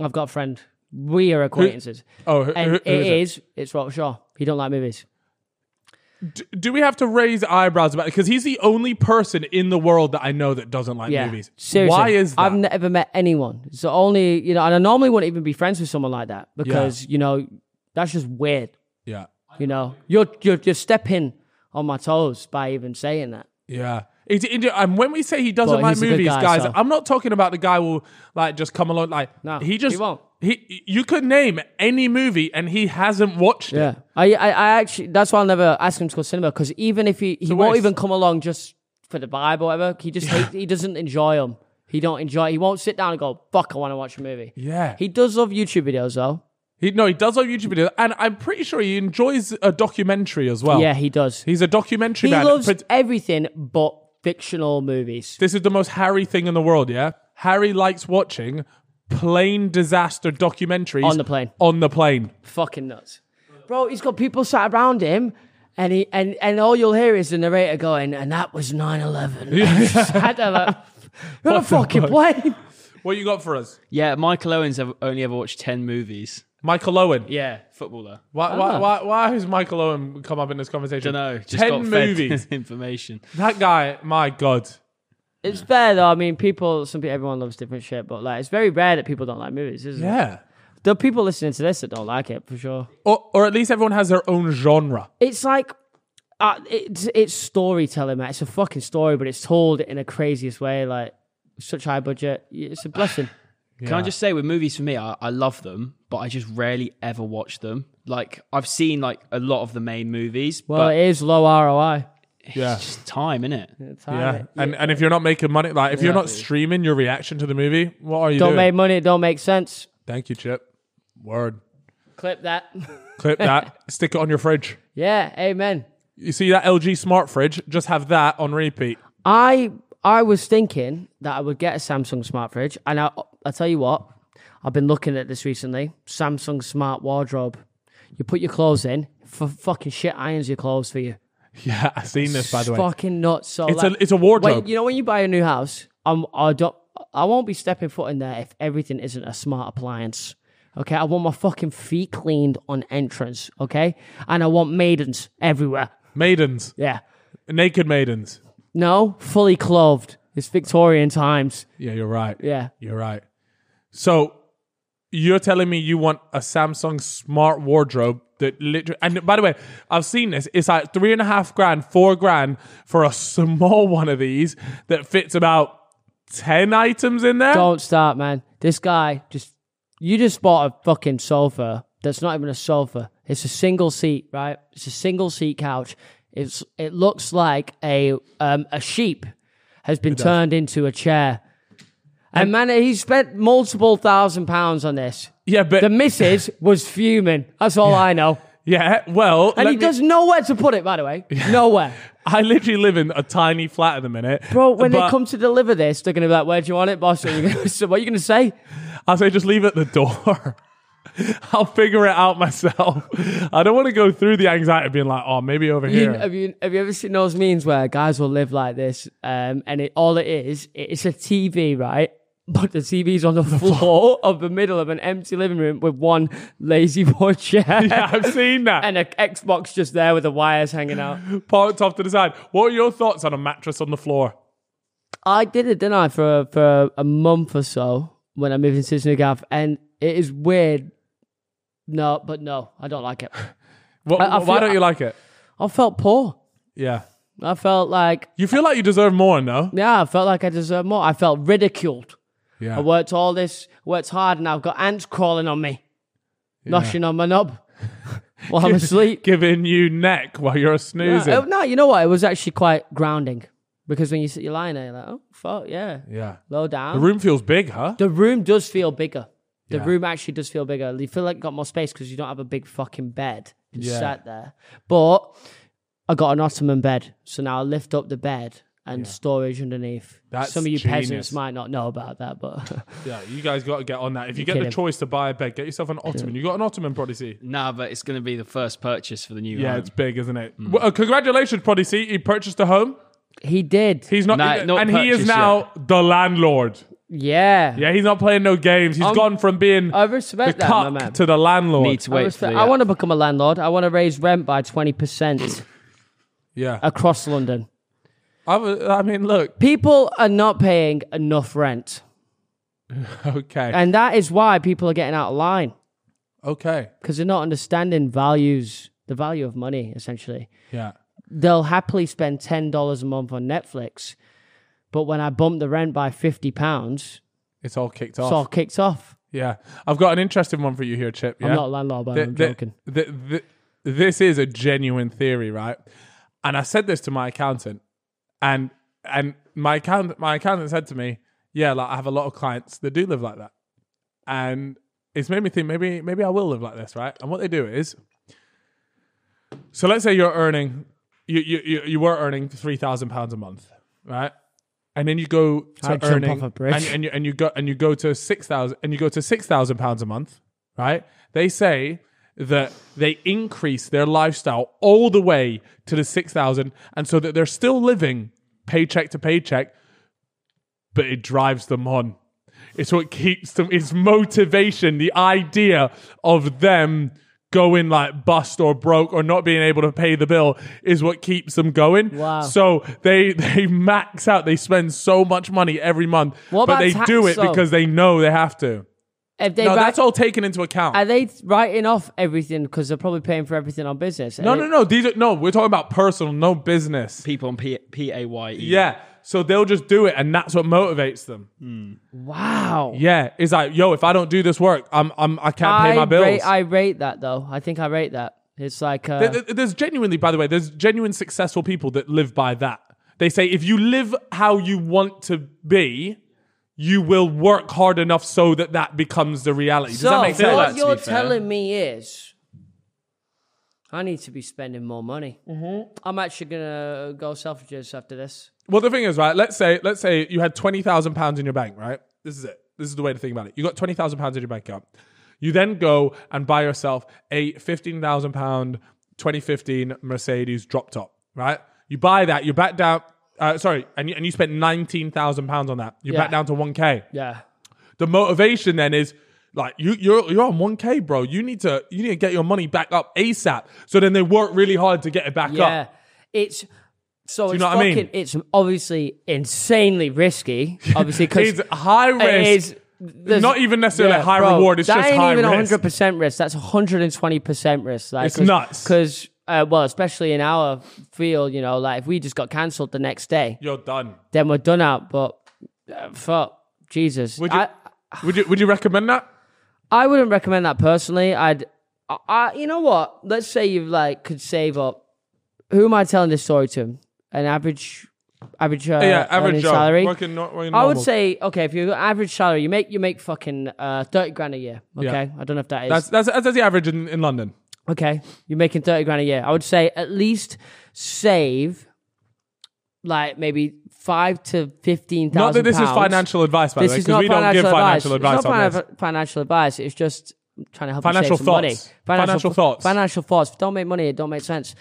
[SPEAKER 2] I've got a friend. We are acquaintances.
[SPEAKER 1] Oh, who,
[SPEAKER 2] and
[SPEAKER 1] who- who
[SPEAKER 2] it
[SPEAKER 1] is it?
[SPEAKER 2] is, it's Robert Shaw. He don't like movies.
[SPEAKER 1] D- do we have to raise eyebrows about it? Because he's the only person in the world that I know that doesn't like
[SPEAKER 2] Yeah.
[SPEAKER 1] movies.
[SPEAKER 2] Seriously.
[SPEAKER 1] Why is that?
[SPEAKER 2] I've never met anyone. So only, you know, and I normally wouldn't even be friends with someone like that because, you know, that's just weird.
[SPEAKER 1] yeah.
[SPEAKER 2] You know, you're, you're, you're stepping on my toes by even saying that.
[SPEAKER 1] Yeah. It, it- and when we say he doesn't
[SPEAKER 2] But
[SPEAKER 1] like
[SPEAKER 2] he's a good
[SPEAKER 1] movies,
[SPEAKER 2] guy,
[SPEAKER 1] guys,
[SPEAKER 2] so-
[SPEAKER 1] I'm not talking about the guy who will like just come along. Like
[SPEAKER 2] No,
[SPEAKER 1] he just
[SPEAKER 2] he won't.
[SPEAKER 1] he- you could name any movie and he hasn't watched it.
[SPEAKER 2] Yeah. I, I, I actually, that's why I'll never ask him to go to cinema because even if he, he won't
[SPEAKER 1] waste.
[SPEAKER 2] even come along just for the vibe or whatever, he just, hates, he doesn't enjoy them. He don't enjoy, he won't sit down and go, fuck, I want to watch a movie.
[SPEAKER 1] Yeah.
[SPEAKER 2] He does love YouTube videos though.
[SPEAKER 1] He, no, he does love YouTube videos, and I'm pretty sure he enjoys a documentary as well.
[SPEAKER 2] Yeah, he does.
[SPEAKER 1] Oh. he's a documentary
[SPEAKER 2] He
[SPEAKER 1] man.
[SPEAKER 2] loves
[SPEAKER 1] But
[SPEAKER 2] everything but fictional movies.
[SPEAKER 1] this is the most Harry thing in the world. Yeah, Harry likes watching plane disaster documentaries
[SPEAKER 2] On the plane.
[SPEAKER 1] On the plane.
[SPEAKER 2] Fucking nuts. Bro, he's got people sat around him. And, he, and and all you'll hear is the narrator going, and that was 9 11. You're on a fucking plane.
[SPEAKER 1] What you got for us,
[SPEAKER 3] Yeah, Michael Owens have only ever watched ten movies.
[SPEAKER 1] Michael Owen?
[SPEAKER 3] Yeah, footballer.
[SPEAKER 1] Why, why, why, why has Michael Owen come up in this conversation?
[SPEAKER 3] Don't know. Just
[SPEAKER 1] Ten
[SPEAKER 3] got fed
[SPEAKER 1] movies.
[SPEAKER 3] information.
[SPEAKER 1] that guy, my god.
[SPEAKER 2] It's fair though. I mean, people, some people, everyone loves different shit, but like, it's very rare that people don't like movies, isn't it?
[SPEAKER 1] Yeah.
[SPEAKER 2] There are people listening to this that don't like it for sure.
[SPEAKER 1] Or, or at least everyone has their own genre.
[SPEAKER 2] It's like, uh, it's it's storytelling, man. It's a fucking story, but it's told in a craziest way, like such high budget. It's a blessing.
[SPEAKER 3] Can I just say with movies for me, I, I love them, but I just rarely ever watch them. Like I've seen like a lot of the main movies,
[SPEAKER 2] Well,
[SPEAKER 3] but
[SPEAKER 2] it is low ROI.
[SPEAKER 1] Yeah.
[SPEAKER 3] it's just time, innit? it?
[SPEAKER 2] It's high.
[SPEAKER 1] Yeah. And and if you're not making money, like if you're not streaming your reaction to the movie, what are you
[SPEAKER 2] Don't
[SPEAKER 1] doing?
[SPEAKER 2] make money. It don't make sense.
[SPEAKER 1] Thank you, Chip. Word.
[SPEAKER 2] Clip that.
[SPEAKER 1] Clip that. Stick it on your fridge.
[SPEAKER 2] yeah. Amen.
[SPEAKER 1] You see that LG smart fridge? Just have that on repeat.
[SPEAKER 2] I I was thinking that I would get a Samsung smart fridge, and I I tell you what, I've been looking at this recently. Samsung smart wardrobe. You put your clothes in, f- fucking shit irons your clothes for you.
[SPEAKER 1] Yeah, I've seen this by the way.
[SPEAKER 2] Fucking nuts. So
[SPEAKER 1] It's
[SPEAKER 2] like,
[SPEAKER 1] a it's a wardrobe.
[SPEAKER 2] When, you know when you buy a new house, I'm I don't I won't be stepping foot in there if everything isn't a smart appliance. Okay, I want my fucking feet cleaned on entrance. Okay, and I want maidens everywhere.
[SPEAKER 1] maidens.
[SPEAKER 2] Yeah,
[SPEAKER 1] Naked maidens.
[SPEAKER 2] no, fully clothed. It's Victorian times.
[SPEAKER 1] Yeah, you're right.
[SPEAKER 2] Yeah,
[SPEAKER 1] You're right. So you're telling me you want a Samsung smart wardrobe that literally, and by the way, I've seen this. It's like three and a half grand, four grand for a small one of these that fits about 10 items in there.
[SPEAKER 2] don't start, man. This guy just you just bought a fucking sofa that's not even a sofa. It's a single seat, right? It's a single seat couch. It's it looks like a um, a sheep has been turned into a chair. And man, he spent multiple thousand pounds on this.
[SPEAKER 1] yeah, but
[SPEAKER 2] The missus was fuming. That's all I know.
[SPEAKER 1] yeah, well,
[SPEAKER 2] And
[SPEAKER 1] let
[SPEAKER 2] he
[SPEAKER 1] me-
[SPEAKER 2] does nowhere to put it, by the way. Nowhere.
[SPEAKER 1] I literally live in a tiny flat at the minute.
[SPEAKER 2] Bro, when
[SPEAKER 1] but
[SPEAKER 2] they come to deliver this, they're going to be like, where do you want it, boss? And you're gonna, so what are you going to say?
[SPEAKER 1] I say just leave it at the door. I'll figure it out myself. I don't want to go through the anxiety of being like, oh, maybe over
[SPEAKER 2] You-
[SPEAKER 1] here.
[SPEAKER 2] have you have you ever seen those memes where guys will live like this, um, and it all it is, it's a TV, right? But the TV's on the floor of the middle of an empty living room with one lazy boy chair
[SPEAKER 1] yeah, I've seen that.
[SPEAKER 2] and a Xbox just there with the wires hanging out.
[SPEAKER 1] parked off to the side. What are your thoughts on a mattress on the floor?
[SPEAKER 2] I did it, didn't I, for for a month or so when I moved into this new gaff, and it is weird. No, but no, I don't like it.
[SPEAKER 1] What,
[SPEAKER 2] I- I
[SPEAKER 1] why
[SPEAKER 2] feel-
[SPEAKER 1] don't you like it?
[SPEAKER 2] I felt poor.
[SPEAKER 1] Yeah.
[SPEAKER 2] I felt like
[SPEAKER 1] You feel like you deserve more, no?
[SPEAKER 2] yeah, I felt like I deserved more. I felt ridiculed.
[SPEAKER 1] Yeah.
[SPEAKER 2] I worked all this, worked hard, and I've got ants crawling on me, noshing on my knob. while I'm asleep.
[SPEAKER 1] giving you neck while you're
[SPEAKER 2] No,
[SPEAKER 1] snoozing.
[SPEAKER 2] oh, no, you know what? It was actually quite grounding because when you sit, you're lying there, you're like, oh fuck, yeah,
[SPEAKER 1] yeah.
[SPEAKER 2] low down.
[SPEAKER 1] The room feels big, huh?
[SPEAKER 2] The room does feel bigger. The
[SPEAKER 1] Yeah.
[SPEAKER 2] room actually does feel bigger. You feel like you got more space because you don't have a big fucking bed. You
[SPEAKER 1] Yeah.
[SPEAKER 2] just sat there. But I got an ottoman bed, so now I lift up the bed and storage underneath.
[SPEAKER 1] That's
[SPEAKER 2] Some of you
[SPEAKER 1] genius.
[SPEAKER 2] peasants might not know about that, but
[SPEAKER 1] Yeah, you guys got to get on that. If you get
[SPEAKER 2] Kill
[SPEAKER 1] the
[SPEAKER 2] him.
[SPEAKER 1] choice to buy a bed, get yourself an ottoman. You got an ottoman, Prodigy.
[SPEAKER 3] Nah, but it's going to be the first purchase for the new
[SPEAKER 1] Yeah,
[SPEAKER 3] home.
[SPEAKER 1] it's big, isn't it? Well, uh, congratulations, Prodigy. He purchased a home.
[SPEAKER 2] he did.
[SPEAKER 1] He's not,
[SPEAKER 3] Nah, not
[SPEAKER 1] and he is
[SPEAKER 3] purchased
[SPEAKER 1] now the landlord.
[SPEAKER 2] yeah.
[SPEAKER 1] Yeah, he's not playing no games. He's gone from being
[SPEAKER 2] I
[SPEAKER 1] the
[SPEAKER 2] respect Um, that, my man.
[SPEAKER 1] cuck to the landlord.
[SPEAKER 3] Need to
[SPEAKER 2] I,
[SPEAKER 3] wait. for
[SPEAKER 2] respect-
[SPEAKER 3] the, uh,
[SPEAKER 2] I want to become a landlord. I want to raise rent by 20%
[SPEAKER 1] yeah,
[SPEAKER 2] across London.
[SPEAKER 1] I, was- I mean, look,
[SPEAKER 2] People are not paying enough rent.
[SPEAKER 1] okay,
[SPEAKER 2] And that is why people are getting out of line.
[SPEAKER 1] okay,
[SPEAKER 2] because they're not understanding values, the value of money, essentially.
[SPEAKER 1] yeah,
[SPEAKER 2] They'll happily spend $10 a month on Netflix, but when I bump the rent by £50, it's
[SPEAKER 1] it's all kicked off.
[SPEAKER 2] all kicked off.
[SPEAKER 1] Yeah, I've got an interesting one for you here, Chip. Yeah?
[SPEAKER 2] I'm not a landlord, but
[SPEAKER 1] Th-
[SPEAKER 2] I'm
[SPEAKER 1] th-
[SPEAKER 2] joking.
[SPEAKER 1] th- th- this is a genuine theory, right? And I said this to my accountant, and and my account my accountant said to me, "Yeah, like I have a lot of clients that do live like that," and it's made me think maybe maybe I will live like this, right? And what they do is, so let's say you're earning you you you, you were earning three thousand pounds a month, right? And then you go to
[SPEAKER 2] I'd jump
[SPEAKER 1] earning
[SPEAKER 2] off a bridge.
[SPEAKER 1] and and you and you go and you go to six thousand and you go to six thousand pounds a month, right? They say that they increase their lifestyle all the way to the six thousand, and so that they're still living paycheck to paycheck, but it drives them on. It's what keeps them. It's motivation. The idea of them going like bust or broke or not being able to pay the bill is what keeps them going.
[SPEAKER 2] Wow.
[SPEAKER 1] So they they max out. They spend so much money every month,
[SPEAKER 2] What
[SPEAKER 1] but
[SPEAKER 2] about
[SPEAKER 1] they
[SPEAKER 2] tax,
[SPEAKER 1] do it
[SPEAKER 2] though?
[SPEAKER 1] because they know they have to.
[SPEAKER 2] If they
[SPEAKER 1] No,
[SPEAKER 2] write-
[SPEAKER 1] that's all taken into account.
[SPEAKER 2] Are they writing off everything because they're probably paying for everything on business? Eh,
[SPEAKER 1] no, no, no. These are no. We're talking about personal, no business.
[SPEAKER 3] people on P- E. PAYE.
[SPEAKER 1] Yeah. So they'll just do it, and that's what motivates them.
[SPEAKER 2] Wow.
[SPEAKER 1] Yeah, it's like, yo, if I don't do this work, I'm, I'm, I can't pay my
[SPEAKER 2] I,
[SPEAKER 1] bills.
[SPEAKER 2] rate, I rate that, though. I think I rate that. It's like, uh,
[SPEAKER 1] Th- th- There's genuinely, by the way, there's genuine successful people that live by that. They say if you live how you want to be, you will work hard enough so that that becomes the reality. Does
[SPEAKER 2] so
[SPEAKER 1] that make
[SPEAKER 3] feel
[SPEAKER 1] sense?
[SPEAKER 3] like-
[SPEAKER 2] what
[SPEAKER 3] to
[SPEAKER 2] you're
[SPEAKER 3] be fair.
[SPEAKER 2] telling me is I need to be spending more money. Mm-hmm. I'm actually gonna go Selfridges after this.
[SPEAKER 1] Well, the thing is, right? Let's say, let's say you had twenty thousand pounds in your bank, right? This is it. This is the way to think about it. You got twenty thousand pounds in your bank account. You then go and buy yourself a fifteen thousand pound 2015 Mercedes drop top, right? You buy that. You back down. Uh, sorry, and you, and you spent nineteen thousand pounds on that. You're
[SPEAKER 2] Yeah.
[SPEAKER 1] back down to one k
[SPEAKER 2] Yeah.
[SPEAKER 1] the motivation then is like you you're you're on 1k bro you need to you need to get your money back up asap so then they work really hard to get it back
[SPEAKER 2] Yeah.
[SPEAKER 1] up
[SPEAKER 2] It's so it's
[SPEAKER 1] know what I mean?
[SPEAKER 2] fucking it's obviously insanely risky. Obviously because
[SPEAKER 1] it's high risk
[SPEAKER 2] there's-
[SPEAKER 1] Not even necessarily high
[SPEAKER 2] bro,
[SPEAKER 1] reward, it's
[SPEAKER 2] that
[SPEAKER 1] just
[SPEAKER 2] ain't
[SPEAKER 1] high
[SPEAKER 2] even
[SPEAKER 1] risk.
[SPEAKER 2] 100% risk. That's 120% risk. Like,
[SPEAKER 1] It's nuts.
[SPEAKER 2] Because, uh, well, especially in our field, you know, like if we just got cancelled the next day,
[SPEAKER 1] you're done
[SPEAKER 2] then we're done out. But uh, fuck, Jesus,
[SPEAKER 1] you-
[SPEAKER 2] I,
[SPEAKER 1] would you would you recommend that
[SPEAKER 2] Uh, I wouldn't recommend that personally. I'd, I, I, you know what? Let's say you like could save up. Who am I telling this story to? An average, average, uh,
[SPEAKER 1] yeah average
[SPEAKER 2] earning
[SPEAKER 1] job
[SPEAKER 2] salary.
[SPEAKER 1] working nor- working
[SPEAKER 2] I would
[SPEAKER 1] normal.
[SPEAKER 2] say okay, if you're average salary, you make you make fucking uh, thirty grand a year. Okay, I don't know if that is
[SPEAKER 1] that's, that's that's the average in, in london
[SPEAKER 2] okay. You're making thirty grand a year. I would say at least save like maybe five to fifteen thousand.
[SPEAKER 1] not that this is financial advice by the way because we don't give financial advice,
[SPEAKER 2] It's not
[SPEAKER 1] on
[SPEAKER 2] finan-
[SPEAKER 1] this
[SPEAKER 2] financial advice. It's just trying to help
[SPEAKER 1] Financial
[SPEAKER 2] you save some
[SPEAKER 1] thoughts.
[SPEAKER 2] money.
[SPEAKER 1] Financial thoughts.
[SPEAKER 2] Financial thoughts. If you don't make money, it don't make sense.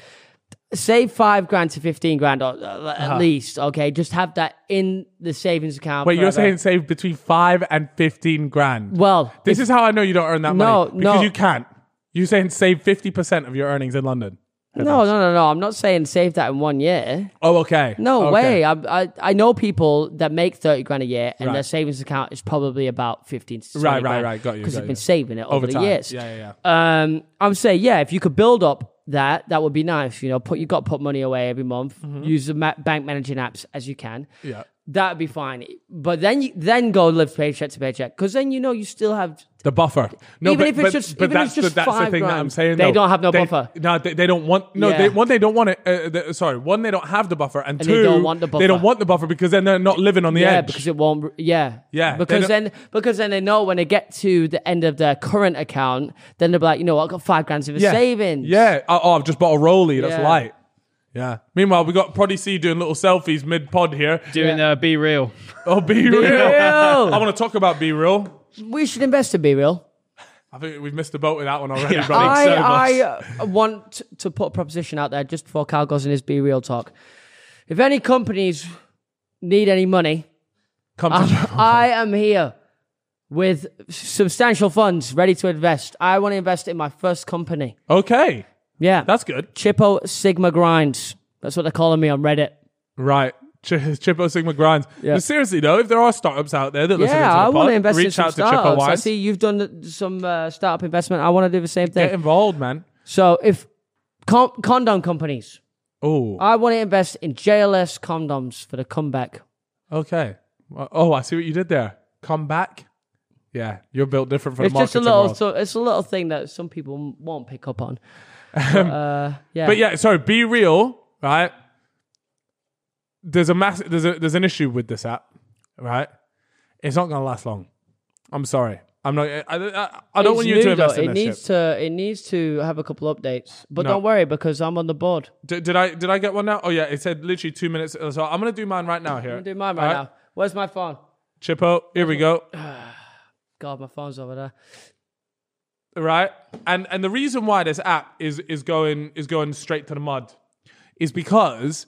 [SPEAKER 2] Save five grand to fifteen grand, or, uh, at least. Okay, just have that in the savings account.
[SPEAKER 1] Uh-huh. wait you're
[SPEAKER 2] forever.
[SPEAKER 1] saying save between 5 and 15 grand
[SPEAKER 2] well,
[SPEAKER 1] this is how i know you don't earn that
[SPEAKER 2] No,
[SPEAKER 1] money because
[SPEAKER 2] no.
[SPEAKER 1] you can't you're saying save 50% of your earnings in london
[SPEAKER 2] no, no, no, no. I'm not saying save that in one year.
[SPEAKER 1] oh okay
[SPEAKER 2] No
[SPEAKER 1] Okay.
[SPEAKER 2] way. I, I I know people that make thirty grand a year, and
[SPEAKER 1] Right.
[SPEAKER 2] their savings account is probably about fifteen. To
[SPEAKER 1] Right, right, right. Got you,
[SPEAKER 2] Because
[SPEAKER 1] got
[SPEAKER 2] they've
[SPEAKER 1] you.
[SPEAKER 2] been saving it over,
[SPEAKER 1] over
[SPEAKER 2] the
[SPEAKER 1] time
[SPEAKER 2] years.
[SPEAKER 1] yeah yeah yeah
[SPEAKER 2] Um, I'm saying, yeah, if you could build up that, that would be nice. You know, put you got to put money away every month. Use the ma- bank managing apps as you can.
[SPEAKER 1] Mm-hmm. Yeah.
[SPEAKER 2] That'd be fine. But then you then go live paycheck to paycheck because then you know you still have.
[SPEAKER 1] The buffer. No,
[SPEAKER 2] Even
[SPEAKER 1] but,
[SPEAKER 2] if it's
[SPEAKER 1] but,
[SPEAKER 2] just-
[SPEAKER 1] but
[SPEAKER 2] even if
[SPEAKER 1] that's,
[SPEAKER 2] it's
[SPEAKER 1] the,
[SPEAKER 2] just
[SPEAKER 1] that's the
[SPEAKER 2] five
[SPEAKER 1] thing that I'm
[SPEAKER 2] grand,
[SPEAKER 1] saying.
[SPEAKER 2] they
[SPEAKER 1] though.
[SPEAKER 2] don't have no
[SPEAKER 1] They-
[SPEAKER 2] buffer.
[SPEAKER 1] No, they, they don't want. No, they,
[SPEAKER 2] Yeah.
[SPEAKER 1] one they don't want it. Uh, they- sorry, one they don't have the buffer, and,
[SPEAKER 2] And
[SPEAKER 1] two
[SPEAKER 2] they don't want the
[SPEAKER 1] They don't
[SPEAKER 2] buffer.
[SPEAKER 1] want the buffer because then they're not living on the
[SPEAKER 2] yeah,
[SPEAKER 1] edge.
[SPEAKER 2] because it won't. Yeah,
[SPEAKER 1] Yeah, they
[SPEAKER 2] Because
[SPEAKER 1] don't-
[SPEAKER 2] then, because then they know when they get to the end of their current account, then they'll be like, you know what, I've got five grand in
[SPEAKER 1] yeah.
[SPEAKER 2] savings.
[SPEAKER 1] Yeah. Oh, oh, I've just bought a rollie. That's
[SPEAKER 2] Yeah.
[SPEAKER 1] light. Yeah. Meanwhile, we got Proddy C doing little selfies mid pod here.
[SPEAKER 3] Doing uh, be real.
[SPEAKER 1] Oh, be real.
[SPEAKER 2] real.
[SPEAKER 1] I want to talk about be real.
[SPEAKER 2] we should invest in Be Real.
[SPEAKER 1] I think we've missed the boat with that one already,
[SPEAKER 3] Yeah.
[SPEAKER 1] brother.
[SPEAKER 3] I- so,
[SPEAKER 2] I, I uh, want to put a proposition out there just before Cal goes in his Be Real talk. If any companies need any money,
[SPEAKER 1] Come to
[SPEAKER 2] I am here with substantial funds ready to invest. I want to invest in my first company.
[SPEAKER 1] Okay.
[SPEAKER 2] Yeah.
[SPEAKER 1] That's good.
[SPEAKER 2] Chippo Sigma Grinds. That's what they're calling me on Reddit.
[SPEAKER 1] Right. Ch- Chippo Sigma grinds.
[SPEAKER 2] Yeah.
[SPEAKER 1] But seriously though, if there are startups out there that listen to the
[SPEAKER 2] Yeah, I
[SPEAKER 1] pod,
[SPEAKER 2] want to invest
[SPEAKER 1] reach
[SPEAKER 2] in some
[SPEAKER 1] out to Chippo
[SPEAKER 2] startups. I
[SPEAKER 1] Wise.
[SPEAKER 2] see you've done some uh, startup investment. I want to do the same
[SPEAKER 1] Get
[SPEAKER 2] thing.
[SPEAKER 1] involved, man.
[SPEAKER 2] So if con- condom companies,
[SPEAKER 1] Oh,
[SPEAKER 2] I want to invest in JLS condoms for the comeback.
[SPEAKER 1] okay. Oh, I see what you did there. Come back. Yeah, you're built different for
[SPEAKER 2] It's
[SPEAKER 1] the
[SPEAKER 2] just a
[SPEAKER 1] marketing
[SPEAKER 2] little,
[SPEAKER 1] world.
[SPEAKER 2] so it's a little thing that some people m- won't pick up on. But, uh, yeah,
[SPEAKER 1] But yeah, sorry, be real, right? There's a mass there's a there's an issue with this app, right? It's not gonna last long. I'm sorry. I'm not I, I, I don't
[SPEAKER 2] It's
[SPEAKER 1] want you
[SPEAKER 2] new,
[SPEAKER 1] to invest
[SPEAKER 2] though.
[SPEAKER 1] in
[SPEAKER 2] it
[SPEAKER 1] this
[SPEAKER 2] needs
[SPEAKER 1] shit.
[SPEAKER 2] to, it needs to have a couple updates. But
[SPEAKER 1] No.
[SPEAKER 2] don't worry because I'm on the board.
[SPEAKER 1] Did, did I did I get one now? Oh yeah, it said literally two minutes. So I'm gonna do mine right now here.
[SPEAKER 2] I'm doing mine right,
[SPEAKER 1] All
[SPEAKER 2] now. Where's my phone?
[SPEAKER 1] Chippo, here we go.
[SPEAKER 2] God, my phone's over there.
[SPEAKER 1] right? And and the reason why this app is is going is going straight to the mud is because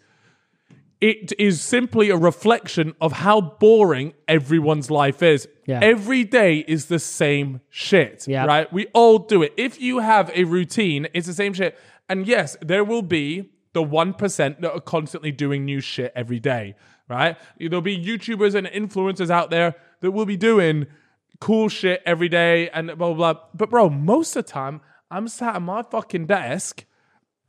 [SPEAKER 1] it is simply a reflection of how boring everyone's life is.
[SPEAKER 2] Yeah.
[SPEAKER 1] Every day is the same shit,
[SPEAKER 2] Yeah.
[SPEAKER 1] right? We all do it. If you have a routine, it's the same shit. And yes, there will be the 1% that are constantly doing new shit every day, right? There'll be YouTubers and influencers out there that will be doing cool shit every day and blah, blah, blah. But bro, most of the time, I'm sat at my fucking desk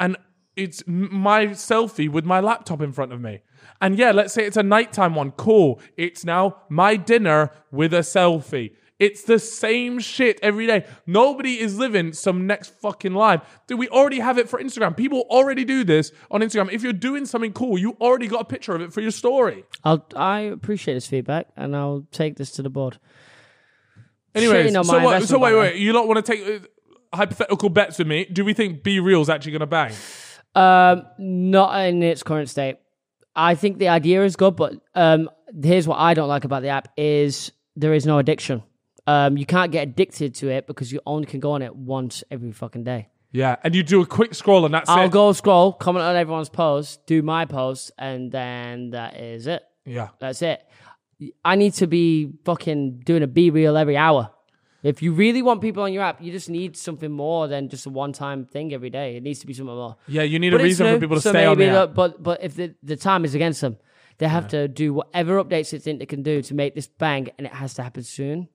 [SPEAKER 1] and it's m- my selfie with my laptop in front of me. And yeah, let's say it's a nighttime one. Cool. It's now my dinner with a selfie. It's the same shit every day. Nobody is living some next fucking life. Do we already have it for Instagram? People already do this on Instagram. If you're doing something cool, you already got a picture of it for your story.
[SPEAKER 2] I'll, I appreciate this feedback and I'll take this to the board.
[SPEAKER 1] Anyways,
[SPEAKER 2] Shitting on
[SPEAKER 1] so,
[SPEAKER 2] my
[SPEAKER 1] what, so
[SPEAKER 2] investment,
[SPEAKER 1] wait,
[SPEAKER 2] by the
[SPEAKER 1] wait. You lot want to take uh, hypothetical bets with me? Do we think B Real's actually going to bang?
[SPEAKER 2] Um, not in its current state. I think the idea is good, but um, here's what I don't like about the app is there is no addiction. Um, you can't get addicted to it because you only can go on it once every fucking day.
[SPEAKER 1] Yeah, and you do a quick scroll and that's
[SPEAKER 2] I'll
[SPEAKER 1] it.
[SPEAKER 2] go scroll, comment on everyone's post, do my post, and then that is it.
[SPEAKER 1] yeah.
[SPEAKER 2] That's it. I need to be fucking doing a B reel every hour. If you really want people on your app, you just need something more than just a one time thing every day. It needs to be something more.
[SPEAKER 1] Yeah, you need
[SPEAKER 2] But
[SPEAKER 1] a
[SPEAKER 2] it's
[SPEAKER 1] reason for
[SPEAKER 2] new,
[SPEAKER 1] people to
[SPEAKER 2] so
[SPEAKER 1] stay on
[SPEAKER 2] maybe
[SPEAKER 1] the app.
[SPEAKER 2] look, But but if the, the time is against them, they have to do whatever updates they think they can do to make this bang, and it has to happen soon.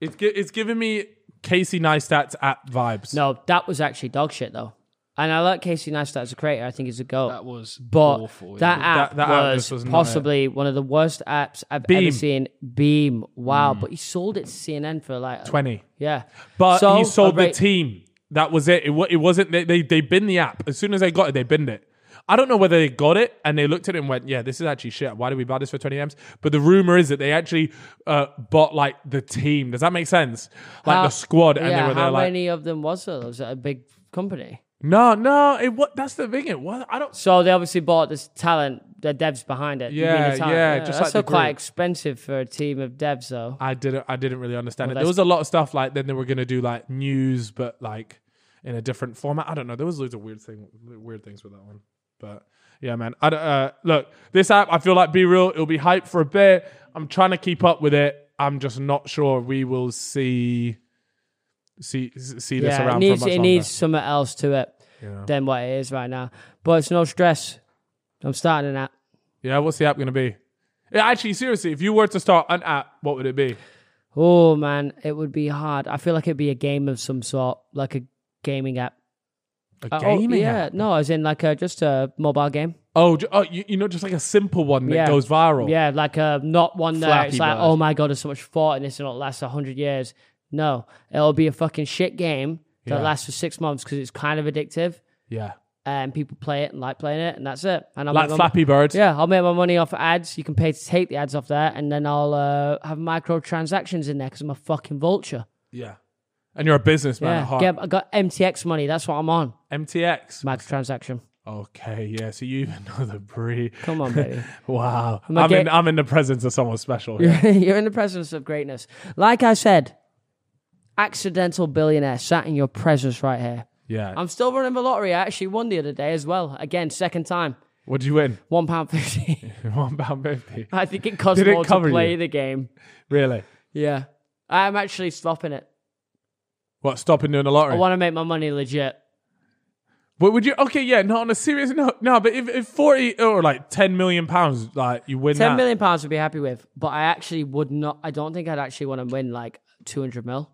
[SPEAKER 1] It's gi- it's giving me Casey Neistat's app vibes.
[SPEAKER 2] No, that was actually dog shit though, and I like Casey Neistat as a creator. I think he's a goat.
[SPEAKER 3] That was
[SPEAKER 2] but
[SPEAKER 3] awful.
[SPEAKER 2] that app
[SPEAKER 1] That- that app
[SPEAKER 2] was,
[SPEAKER 1] just was not
[SPEAKER 2] possibly one of the worst apps I've
[SPEAKER 1] Beam. Mm.
[SPEAKER 2] ever seen. Beam, wow! But he sold it to CNN for like
[SPEAKER 1] twenty.
[SPEAKER 2] Yeah,
[SPEAKER 1] But
[SPEAKER 2] So,
[SPEAKER 1] he sold
[SPEAKER 2] alright,
[SPEAKER 1] the team. That was it. It, wa- it wasn't. They, they they binned the app as soon as they got it. They binned it. I don't know whether they got it and they looked at it and went, "Yeah, this is actually shit. Why did we buy this for twenty m's?" But the rumor is that they actually uh, bought like the team. Does that make sense? Like
[SPEAKER 2] how-
[SPEAKER 1] the squad, and
[SPEAKER 2] yeah,
[SPEAKER 1] they were there
[SPEAKER 2] how
[SPEAKER 1] like,
[SPEAKER 2] many of them was there? Was it a big company?
[SPEAKER 1] "No, no, it what? That's the thing. It was. I don't.
[SPEAKER 2] So they obviously bought this talent, the devs behind it. You mean the
[SPEAKER 1] Yeah,
[SPEAKER 2] talent.
[SPEAKER 1] yeah, just
[SPEAKER 2] that's
[SPEAKER 1] like
[SPEAKER 2] still
[SPEAKER 1] the
[SPEAKER 2] quite
[SPEAKER 1] group.
[SPEAKER 2] expensive for a team of devs, though.
[SPEAKER 1] I didn't I didn't really understand it. There
[SPEAKER 2] that's-
[SPEAKER 1] was a lot of stuff like then they were gonna do like news, but like in a different format. I don't know. There was loads of weird thing weird things with that one. But yeah, man. I don't, uh, look this app. I feel like be real. It'll be hype for a bit. I'm trying to keep up with it. I'm just not sure we will see see see this
[SPEAKER 2] yeah,
[SPEAKER 1] around
[SPEAKER 2] it needs
[SPEAKER 1] for much
[SPEAKER 2] it
[SPEAKER 1] longer.
[SPEAKER 2] needs something else to it than what it is right now. But it's no stress. I'm starting an app.
[SPEAKER 1] yeah, what's the app gonna be? Yeah, actually, seriously, if you were to start an app, what would it be?
[SPEAKER 2] Oh man, it would be hard. I feel like it'd be a game of some sort, like a gaming app.
[SPEAKER 1] A
[SPEAKER 2] Uh, oh,
[SPEAKER 1] gaming
[SPEAKER 2] yeah,
[SPEAKER 1] app.
[SPEAKER 2] no, as in like a, just a mobile game.
[SPEAKER 1] Oh, ju- oh you, you know, just like a simple one that
[SPEAKER 2] Yeah.
[SPEAKER 1] goes viral.
[SPEAKER 2] Yeah, like uh, not one that
[SPEAKER 3] Flappy
[SPEAKER 2] it's like,
[SPEAKER 3] Bird.
[SPEAKER 2] oh my god, there's so much thought in this and it'll last hundred years. No, it'll be a fucking shit game that
[SPEAKER 1] Yeah.
[SPEAKER 2] lasts for six months because it's kind of addictive
[SPEAKER 1] yeah.
[SPEAKER 2] and people play it and like playing it and that's it. And I'll
[SPEAKER 1] Like
[SPEAKER 2] make my-
[SPEAKER 1] Flappy Bird.
[SPEAKER 2] Yeah, I'll make my money off ads. You can pay to take the ads off there, and then I'll uh, have microtransactions in there because I'm a fucking vulture.
[SPEAKER 1] Yeah. And you're a businessman at
[SPEAKER 2] Yeah,
[SPEAKER 1] heart.
[SPEAKER 2] get, I got MTX money. That's what I'm on.
[SPEAKER 1] MTX.
[SPEAKER 2] Microtransaction.
[SPEAKER 1] Okay, yeah. So you even know the breed.
[SPEAKER 2] Come on, baby.
[SPEAKER 1] Wow. I'm,
[SPEAKER 2] a gay-
[SPEAKER 1] in, I'm in the presence of someone special. here.
[SPEAKER 2] You're in the presence of greatness. Like I said, accidental billionaire sat in your presence right here.
[SPEAKER 1] Yeah.
[SPEAKER 2] I'm still running the lottery. I actually won the other day as well. Again, second time.
[SPEAKER 1] What'd you win?
[SPEAKER 2] One pound fifty.
[SPEAKER 1] One pound fifty.
[SPEAKER 2] I think it cost
[SPEAKER 1] Did it
[SPEAKER 2] more to
[SPEAKER 1] cover
[SPEAKER 2] play
[SPEAKER 1] you?
[SPEAKER 2] the game.
[SPEAKER 1] Really?
[SPEAKER 2] Yeah. I'm actually stopping it.
[SPEAKER 1] What? Stopping doing the lottery?
[SPEAKER 2] I want to make my money legit.
[SPEAKER 1] But would you? Okay, yeah. No, on a serious note, no. But if, if forty or like ten million pounds, like you win
[SPEAKER 2] Ten
[SPEAKER 1] that.
[SPEAKER 2] million pounds would be happy with, but I actually would not. I don't think I'd actually want to win like two hundred mil,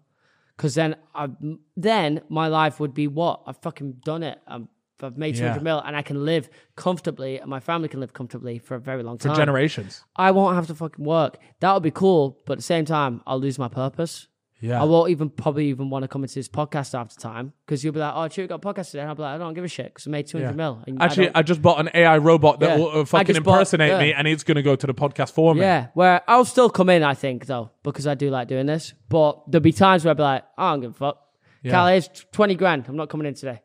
[SPEAKER 2] because then I then my life would be what I've fucking done it. i I've made two
[SPEAKER 1] Yeah.
[SPEAKER 2] hundred mil, and I can live comfortably, and my family can live comfortably for a very long
[SPEAKER 1] for
[SPEAKER 2] time.
[SPEAKER 1] generations.
[SPEAKER 2] I won't have to fucking work. That would be cool, but at the same time, I'll lose my purpose.
[SPEAKER 1] Yeah.
[SPEAKER 2] I won't even probably even want to come into this podcast after time because you'll be like, "Oh, Chewie got a podcast today," and I'll be like, "I don't give a shit because I made two hundred
[SPEAKER 1] Yeah.
[SPEAKER 2] mil." And
[SPEAKER 1] Actually,
[SPEAKER 2] don't-
[SPEAKER 1] I, just bought an AI robot that
[SPEAKER 2] Yeah.
[SPEAKER 1] will
[SPEAKER 2] I
[SPEAKER 1] uh, fucking
[SPEAKER 2] just bought-
[SPEAKER 1] impersonate me,
[SPEAKER 2] yeah.
[SPEAKER 1] and it's going to go to the podcast for me.
[SPEAKER 2] Yeah, where I'll still come in, I think, though, because I do like doing this. But there'll be times where I'll be like, I don't give a fuck.
[SPEAKER 1] Yeah.
[SPEAKER 2] Cal, here's 20 grand. I'm not coming in today.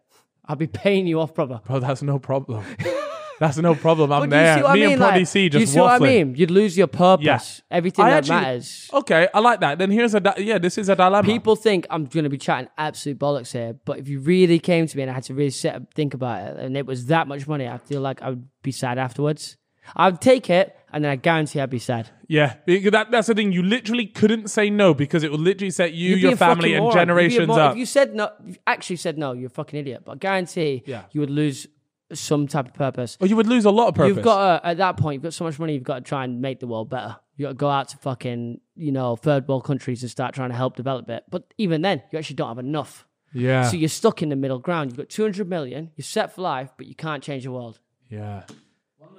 [SPEAKER 2] I'll be paying you off proper.
[SPEAKER 1] bro, that's no problem. that's no problem. I'm
[SPEAKER 2] But do you
[SPEAKER 1] there.
[SPEAKER 2] see what
[SPEAKER 1] me
[SPEAKER 2] I mean?
[SPEAKER 1] and Prodigy
[SPEAKER 2] Like,
[SPEAKER 1] C
[SPEAKER 2] do
[SPEAKER 1] just
[SPEAKER 2] you see
[SPEAKER 1] waffling.
[SPEAKER 2] what I mean? You'd lose your purpose.
[SPEAKER 1] Yeah.
[SPEAKER 2] Everything
[SPEAKER 1] I
[SPEAKER 2] that
[SPEAKER 1] actually-
[SPEAKER 2] matters.
[SPEAKER 1] Okay, I like that. Then here's a di- yeah. This is a dilemma.
[SPEAKER 2] People think I'm going to be chatting absolute bollocks here, but if you really came to me and I had to really sit and think about it, and it was that much money, I feel like I would be sad afterwards. I'd take it, and then I guarantee I'd be sad.
[SPEAKER 1] Yeah, because that, that's the thing. You literally couldn't say no because it would literally set you,
[SPEAKER 2] You'd be
[SPEAKER 1] your
[SPEAKER 2] a fucking
[SPEAKER 1] family, and
[SPEAKER 2] moron. You'd be a
[SPEAKER 1] generations
[SPEAKER 2] mor-
[SPEAKER 1] up.
[SPEAKER 2] If you said no, if you actually said no, you're a fucking idiot. But I guarantee
[SPEAKER 1] Yeah.
[SPEAKER 2] you would lose some type of purpose.
[SPEAKER 1] or you would lose a lot of purpose.
[SPEAKER 2] You've got to, at that point, you've got so much money, you've got to try and make the world better. You've got to go out to fucking, you know, third world countries and start trying to help develop it. But even then, you actually don't have enough.
[SPEAKER 1] yeah,
[SPEAKER 2] So you're stuck in the middle ground. You've got 200 million, you're set for life, but you can't change the world.
[SPEAKER 1] yeah.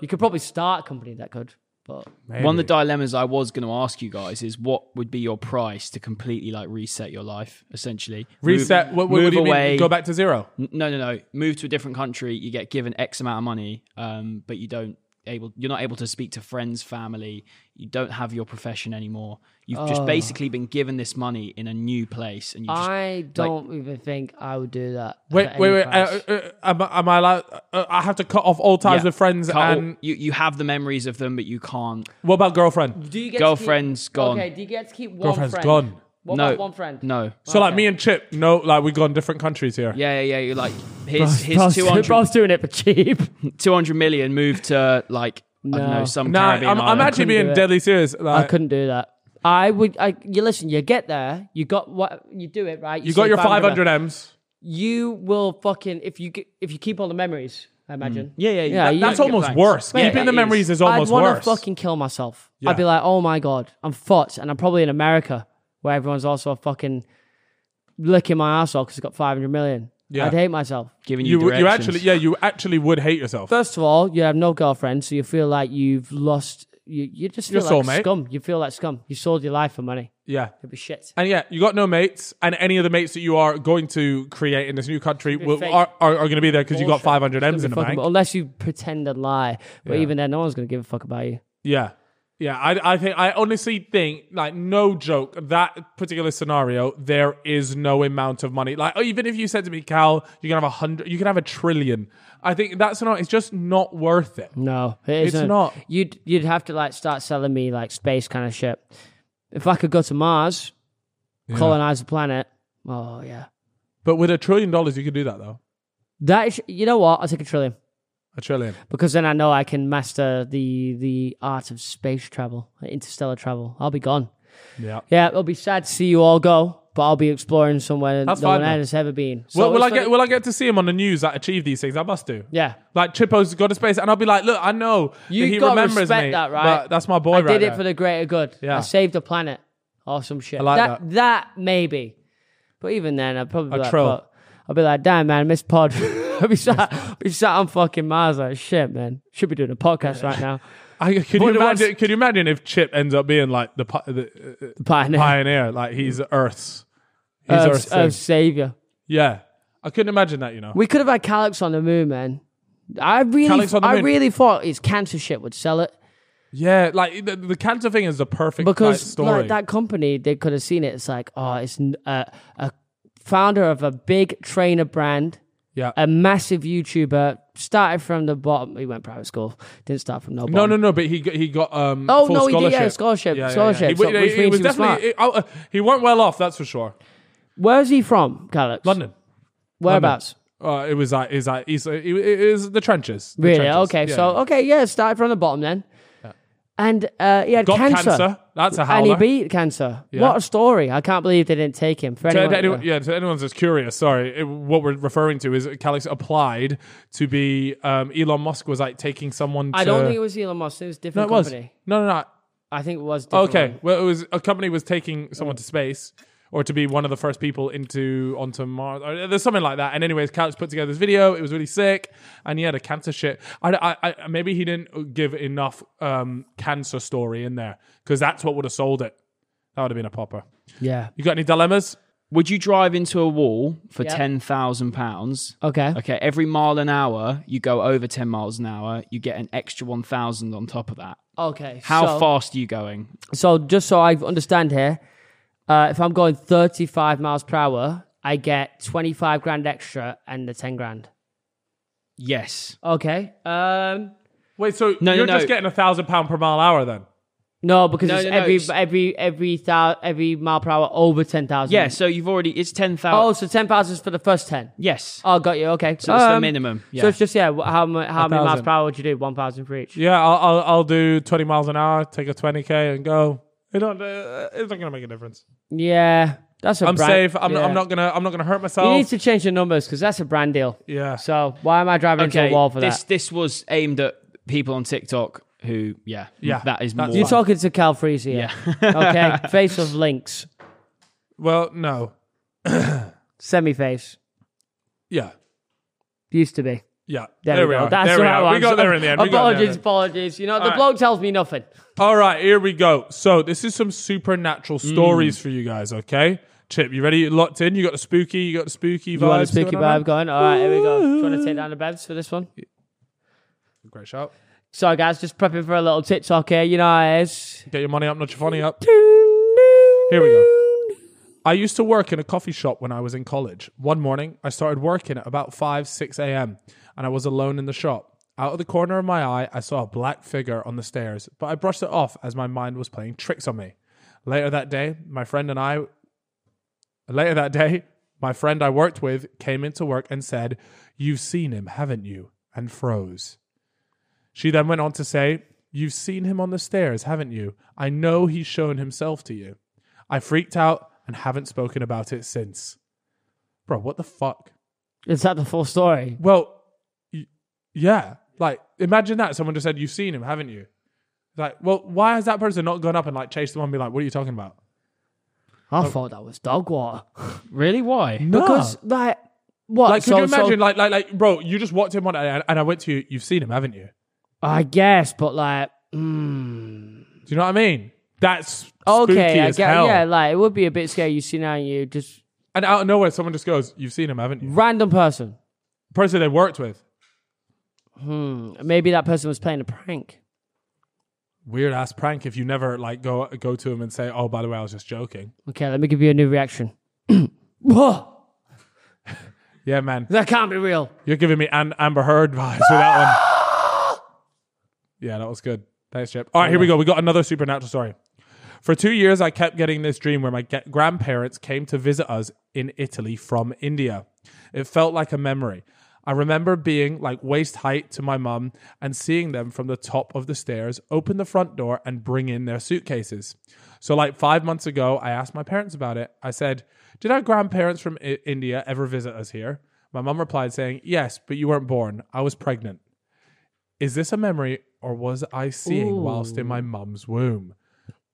[SPEAKER 2] You could probably start a company that could, but
[SPEAKER 3] One of the dilemmas I was going to ask you guys is what would be your price to completely like reset your life, essentially.
[SPEAKER 1] reset.
[SPEAKER 3] Move,
[SPEAKER 1] what, what,
[SPEAKER 3] move
[SPEAKER 1] what do you
[SPEAKER 3] away.
[SPEAKER 1] mean? Go back to zero.
[SPEAKER 3] N- No, no, no. Move to a different country. You get given X amount of money, um, but you don't able. You're not able to speak to friends, family. You don't have your profession anymore. You've just basically been given this money in a new place, and you just
[SPEAKER 2] I don't even think I would do that.
[SPEAKER 1] Wait,
[SPEAKER 2] at any
[SPEAKER 1] wait, wait.
[SPEAKER 2] price.
[SPEAKER 1] Uh, uh, uh, am, I- am I allowed? Uh, I have to cut off all ties
[SPEAKER 3] yeah,
[SPEAKER 1] with friends.
[SPEAKER 3] cut all-
[SPEAKER 1] and
[SPEAKER 3] you you have the memories of them, but you can't.
[SPEAKER 1] what about girlfriend?
[SPEAKER 2] do you get to keep-
[SPEAKER 3] Girlfriend's gone.
[SPEAKER 2] Okay, do you get to keep one
[SPEAKER 1] Girlfriend's
[SPEAKER 2] friend?
[SPEAKER 1] gone.
[SPEAKER 2] What
[SPEAKER 3] no,
[SPEAKER 2] about one friend?
[SPEAKER 3] No.
[SPEAKER 1] So like me and Chip, no, like we've gone different countries here.
[SPEAKER 3] Yeah, yeah, yeah. You're like his his
[SPEAKER 2] Bro's,
[SPEAKER 3] 200,
[SPEAKER 2] Bro's doing it for cheap.
[SPEAKER 1] Uh,
[SPEAKER 3] 200 million moved to like I don't
[SPEAKER 2] No.
[SPEAKER 3] know some
[SPEAKER 1] No,
[SPEAKER 3] Caribbean
[SPEAKER 1] I'm, I'm
[SPEAKER 3] island.
[SPEAKER 1] actually
[SPEAKER 2] Couldn't do
[SPEAKER 1] being
[SPEAKER 2] it.
[SPEAKER 1] deadly serious.
[SPEAKER 2] I
[SPEAKER 1] Like,
[SPEAKER 2] couldn't do that. I would. I you listen. You get there. You got what you do it right.
[SPEAKER 1] you got
[SPEAKER 2] say
[SPEAKER 1] your 500 M's.
[SPEAKER 2] You will fucking if you get- if you keep all the memories.
[SPEAKER 1] Mm.
[SPEAKER 2] I imagine.
[SPEAKER 3] yeah, yeah, yeah.
[SPEAKER 2] Uh, Yeah, you-
[SPEAKER 1] That's
[SPEAKER 3] you get
[SPEAKER 1] almost
[SPEAKER 3] thanks.
[SPEAKER 1] worse.
[SPEAKER 3] Yeah,
[SPEAKER 1] Keeping
[SPEAKER 3] it
[SPEAKER 1] the
[SPEAKER 3] is.
[SPEAKER 1] memories is
[SPEAKER 2] I'd
[SPEAKER 1] almost
[SPEAKER 2] want to
[SPEAKER 1] worse.
[SPEAKER 2] fucking kill myself.
[SPEAKER 1] Yeah.
[SPEAKER 2] I'd be like, oh my god, I'm fucked, and I'm probably in America where everyone's also fucking licking my asshole because it's got 500 million.
[SPEAKER 1] Yeah.
[SPEAKER 2] I'd hate myself.
[SPEAKER 3] Giving you,
[SPEAKER 1] You, you
[SPEAKER 3] directions.
[SPEAKER 1] actually, yeah, you actually would hate yourself.
[SPEAKER 2] First of all, you have no girlfriend, so you feel like you've lost. You, you just feel
[SPEAKER 1] Your
[SPEAKER 2] like
[SPEAKER 1] soulmate.
[SPEAKER 2] scum. You feel like scum. You sold your life for money.
[SPEAKER 1] Yeah.
[SPEAKER 2] It'd be shit.
[SPEAKER 1] And yeah, you got no mates, and any of the mates that you are going to create in this new country will,
[SPEAKER 2] fake.
[SPEAKER 1] are, are, are going to be there because you got
[SPEAKER 2] Bullshit.
[SPEAKER 1] 500
[SPEAKER 2] It's
[SPEAKER 1] M's
[SPEAKER 2] gonna
[SPEAKER 1] in
[SPEAKER 2] be
[SPEAKER 1] the
[SPEAKER 2] fucking-
[SPEAKER 1] bank.
[SPEAKER 2] Unless you pretend and lie, but even then, no one's gonna give a fuck about you.
[SPEAKER 1] Yeah. Yeah, I, I think I honestly think like no joke that particular scenario there is no amount of money like even if you said to me Cal you can have a hundred you can have a trillion I think that's not it's just not worth it
[SPEAKER 2] No, it
[SPEAKER 1] It's
[SPEAKER 2] isn't.
[SPEAKER 1] not.
[SPEAKER 2] You'd you'd have to like start selling me like space kind of shit. If I could go to Mars, colonize the planet. Oh yeah,
[SPEAKER 1] but with a trillion dollars you could do that though
[SPEAKER 2] that is. You know what? I'll take a trillion
[SPEAKER 1] a trillion
[SPEAKER 2] because then I know I can master the the art of space travel, interstellar travel. I'll be gone.
[SPEAKER 1] yeah
[SPEAKER 2] Yeah, it'll be sad to see you all go, but I'll be exploring somewhere
[SPEAKER 1] That's
[SPEAKER 2] no
[SPEAKER 1] fine,
[SPEAKER 2] one
[SPEAKER 1] man.
[SPEAKER 2] has ever been. So
[SPEAKER 1] well, will I
[SPEAKER 2] it's
[SPEAKER 1] get
[SPEAKER 2] like-
[SPEAKER 1] will I get to see him on the news that achieve these things I must do
[SPEAKER 2] Yeah.
[SPEAKER 1] like Chippo's gone to space and I'll be like look I know
[SPEAKER 2] You
[SPEAKER 1] that he
[SPEAKER 2] gotta
[SPEAKER 1] remembers
[SPEAKER 2] respect
[SPEAKER 1] me
[SPEAKER 2] that, right?
[SPEAKER 1] but that's my boy
[SPEAKER 2] I
[SPEAKER 1] right
[SPEAKER 2] did
[SPEAKER 1] there.
[SPEAKER 2] it for the greater good.
[SPEAKER 1] Yeah.
[SPEAKER 2] I saved the planet or some shit.
[SPEAKER 1] I like
[SPEAKER 2] that, that. maybe. But even then, I'd probably be like,
[SPEAKER 1] trill.
[SPEAKER 2] "Fuck." I'd be like, damn, man, I missed pod. we sat, we sat on fucking Mars like shit, man. Should be doing a podcast right now.
[SPEAKER 1] I, could you
[SPEAKER 2] But the ones-
[SPEAKER 1] imagine? Could you imagine if Chip ends up being like the, pi- the uh,
[SPEAKER 2] Pioneer,
[SPEAKER 1] pioneer? Like he's Earth's, he's
[SPEAKER 2] Mm. Earth's,
[SPEAKER 1] Earth's,
[SPEAKER 2] Earth's savior.
[SPEAKER 1] yeah. I couldn't imagine that. You know,
[SPEAKER 2] We could have had Calyx on the moon, man. I really,
[SPEAKER 1] Calyx on the
[SPEAKER 2] I
[SPEAKER 1] moon.
[SPEAKER 2] really thought his cancer shit would sell it
[SPEAKER 1] yeah. Like the, the cancer thing is the perfect like,
[SPEAKER 2] because
[SPEAKER 1] story.
[SPEAKER 2] like that company, they could have seen it. It's like, oh, it's n- a, a founder of a big trainer brand,
[SPEAKER 1] yeah.
[SPEAKER 2] a massive YouTuber, started from the bottom. He went private school, didn't start from no bottom.
[SPEAKER 1] No, no, no. But he got, he got um.
[SPEAKER 2] Oh,
[SPEAKER 1] full
[SPEAKER 2] no, he
[SPEAKER 1] scholarship.
[SPEAKER 2] did, yeah, scholarship, scholarship,
[SPEAKER 1] He,
[SPEAKER 2] so-
[SPEAKER 1] he-
[SPEAKER 2] which
[SPEAKER 1] he
[SPEAKER 2] means
[SPEAKER 1] was
[SPEAKER 2] he was
[SPEAKER 1] definitely he, oh, uh, he weren't well off. That's for sure.
[SPEAKER 2] Where's he from, Calyx?
[SPEAKER 1] London.
[SPEAKER 2] Whereabouts?
[SPEAKER 1] Uh, it was like is like he's, it is the trenches. The
[SPEAKER 2] Really?
[SPEAKER 1] trenches.
[SPEAKER 2] Okay.
[SPEAKER 1] Yeah,
[SPEAKER 2] so
[SPEAKER 1] yeah.
[SPEAKER 2] okay, yeah, started from the bottom then. And uh, he had
[SPEAKER 1] got cancer.
[SPEAKER 2] cancer.
[SPEAKER 1] That's a
[SPEAKER 2] And he
[SPEAKER 1] howler.
[SPEAKER 2] beat cancer. What a story. I can't believe they didn't take him. For
[SPEAKER 1] To
[SPEAKER 2] anyone,
[SPEAKER 1] anyone- yeah, to anyone that's curious, sorry, it- what we're referring to is Calix applied to be um, Elon Musk was like taking someone. To,
[SPEAKER 2] I don't think it was Elon Musk. It was a
[SPEAKER 1] no,
[SPEAKER 2] different
[SPEAKER 1] it was
[SPEAKER 2] company.
[SPEAKER 1] no, no, no.
[SPEAKER 2] I think it was a different
[SPEAKER 1] Okay,
[SPEAKER 2] one.
[SPEAKER 1] well, it was a company was taking someone to space or to be one of the first people into onto Mars. Or, there's something like that. And anyways, Calix put together this video. It was really sick, and he had a cancer shit. I, I, I maybe he didn't give enough um, cancer story in there because that's what would have sold it. That would have been a popper.
[SPEAKER 2] Yeah.
[SPEAKER 1] You got any dilemmas?
[SPEAKER 3] Would you drive into a wall for
[SPEAKER 2] Yep.
[SPEAKER 3] ten thousand pounds?
[SPEAKER 2] Okay.
[SPEAKER 3] Okay, every mile an hour you go over ten miles an hour, you get an extra one thousand on top of that.
[SPEAKER 2] Okay.
[SPEAKER 3] How
[SPEAKER 2] so,
[SPEAKER 3] fast are you going?
[SPEAKER 2] So just so I understand here, uh, if I'm going 35 miles per hour, I get 25 grand extra and the 10 grand.
[SPEAKER 3] Yes.
[SPEAKER 2] Okay. Um,
[SPEAKER 1] Wait, so
[SPEAKER 3] No, no,
[SPEAKER 1] you're
[SPEAKER 3] no.
[SPEAKER 1] just getting a thousand pound per mile hour then?
[SPEAKER 2] no, because
[SPEAKER 3] No,
[SPEAKER 2] it's
[SPEAKER 3] no, no,
[SPEAKER 2] every
[SPEAKER 3] it's-
[SPEAKER 2] every every thou, every mile per hour over 10,000.
[SPEAKER 3] Yeah, so you've already it's ten thousand
[SPEAKER 2] Oh, so 10,000 is for the first 10.
[SPEAKER 3] Yes.
[SPEAKER 2] Oh, got you. Okay.
[SPEAKER 3] so that's the minimum. Yeah.
[SPEAKER 2] So it's just, yeah, wh- how, mu- how many miles
[SPEAKER 1] thousand.
[SPEAKER 2] per hour would you do? 1,000 for each.
[SPEAKER 1] Yeah, I'll, I'll I'll do twenty miles an hour, take a twenty k, and go. It don't, uh, it's not gonna make a difference.
[SPEAKER 2] Yeah. That's a
[SPEAKER 1] I'm
[SPEAKER 2] brand-
[SPEAKER 1] safe. I'm,
[SPEAKER 2] yeah.
[SPEAKER 1] I'm not gonna I'm not gonna hurt
[SPEAKER 2] You
[SPEAKER 1] myself.
[SPEAKER 2] need to change the numbers because that's a brand deal.
[SPEAKER 1] yeah.
[SPEAKER 2] So why am I driving into a wall for
[SPEAKER 3] this
[SPEAKER 2] that?
[SPEAKER 3] this was aimed at people on TikTok who yeah,
[SPEAKER 1] Yeah,
[SPEAKER 3] that is
[SPEAKER 1] that's
[SPEAKER 3] more
[SPEAKER 2] You're talking to Cal Freese here. okay. Face of links.
[SPEAKER 1] well, no.
[SPEAKER 2] Semi face.
[SPEAKER 1] Yeah.
[SPEAKER 2] Used to be.
[SPEAKER 1] Yeah.
[SPEAKER 2] There, we go.
[SPEAKER 1] are.
[SPEAKER 2] That's
[SPEAKER 1] there
[SPEAKER 2] the
[SPEAKER 1] we
[SPEAKER 2] right
[SPEAKER 1] are.
[SPEAKER 2] one.
[SPEAKER 1] We got there in the end. We got there in the
[SPEAKER 2] Apologies,
[SPEAKER 1] end.
[SPEAKER 2] apologies. You know, the
[SPEAKER 1] right.
[SPEAKER 2] blog tells me nothing.
[SPEAKER 1] All right, here we go. So this is some supernatural
[SPEAKER 2] Mm.
[SPEAKER 1] stories for you guys. Okay, Chip, you ready? You locked in? You got the spooky. You got the spooky vibes.
[SPEAKER 2] You want to speak
[SPEAKER 1] going on?
[SPEAKER 2] about going? All right, here we go. Do you want to take down the bevs for this one?
[SPEAKER 1] Great shout.
[SPEAKER 2] Sorry, guys, just prepping for a little TikTok here. You know how it is.
[SPEAKER 1] Get your money up, not your funny up. Here we go. I used to work in a coffee shop when I was in college. One morning, I started working at about 5, 6 a.m., and I was alone in the shop. Out of the corner of my eye, I saw a black figure on the stairs, but I brushed it off as my mind was playing tricks on me. Later that day, my friend and I Later that day, my friend I worked with came into work and said, You've seen him, haven't you? and froze. She then went on to say, You've seen him on the stairs, haven't you? I know he's shown himself to you. I freaked out and haven't spoken about it since. Bro, what the fuck?
[SPEAKER 2] Is that the full story?
[SPEAKER 1] Well, y- yeah. Like, imagine that. Someone just said, You've seen him, haven't you? Like, well, why has that person not gone up and like chased them on and be like, What are you talking about? Oh.
[SPEAKER 2] I thought that was dog water.
[SPEAKER 3] Really? Why?
[SPEAKER 2] Because, like, what?
[SPEAKER 1] Ah. Like, could
[SPEAKER 2] so-
[SPEAKER 1] you
[SPEAKER 2] so-
[SPEAKER 1] imagine, like, like, like, bro, you just walked in one day and, and I went to you, you've seen him, haven't you?
[SPEAKER 2] I guess, but like, mm,
[SPEAKER 1] Do you know what I mean? That's spooky
[SPEAKER 2] okay, I
[SPEAKER 1] as
[SPEAKER 2] get,
[SPEAKER 1] hell.
[SPEAKER 2] yeah, like it would be a bit scary. You see now, you just
[SPEAKER 1] And out of nowhere, someone just goes, you've seen him, haven't you?
[SPEAKER 2] random person.
[SPEAKER 1] Person they worked with.
[SPEAKER 2] Maybe that person was playing a prank.
[SPEAKER 1] Weird ass prank if you never like go go to him and say, oh, by the way, I was just joking.
[SPEAKER 2] Okay, let me give you a new reaction. Whoa,
[SPEAKER 1] Yeah, man,
[SPEAKER 2] that can't be real.
[SPEAKER 1] you're giving me an Amber Heard vibes with that one. Yeah, that was good. Thanks, Chip. All right, here we go. We got another supernatural story. For two years, I kept getting this dream where my ge- grandparents came to visit us in Italy from India. It felt like a memory. I remember being like waist height to my mum and seeing them from the top of the stairs open the front door and bring in their suitcases. So, like five months ago, I asked my parents about it. I said, Did our grandparents from I- India ever visit us here? My mum replied, saying, Yes, but you weren't born. I was pregnant. Is this a memory or was I seeing whilst in my mum's womb?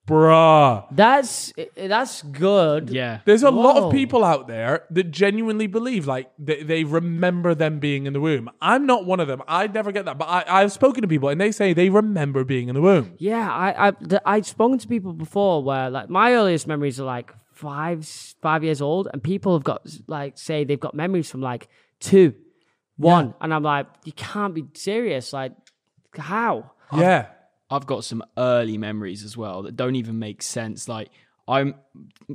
[SPEAKER 1] Bruh.
[SPEAKER 2] That's that's good.
[SPEAKER 3] Yeah.
[SPEAKER 1] There's a lot
[SPEAKER 2] Whoa.
[SPEAKER 1] of people out there that genuinely believe, like, they, they remember them being in the womb. I'm not one of them. I never get that. But I, I've spoken to people and they say they remember being in the womb.
[SPEAKER 2] Yeah, I I th- I'd spoken to people before where like my earliest memories are like five s- five years old, and people have got like say they've got memories from like two, one, and I'm like, you can't be serious. Like, how?
[SPEAKER 1] Yeah.
[SPEAKER 3] I've got some early memories as well that don't even make sense. Like I'm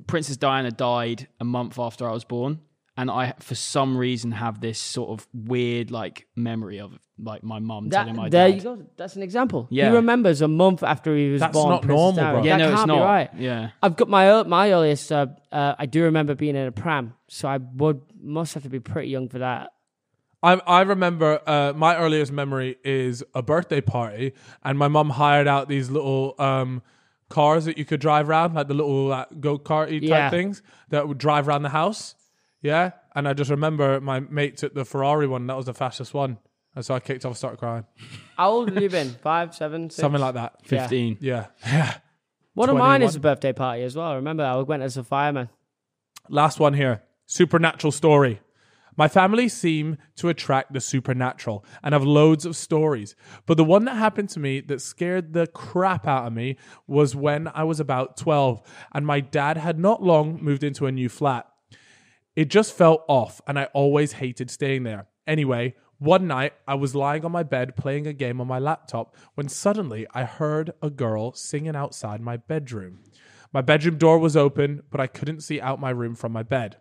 [SPEAKER 3] Princess Diana died a month after I was born, and I for some reason have this sort of weird like memory of like my mum telling my
[SPEAKER 2] That, there
[SPEAKER 3] dad.
[SPEAKER 2] you go. That's an example.
[SPEAKER 3] Yeah.
[SPEAKER 2] He remembers a month after he was
[SPEAKER 1] That's
[SPEAKER 2] born.
[SPEAKER 1] not
[SPEAKER 2] Princess
[SPEAKER 1] normal,
[SPEAKER 2] Diana.
[SPEAKER 1] bro.
[SPEAKER 3] Yeah,
[SPEAKER 2] that
[SPEAKER 3] no,
[SPEAKER 2] can't
[SPEAKER 3] it's
[SPEAKER 2] Be
[SPEAKER 3] not.
[SPEAKER 2] right.
[SPEAKER 3] Yeah.
[SPEAKER 2] I've got my ear- my earliest. Uh, uh, I do remember being in a pram, so I would must have to be pretty young for that.
[SPEAKER 1] I, I remember uh, my earliest memory is a birthday party, and my mum hired out these little um, cars that you could drive around, like the little uh, go karty type
[SPEAKER 2] Yeah.
[SPEAKER 1] things that would drive around the house. Yeah. And I just remember my mate took the Ferrari one, that was the fastest one. And so I kicked off, started crying,
[SPEAKER 2] How old have you been? Five, seven, six?
[SPEAKER 1] something like that.
[SPEAKER 2] Yeah.
[SPEAKER 3] Fifteen.
[SPEAKER 1] Yeah. Yeah.
[SPEAKER 2] One of mine is
[SPEAKER 1] 21.
[SPEAKER 2] a birthday party as well. I remember I went as a fireman.
[SPEAKER 1] Last one here supernatural story. My family seem to attract the supernatural and have loads of stories. But the one that happened to me that scared the crap out of me was when I was about 12 and my dad had not long moved into a new flat. It just felt off, and I always hated staying there. Anyway, one night I was lying on my bed playing a game on my laptop when suddenly I heard a girl singing outside my bedroom. My bedroom door was open, but I couldn't see out my room from my bed.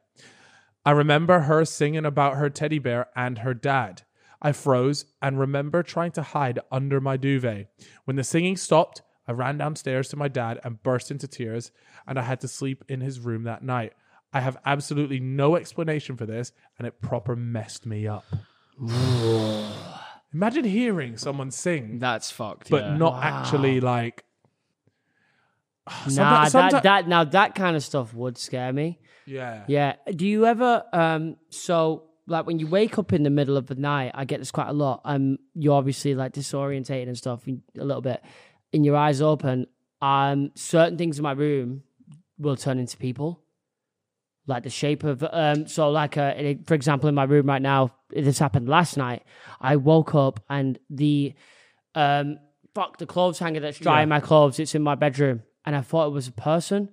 [SPEAKER 1] I remember her singing about her teddy bear and her dad. I froze and remember trying to hide under my duvet. When the singing stopped, I ran downstairs to my dad and burst into tears, and I had to sleep in his room that night. I have absolutely no explanation for this, and it proper messed me up. Imagine hearing someone sing,
[SPEAKER 3] That's fucked.
[SPEAKER 1] but
[SPEAKER 3] yeah.
[SPEAKER 1] not actually like.
[SPEAKER 2] nah,
[SPEAKER 1] Someti- someti-
[SPEAKER 2] that, that now that kind of stuff would scare me.
[SPEAKER 1] Yeah.
[SPEAKER 2] Yeah. Do you ever um so like when you wake up in the middle of the night, I get this quite a lot. Um you're obviously like disorientated and stuff and- a little bit and your eyes open. Um certain things in my room will turn into people. Like the shape of um so like uh, in- for example in my room right now, this happened last night. I woke up and the um fuck the clothes hanger that's drying my clothes, it's in my bedroom and I thought it was a person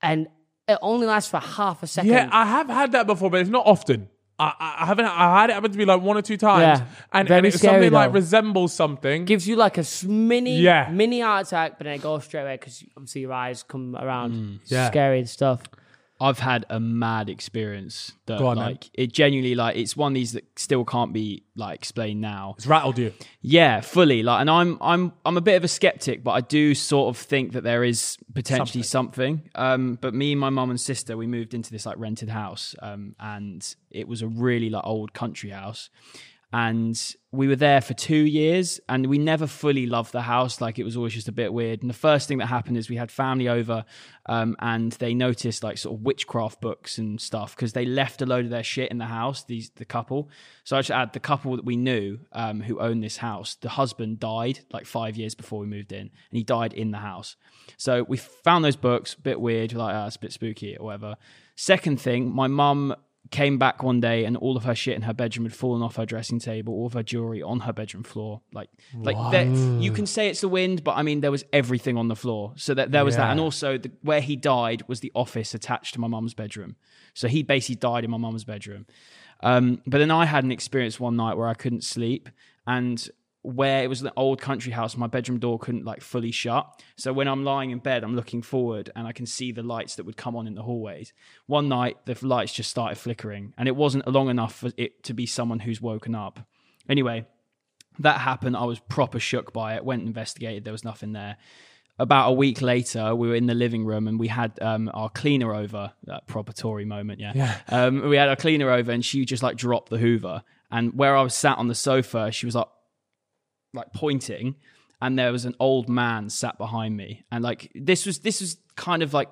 [SPEAKER 2] and it only lasts for half a second.
[SPEAKER 1] Yeah, I have had that before, but it's not often. I, I I haven't. I had it happen to me like one or two times,
[SPEAKER 2] Yeah.
[SPEAKER 1] and,
[SPEAKER 2] Very
[SPEAKER 1] and it's
[SPEAKER 2] scary,
[SPEAKER 1] something like
[SPEAKER 2] though.
[SPEAKER 1] resembles something.
[SPEAKER 2] gives you like a s- mini,
[SPEAKER 1] Yeah.
[SPEAKER 2] mini heart attack, but then it goes straight away because obviously your eyes come around.
[SPEAKER 3] Mm.
[SPEAKER 1] Yeah.
[SPEAKER 2] Scary stuff.
[SPEAKER 3] I've had a mad experience that
[SPEAKER 1] Go on, then.
[SPEAKER 3] like it genuinely like it's one of these that still can't be like explained now.
[SPEAKER 1] it's rattled you.
[SPEAKER 3] Yeah, fully. Like, and I'm I'm I'm a bit of a skeptic, but I do sort of think that there is potentially something. Um, but me, my mum, and sister, we moved into this like rented house, um, and it was a really like old country house, and we were there for two years, and we never fully loved the house. Like, it was always just a bit weird. And the first thing that happened is we had family over, um, and they noticed like sort of witchcraft books and stuff because they left a load of their shit in the house. These the couple. So I should add the couple that we knew um, who owned this house. The husband died like five years before we moved in, and he died in the house. So we found those books. Bit weird, like uh, it's a bit spooky or whatever. Second thing, my mum came back one day and all of her shit in her bedroom had fallen off her dressing table, all of her jewelry on her bedroom floor. Like, like that, you can say it's the wind, but I mean there was everything on the floor. So that there was that, and also the, where he died was the office attached to my mum's bedroom. So he basically died in my mum's bedroom. Um, but then I had an experience one night where I couldn't sleep and where it was an old country house, my bedroom door couldn't like fully shut. So when I'm lying in bed, I'm looking forward and I can see the lights that would come on in the hallways. One night, the f- lights just started flickering and it wasn't long enough for it to be someone who's woken up. Anyway, that happened. I was proper shook by it. Went and investigated. There was nothing there. About a week later, we were in the living room and we had um, our cleaner over. That proper Tory moment, yeah. Um, we had our cleaner over, and she just like dropped the Hoover. And where I was sat on the sofa, she was like, like pointing and there was an old man sat behind me and like this was this was kind of like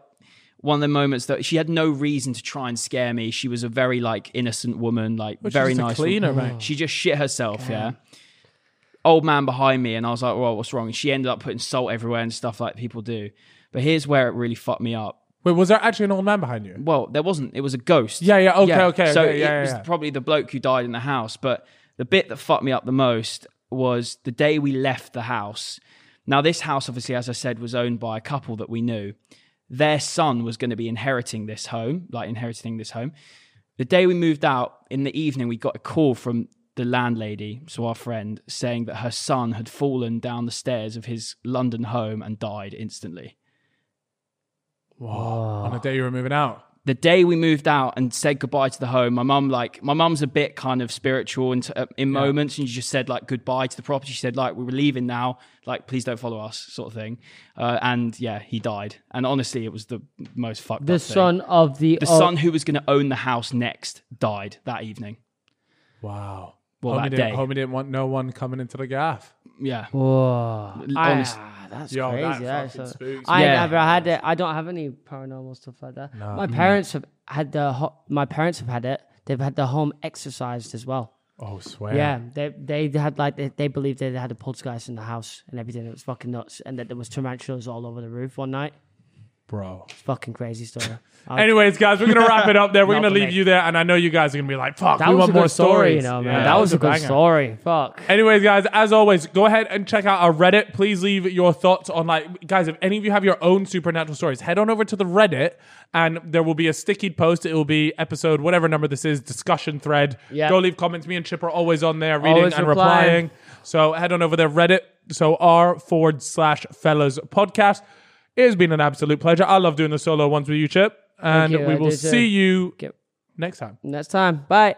[SPEAKER 3] one of the moments that she had no reason to try and scare me she was a very like innocent woman like very
[SPEAKER 1] just a
[SPEAKER 3] nice
[SPEAKER 1] cleaner,
[SPEAKER 3] woman.
[SPEAKER 1] mate.
[SPEAKER 3] she just shit herself yeah old man behind me and i was like well what's wrong and she ended up putting salt everywhere and stuff like people do But here's where it really fucked me up.
[SPEAKER 1] Wait, was there actually an old man behind you?
[SPEAKER 3] Well, there wasn't. It was a ghost.
[SPEAKER 1] Yeah, yeah, okay, okay,
[SPEAKER 3] So
[SPEAKER 1] okay,
[SPEAKER 3] it
[SPEAKER 1] yeah, yeah,
[SPEAKER 3] was
[SPEAKER 1] yeah.
[SPEAKER 3] probably the bloke who died in the house. But the bit that fucked me up the most was the day we left the house. Now, this house, obviously, as I said, was owned by a couple that we knew. Their son was going to be inheriting this home, like inheriting this home. The day we moved out in the evening, we got a call from the landlady, so our friend, saying that her son had fallen down the stairs of his London home and died instantly.
[SPEAKER 1] On the day you were moving out.
[SPEAKER 3] the day we moved out and said goodbye to the home, my mum like my mum's a bit kind of spiritual in, t- uh, in moments, and she just said like goodbye to the property. She said like we were leaving now, like please don't follow us, sort of thing. Uh, and yeah, he died. And honestly, it was the most fucked.
[SPEAKER 2] The
[SPEAKER 3] up thing.
[SPEAKER 2] son of the
[SPEAKER 3] the
[SPEAKER 2] o-
[SPEAKER 3] son who was going to own the house next, died that evening.
[SPEAKER 1] Wow.
[SPEAKER 3] Well,
[SPEAKER 1] homie
[SPEAKER 3] that
[SPEAKER 1] didn't,
[SPEAKER 3] day.
[SPEAKER 1] homie didn't want no one coming into the gaff.
[SPEAKER 3] Yeah,
[SPEAKER 2] Whoa. I-
[SPEAKER 3] honest-
[SPEAKER 2] ah, that's
[SPEAKER 1] Yo, that
[SPEAKER 2] crazy.
[SPEAKER 1] fucking
[SPEAKER 2] that's a-
[SPEAKER 1] spooks
[SPEAKER 2] I
[SPEAKER 3] me. Yeah. Mm.
[SPEAKER 2] never had it. I don't have any paranormal stuff like that. My parents have had the ho- my parents have had it. They've had their home exercised as well.
[SPEAKER 1] Oh, swear.
[SPEAKER 2] Yeah, they they had like they, they believed they had a poltergeist in the house and everything. It was fucking nuts, and that there was tarantulas all over the roof one night.
[SPEAKER 1] Bro.
[SPEAKER 2] Fucking crazy story. I-
[SPEAKER 1] Anyways, guys, we're gonna wrap it up there. We're
[SPEAKER 3] Not
[SPEAKER 1] gonna
[SPEAKER 3] for
[SPEAKER 1] leave
[SPEAKER 3] me.
[SPEAKER 1] you there, and I know you guys are gonna be like, "Fuck,
[SPEAKER 2] that
[SPEAKER 1] we
[SPEAKER 2] was
[SPEAKER 1] want
[SPEAKER 2] a good
[SPEAKER 1] more
[SPEAKER 2] story,
[SPEAKER 1] stories."
[SPEAKER 2] you know, man.
[SPEAKER 1] Yeah,
[SPEAKER 2] that was a good
[SPEAKER 1] banger.
[SPEAKER 2] story. Fuck.
[SPEAKER 1] Anyways, guys, as always, go ahead and check out our Reddit. Please leave your thoughts on like, guys, if any of you have your own supernatural stories, head on over to the Reddit and there will be a sticky post. It will be episode, whatever number this is, discussion thread.
[SPEAKER 2] Yeah.
[SPEAKER 1] Go leave comments. Me and Chip are always on there reading
[SPEAKER 2] Always
[SPEAKER 1] and
[SPEAKER 2] replying.
[SPEAKER 1] replying. So head on over there, Reddit. So r forward slash fellas podcast. It has been an absolute pleasure. I love doing the solo ones with you, Chip. And
[SPEAKER 2] you.
[SPEAKER 1] we
[SPEAKER 2] I
[SPEAKER 1] will
[SPEAKER 2] do too.
[SPEAKER 1] see you
[SPEAKER 2] Okay.
[SPEAKER 1] next time.
[SPEAKER 2] Next time. Bye.